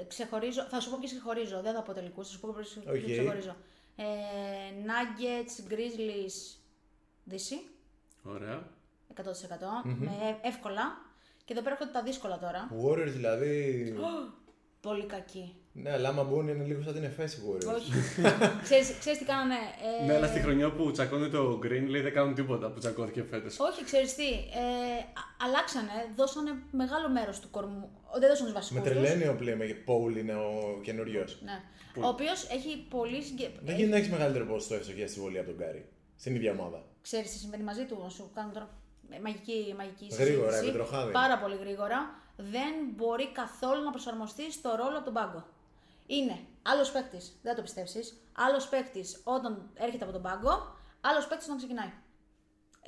Ε, ξεχωρίζω, θα σου πω και ξεχωρίζω, δεν θα πω τελικούς, θα σου πω και ξε- Οκ. και ξεχωρίζω. Ε, Nuggets, Grizzlies, Δύση, Ωραία. 100%, με εύκολα. Και εδώ πέρα έρχονται τα δύσκολα τώρα. Warriors δηλαδή. Πολύ κακή. ναι, αλλά άμα μπουν είναι λίγο σαν την εφέση Warriors. Όχι. ξέρεις, ξέρεις τι κάνανε. ε, Ναι, αλλά στη χρονιά που τσακώνει το Green λέει δεν κάνουν τίποτα που τσακώθηκε φέτος. όχι, ξέρεις τι. Ε, α- αλλάξανε, δώσανε μεγάλο μέρος του κορμού. Δεν δώσανε τους Με βασικούς τους. τρελαίνει ο Playmaker. Paul είναι ο καινούριος. Ναι. Ο οποίος έχει πολύ συγκε... Δεν γίνεται να έχεις μεγαλύτερο ποσοστό ευστοχία στη βολή από τον Κάρι. Στην ίδια ομάδα. ξέρεις τι συμβαίνει μαζί του, να σου κάνουν τώρα μαγική, μαγική Γρήγορα, συζήτηση. επιτροχάδι. Πάρα πολύ γρήγορα. Δεν μπορεί καθόλου να προσαρμοστεί στο ρόλο από τον πάγκο. Είναι άλλος παίκτης, δεν θα το πιστέψεις, άλλος παίκτης όταν έρχεται από τον πάγκο, άλλος παίκτης όταν ξεκινάει.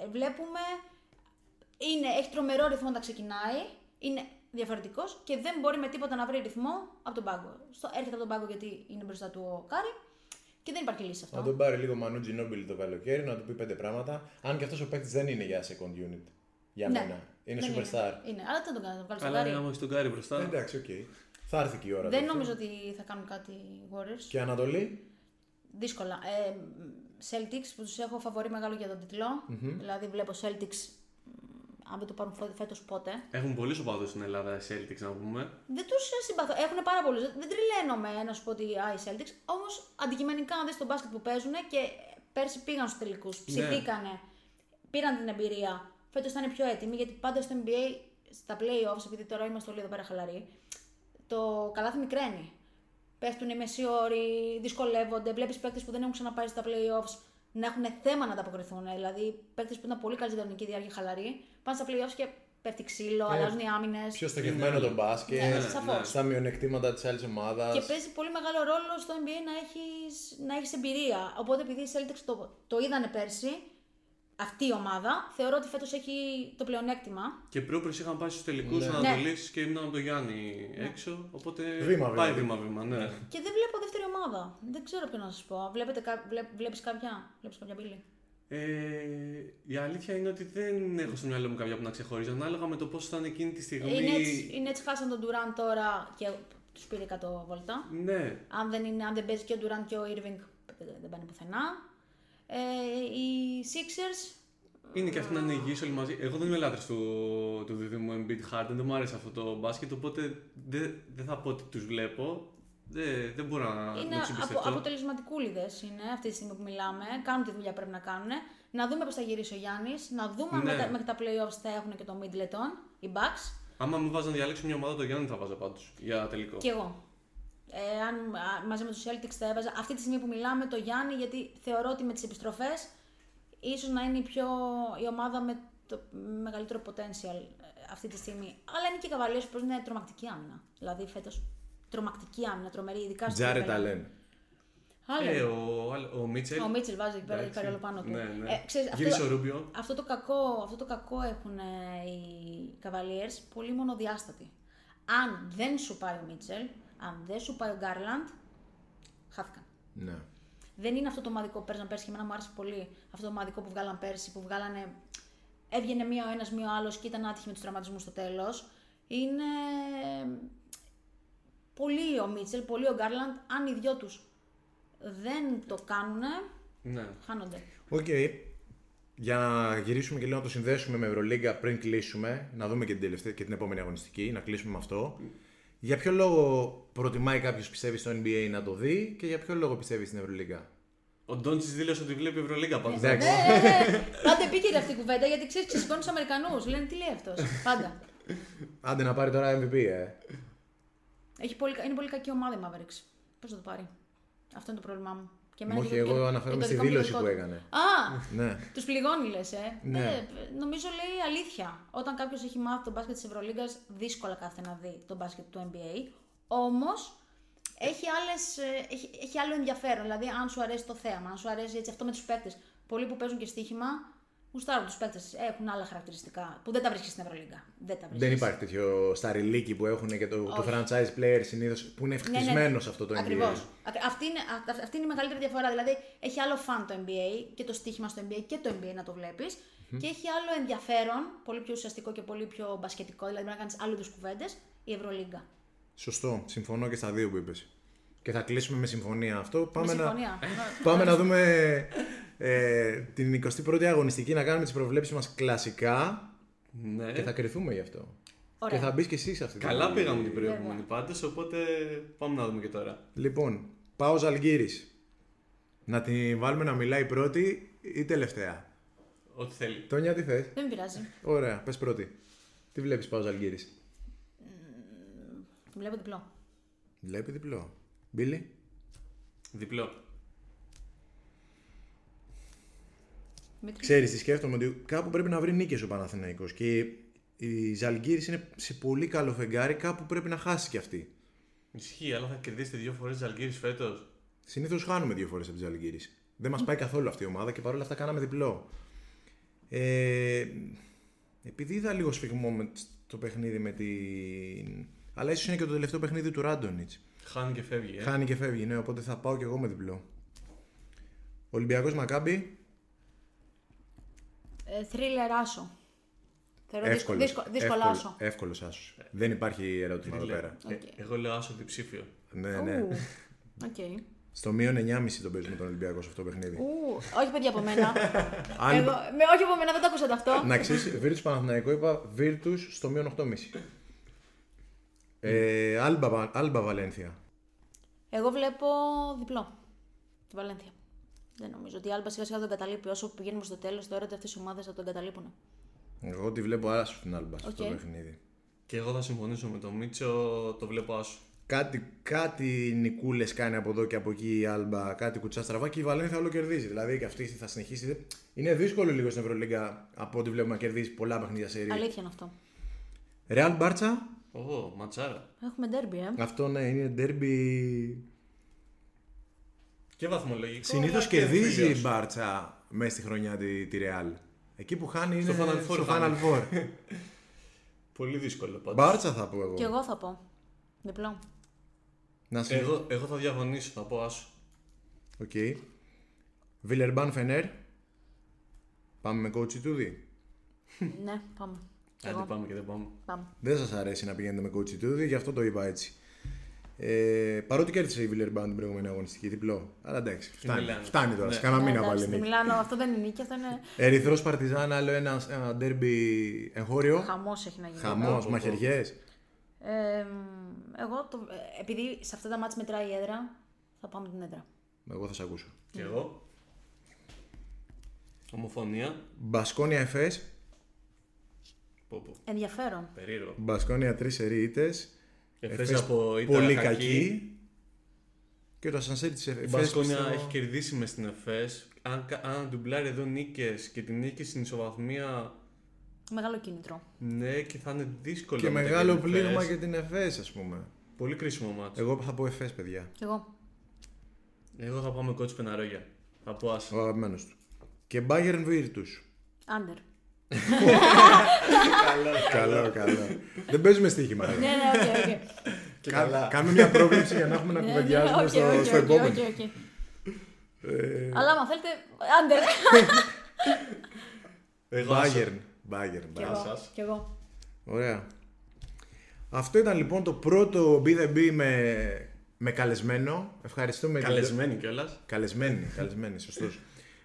Ε, βλέπουμε, είναι, έχει τρομερό ρυθμό όταν ξεκινάει, είναι διαφορετικός και δεν μπορεί με τίποτα να βρει ρυθμό από τον πάγκο. Στο, έρχεται από τον πάγκο γιατί είναι μπροστά του ο Κάρι και δεν υπάρχει λύση σε αυτό. Να τον πάρει λίγο Μανού Τζινόμπιλ το καλοκαίρι, να του πει πέντε πράγματα. Αν και αυτός ο παίκτης δεν είναι για second unit. Για Ναι. μένα. Είναι Δεν superstar. Είναι, αλλά τι να τον κάνει, να τον Αλλά βγάλει άμα τον έχει τον Κάρι μπροστά. Εντάξει, οκ. Θα έρθει και η ώρα. Δεν του. νομίζω ότι θα κάνουν κάτι οι Warriors. Και Ανατολή. Δύσκολα. Ε, Celtics που τους έχω φαβορεί μεγάλο για τον τιτλο Δηλαδή βλέπω Celtics. μ, Αν δεν το πάρουν φέτος πότε. Έχουν πολλού οπαδού στην Ελλάδα, οι Celtics να πούμε. Δεν τους συμπαθώ. Έχουν πάρα πολλούς. Δεν τρελαίνομαι ε, να σου πω ότι α, οι Celtics. Όμως αντικειμενικά, αν δεις τον μπάσκετ που παίζουν και πέρσι πήγαν στους τελικούς. Ψηθήκανε. Πήραν την εμπειρία. Φέτος ήταν πιο έτοιμοι γιατί πάντα στο NBA στα playoffs, επειδή τώρα είμαστε όλοι εδώ πέρα χαλαροί, το καλάθι μικραίνει. Πέφτουν οι μεσιόροι, δυσκολεύονται. Βλέπεις παίκτες που δεν έχουν ξαναπάει στα playoffs να έχουν θέμα να ανταποκριθούν. Δηλαδή, παίκτες που ήταν πολύ καλή στην κανονική διάρκεια χαλαροί, πάνε στα playoffs και πέφτει ξύλο, Ε, αλλάζουν οι άμυνες. Πιο στοχευμένο το μπάσκετ, Ναι, σαφώς. στα μειονεκτήματα της άλλης ομάδας. Και παίζει πολύ μεγάλο ρόλο στο NBA να έχεις, να έχεις εμπειρία. Οπότε επειδή οι Celtics το, το είδανε πέρσι, αυτή η ομάδα, θεωρώ ότι φέτος έχει το πλεονέκτημα. Και πρόπερς είχαν πάει στους τελικούς ναι. και ήμουν από τον Γιάννη Ναι. έξω. Οπότε Βήμα, πάει βήμα. βήμα-βήμα. Ναι. Και δεν βλέπω δεύτερη ομάδα. Δεν ξέρω ποιο να σας πω. Βλέπετε, κα- βλέ- βλέπεις κάποια, βλέπεις κάποια πύλη. Ε, η αλήθεια είναι ότι δεν έχω στο μυαλό μου κάποια που να ξεχωρίζει. Ανάλογα με το πώς ήταν εκείνη τη στιγμή. Ε, Οι Nets, οι Nets χάσαν τον Durant τώρα και τους πήρε 100 βόλτα. Ναι, Αν δεν, είναι, αν δεν παίζει και ο Durant και ο Irving δεν, δεν πάνε πουθενά. Ε, οι Sixers είναι και αυτοί να είναι υγιείς όλοι μαζί. Εγώ δεν είμαι λάτρης του, του δίδυμου Embiid Harden, δεν μου άρεσε αυτό το μπάσκετ, οπότε δεν, δεν θα πω ότι τους βλέπω. Δεν, δεν μπορώ να, Είναι να τους απο, εμπιστευτώ. αποτελεσματικούλιδες είναι αυτή τη στιγμή που μιλάμε. Κάνουν τη δουλειά που πρέπει να κάνουν. Να δούμε πώς θα γυρίσει ο Γιάννης. Να δούμε αν Ναι. μετά- μέχρι τα playoffs θα έχουν και το Middleton, οι Bucks. Άμα μου βάζαν να διαλέξω μια ομάδα, το Γιάννη θα βάζα πάντως για τελικό. Και εγώ. Ε, αν α, μαζί με τους Celtics θα έβαζα αυτή τη στιγμή που μιλάμε το Γιάννη, γιατί θεωρώ ότι με τις επιστροφές ίσως να είναι η, πιο, η ομάδα με το μεγαλύτερο potential ε, αυτή τη στιγμή. Αλλά είναι και οι Cavaliers που είναι τρομακτική άμυνα. Δηλαδή φέτος τρομακτική άμυνα, τρομερή, ειδικά στο Τζάρετ κύπελλο. Αλέν. Άλλο. Ε, ο, άλλο- ο Μίτσελ. Ο Μίτσελ βάζει εκεί πέρα Ε, Εντάξει. και όλο πάνω του. Ναι, ναι. Ε, ξέρεις, Γύρισε αυτό, ο Ρούμπιο. αυτό, το κακό, αυτό το κακό έχουν ε, οι Cavaliers, πολύ μονοδιάστατοι. Αν δεν σου πάει ο Μίτσελ, αν δεν σου πάει ο Γκάρλαντ, χάθηκαν. Ναι. Δεν είναι αυτό το ομαδικό που παίζαν πέρσι και εμένα μου άρεσε πολύ. Αυτό το ομαδικό που βγάλαν πέρσι, που βγάλανε. Έβγαινε μία ο ένας, μία ο άλλος και ήταν άτυχη με τους τραυματισμούς στο τέλος. Είναι. Πολύ ο Μίτσελ, πολύ ο Γκάρλαντ. Αν οι δυο τους δεν το κάνουν, Ναι. χάνονται. Οκ. Για να γυρίσουμε και λίγο να το συνδέσουμε με Ευρωλίγκα πριν κλείσουμε, να δούμε και την, τελευταία, και την επόμενη αγωνιστική, να κλείσουμε με αυτό. Για ποιο λόγο προτιμάει κάποιος πιστεύει στο NBA να το δει και για ποιο λόγο πιστεύει στην Ευρωλίγκα. Ο Ντόντζη δήλωσε ότι βλέπει Ευρωλίγκα πάντω. Εντάξει. Ε, ε, Πάντα επίκαιρη αυτή η κουβέντα γιατί ξέρεις, ξεσηκώνεις τους Αμερικανούς. Λένε τι λέει αυτός. Πάντα. Άντε να πάρει τώρα MVP, ε. Έχει πολύ, κα- είναι πολύ κακή ομάδα η Mavericks. Πώς θα το πάρει. Αυτό είναι το πρόβλημά μου. Και εμένα Όχι, και το- και- εγώ και αναφέρομαι το στη δικό μου δήλωση γενικό που του. έκανε. Α! Ναι. Τους πληγώνει, λες, ε. Ναι. Ε, νομίζω λέει αλήθεια. Όταν κάποιος έχει μάθει τον μπάσκετ της Ευρωλίγκας, δύσκολα κάθεται να δει τον μπάσκετ του NBA. Όμως έχει, άλλες, ε, έχει, έχει άλλο ενδιαφέρον. Δηλαδή, αν σου αρέσει το θέαμα, αν σου αρέσει έτσι, αυτό με τους παίκτες. Πολλοί που παίζουν και στοίχημα, γουστάρουν τους παίκτε. Έχουν άλλα χαρακτηριστικά που δεν τα βρίσκεις στην Ευρωλίγκα. Δεν, τα Δεν βρίσκεις. υπάρχει τέτοιο σταριλίκι που έχουν και το, το Όχι. franchise player συνήθως που είναι Ναι, ναι, ναι. ευτυχισμένο σε αυτό το NBA. Ακριβώς. Ακ- Αυτή είναι, α- αυτή είναι η μεγαλύτερη διαφορά. Δηλαδή, έχει άλλο φαν το NBA και το στοίχημα στο NBA και το NBA να το βλεπει Και έχει άλλο ενδιαφέρον, πολύ πιο ουσιαστικό και πολύ πιο μπασκετικό. Δηλαδή, μπορεί να κάνεις άλλου είδους κουβέντες, η Ευρωλίγκα. Σωστό. Συμφωνώ και στα δύο που είπες. Και θα κλείσουμε με συμφωνία αυτό. Πάμε, Με να, συμφωνία. πάμε να δούμε ε, την 21η αγωνιστική να κάνουμε τις προβλέψεις μας κλασικά Ναι. και θα Ναι. κρυθούμε γι' αυτό. Ωραία. Και θα μπεις και εσύ σε αυτή την Καλά πήγαμε την Βέβαια. προηγούμενη πάντω, οπότε πάμε να δούμε και τώρα. Λοιπόν, πάω Ζαλγκύρη. Να τη βάλουμε να μιλάει πρώτη ή τελευταία. Ό,τι θέλει. Τόνια, τι θες. Δεν με πειράζει. Ωραία, πες πρώτη. Τι βλέπεις, Πάω Ζαλγκύρη. Βλέπω διπλό. Βλέπει διπλό. Μπίλι. Διπλό. Δημήτρη. Ξέρεις τι σκέφτομαι, ότι κάπου πρέπει να βρει νίκες ο Παναθηναϊκός και η Ζαλγκύρης είναι σε πολύ καλό φεγγάρι, κάπου πρέπει να χάσει κι αυτή. Ισχύει, αλλά θα κερδίσετε δύο φορές Ζαλγκύρης φέτος. Συνήθως χάνουμε δύο φορές από τη Ζαλγκύρης. Δεν μας πάει καθόλου αυτή η ομάδα και παρόλα αυτά κάναμε διπλό. Ε, επειδή είδα λίγο σφιγμό με το παιχνίδι με την... Αλλά ίσως είναι και το τελευταίο παιχνίδι του Ράντονιτς. Χάνει και φεύγει. Ε. Χάνει και φεύγει, ναι, οπότε θα πάω κι εγώ με διπλό. Ολυμπιακός Μακάμπι, Ε, Θρίλερ άσο. Θεωρώ δύσκολο. εύκολος. Δύσκολο, δύσκολο άσο. Εύκολος- εύκολος άσος. Δεν υπάρχει ερώτημα εδώ πέρα. Ε, εγώ λέω άσο διψήφιο. Ναι, Ου, ναι. Οκ. Στο μείον 9,5 τον παίζουμε τον Ολυμπιακό σε αυτό το παιχνίδι. Ου, όχι παιδιά από μένα. Αν- Ναι, Εγώ, με, όχι από μένα, δεν το ακούσατε αυτό. Να ξέρεις, Βίρτους Παναθηναϊκό είπα Βίρτους στο μείον 8,5. Ε, Άλμπα, Άλμπα Βαλένθια. Εγώ βλέπω διπλό. Τη Βαλένθια. Δεν νομίζω ότι η Άλμπα σιγά σιγά τον καταλείπει. Όσο πηγαίνουμε στο τέλος, θεωρώ ότι αυτές οι ομάδες θα τον καταλείπουν. Εγώ τη βλέπω άσου την Άλμπα σε αυτό το Οκ. παιχνίδι. Και εγώ θα συμφωνήσω με τον Μίτσο, το βλέπω άσου. Κάτι, κάτι νικούλες κάνει από εδώ και από εκεί η Άλμπα, κάτι κουτσά στραβά και η Βαλένθια όλο κερδίζει. Δηλαδή και αυτή θα συνεχίσει. Δεν- Είναι δύσκολο λίγο στην Ευρωλίγκα από ό,τι βλέπουμε να κερδίζει πολλά παιχνίδια σε ρί. Αλήθεια είναι αυτό. Ρεάλ Μπάρτσα, Ω, ματσάρα. Έχουμε ντέρμπι, ε. αυτό ναι, είναι ντέρμπι. Και βαθμολογικό. Συνήθως αλλά και κερδίζει η εμφύλιος. Μπάρτσα μέσα στη χρονιά τη, τη Ρεάλ. Εκεί που χάνει είναι Στο Final Four στο Final χάνει. Four. Πολύ δύσκολο πάντως. Μπάρτσα θα πω εγώ. Και εγώ θα πω. Διπλό. Να σου Εγώ, εγώ θα διαφωνήσω, θα πω άσου. Οκ. Βιλερμπάν Φενέρ. Πάμε με coach Τούδη. ναι, πάμε. Και Άντε εγώ. πάμε και δεν πάμε. Πάμε. Δεν σας αρέσει να πηγαίνετε με coach Τούδη, γι' αυτό το είπα έτσι. Ε, παρότι κέρδισε η Βιλερμπάν την προηγούμενη αγωνιστική, διπλό. Αλλά εντάξει, φτάνει, Μιλάνο. φτάνει τώρα. Ναι. Σε κάνα Ναι, μήνα εντάξει, πάλι στη νίκη. Μιλάνο, αυτό δεν είναι νίκη, αυτό είναι. Ερυθρός Παρτιζάν, άλλο ένα, ένα ντέρμπι εγχώριο. Χαμός έχει να γίνει. Χαμός, πω. μαχαιριέ. Ε, μ, εγώ, το, ε, επειδή σε αυτά τα μάτια μετράει η έδρα, θα πάω με την έδρα. Εγώ θα σε ακούσω. Και εγώ. Ομοφωνία. Μπασκόνια Εφές. Πω, πω. Ενδιαφέρον. Περίεργο. Μπασκόνια τρεις ερείτε. Ε, Εφές από Ήττα πολύ κακή. κακή. Και το ασανσέρ τη Εφέ. Η Μπασκόνια έχει κερδίσει μες στην ΕΦΕΣ. Αν, κα- αν ντουμπλάρει εδώ νίκες και την νίκη στην ισοβαθμία, Μεγάλο κίνητρο. ναι, και θα είναι δύσκολο. Και μετά μεγάλο την ΕΦΕΣ. πλήγμα για την Εφές, ας πούμε. Πολύ κρίσιμο μάτι. Εγώ θα πω Εφές, παιδιά. Και εγώ. Εγώ θα πάω με κότσου πεναρόγια. Θα πω άσε. Ο αγαπημένος του. Και Bayern Virtus. Άντερ. καλό, καλό. Δεν παίζουμε στοίχημα. ρε. ναι, ναι, οκ, οκ. Κα- Κάνουμε μια πρόβλεψη για να έχουμε να Ναι, ναι, κουβεντιάζουμε οκ, στο, οκ, στο οκ, επόμενο. οκ, οκ. Ε, Αλλά άμα θέλετε. Άντερ. Εγώ άσε. Bayern. Bayern. Κι Bayern. εγώ. σας. Κι εγώ. Ωραία. Αυτό ήταν λοιπόν το πρώτο B2B με, με καλεσμένο. Ευχαριστούμε. την- Καλεσμένη κιόλας. Καλεσμένη, καλεσμένη, σωστός.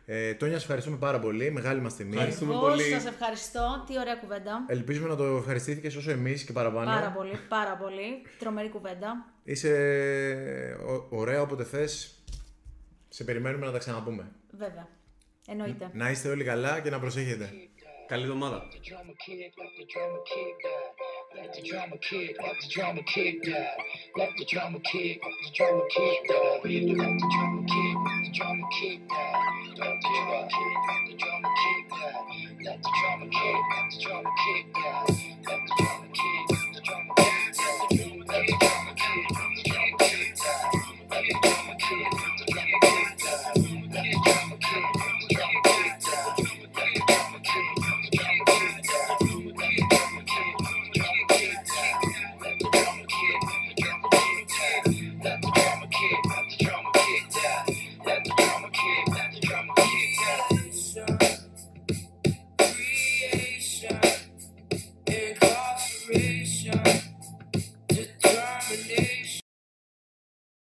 Ε, Τόνια, σε ευχαριστούμε πάρα πολύ. Μεγάλη μας τιμή. Ευχαριστούμε Εγώ πολύ. σας ευχαριστώ. Τι ωραία κουβέντα. Ελπίζουμε να το ευχαριστήθηκες όσο εμείς και παραπάνω. Πάρα πολύ, πάρα πολύ. Τρομερή κουβέντα. Είσαι ω- ωραία όποτε θες. Σε περιμένουμε να τα ξαναπούμε. Βέβαια. Εννοείται. Να είστε όλοι καλά και να προσέχετε. Καλή εβδομάδα. Let the drama kid, let the drama kid die. Let the drama kid, let the drama kid die. Let the drama kid, let the drama kid die. Let the drama kid, let the drama kid die. Let the drama kid, let the drama kid die. Let the drama kid, let the drama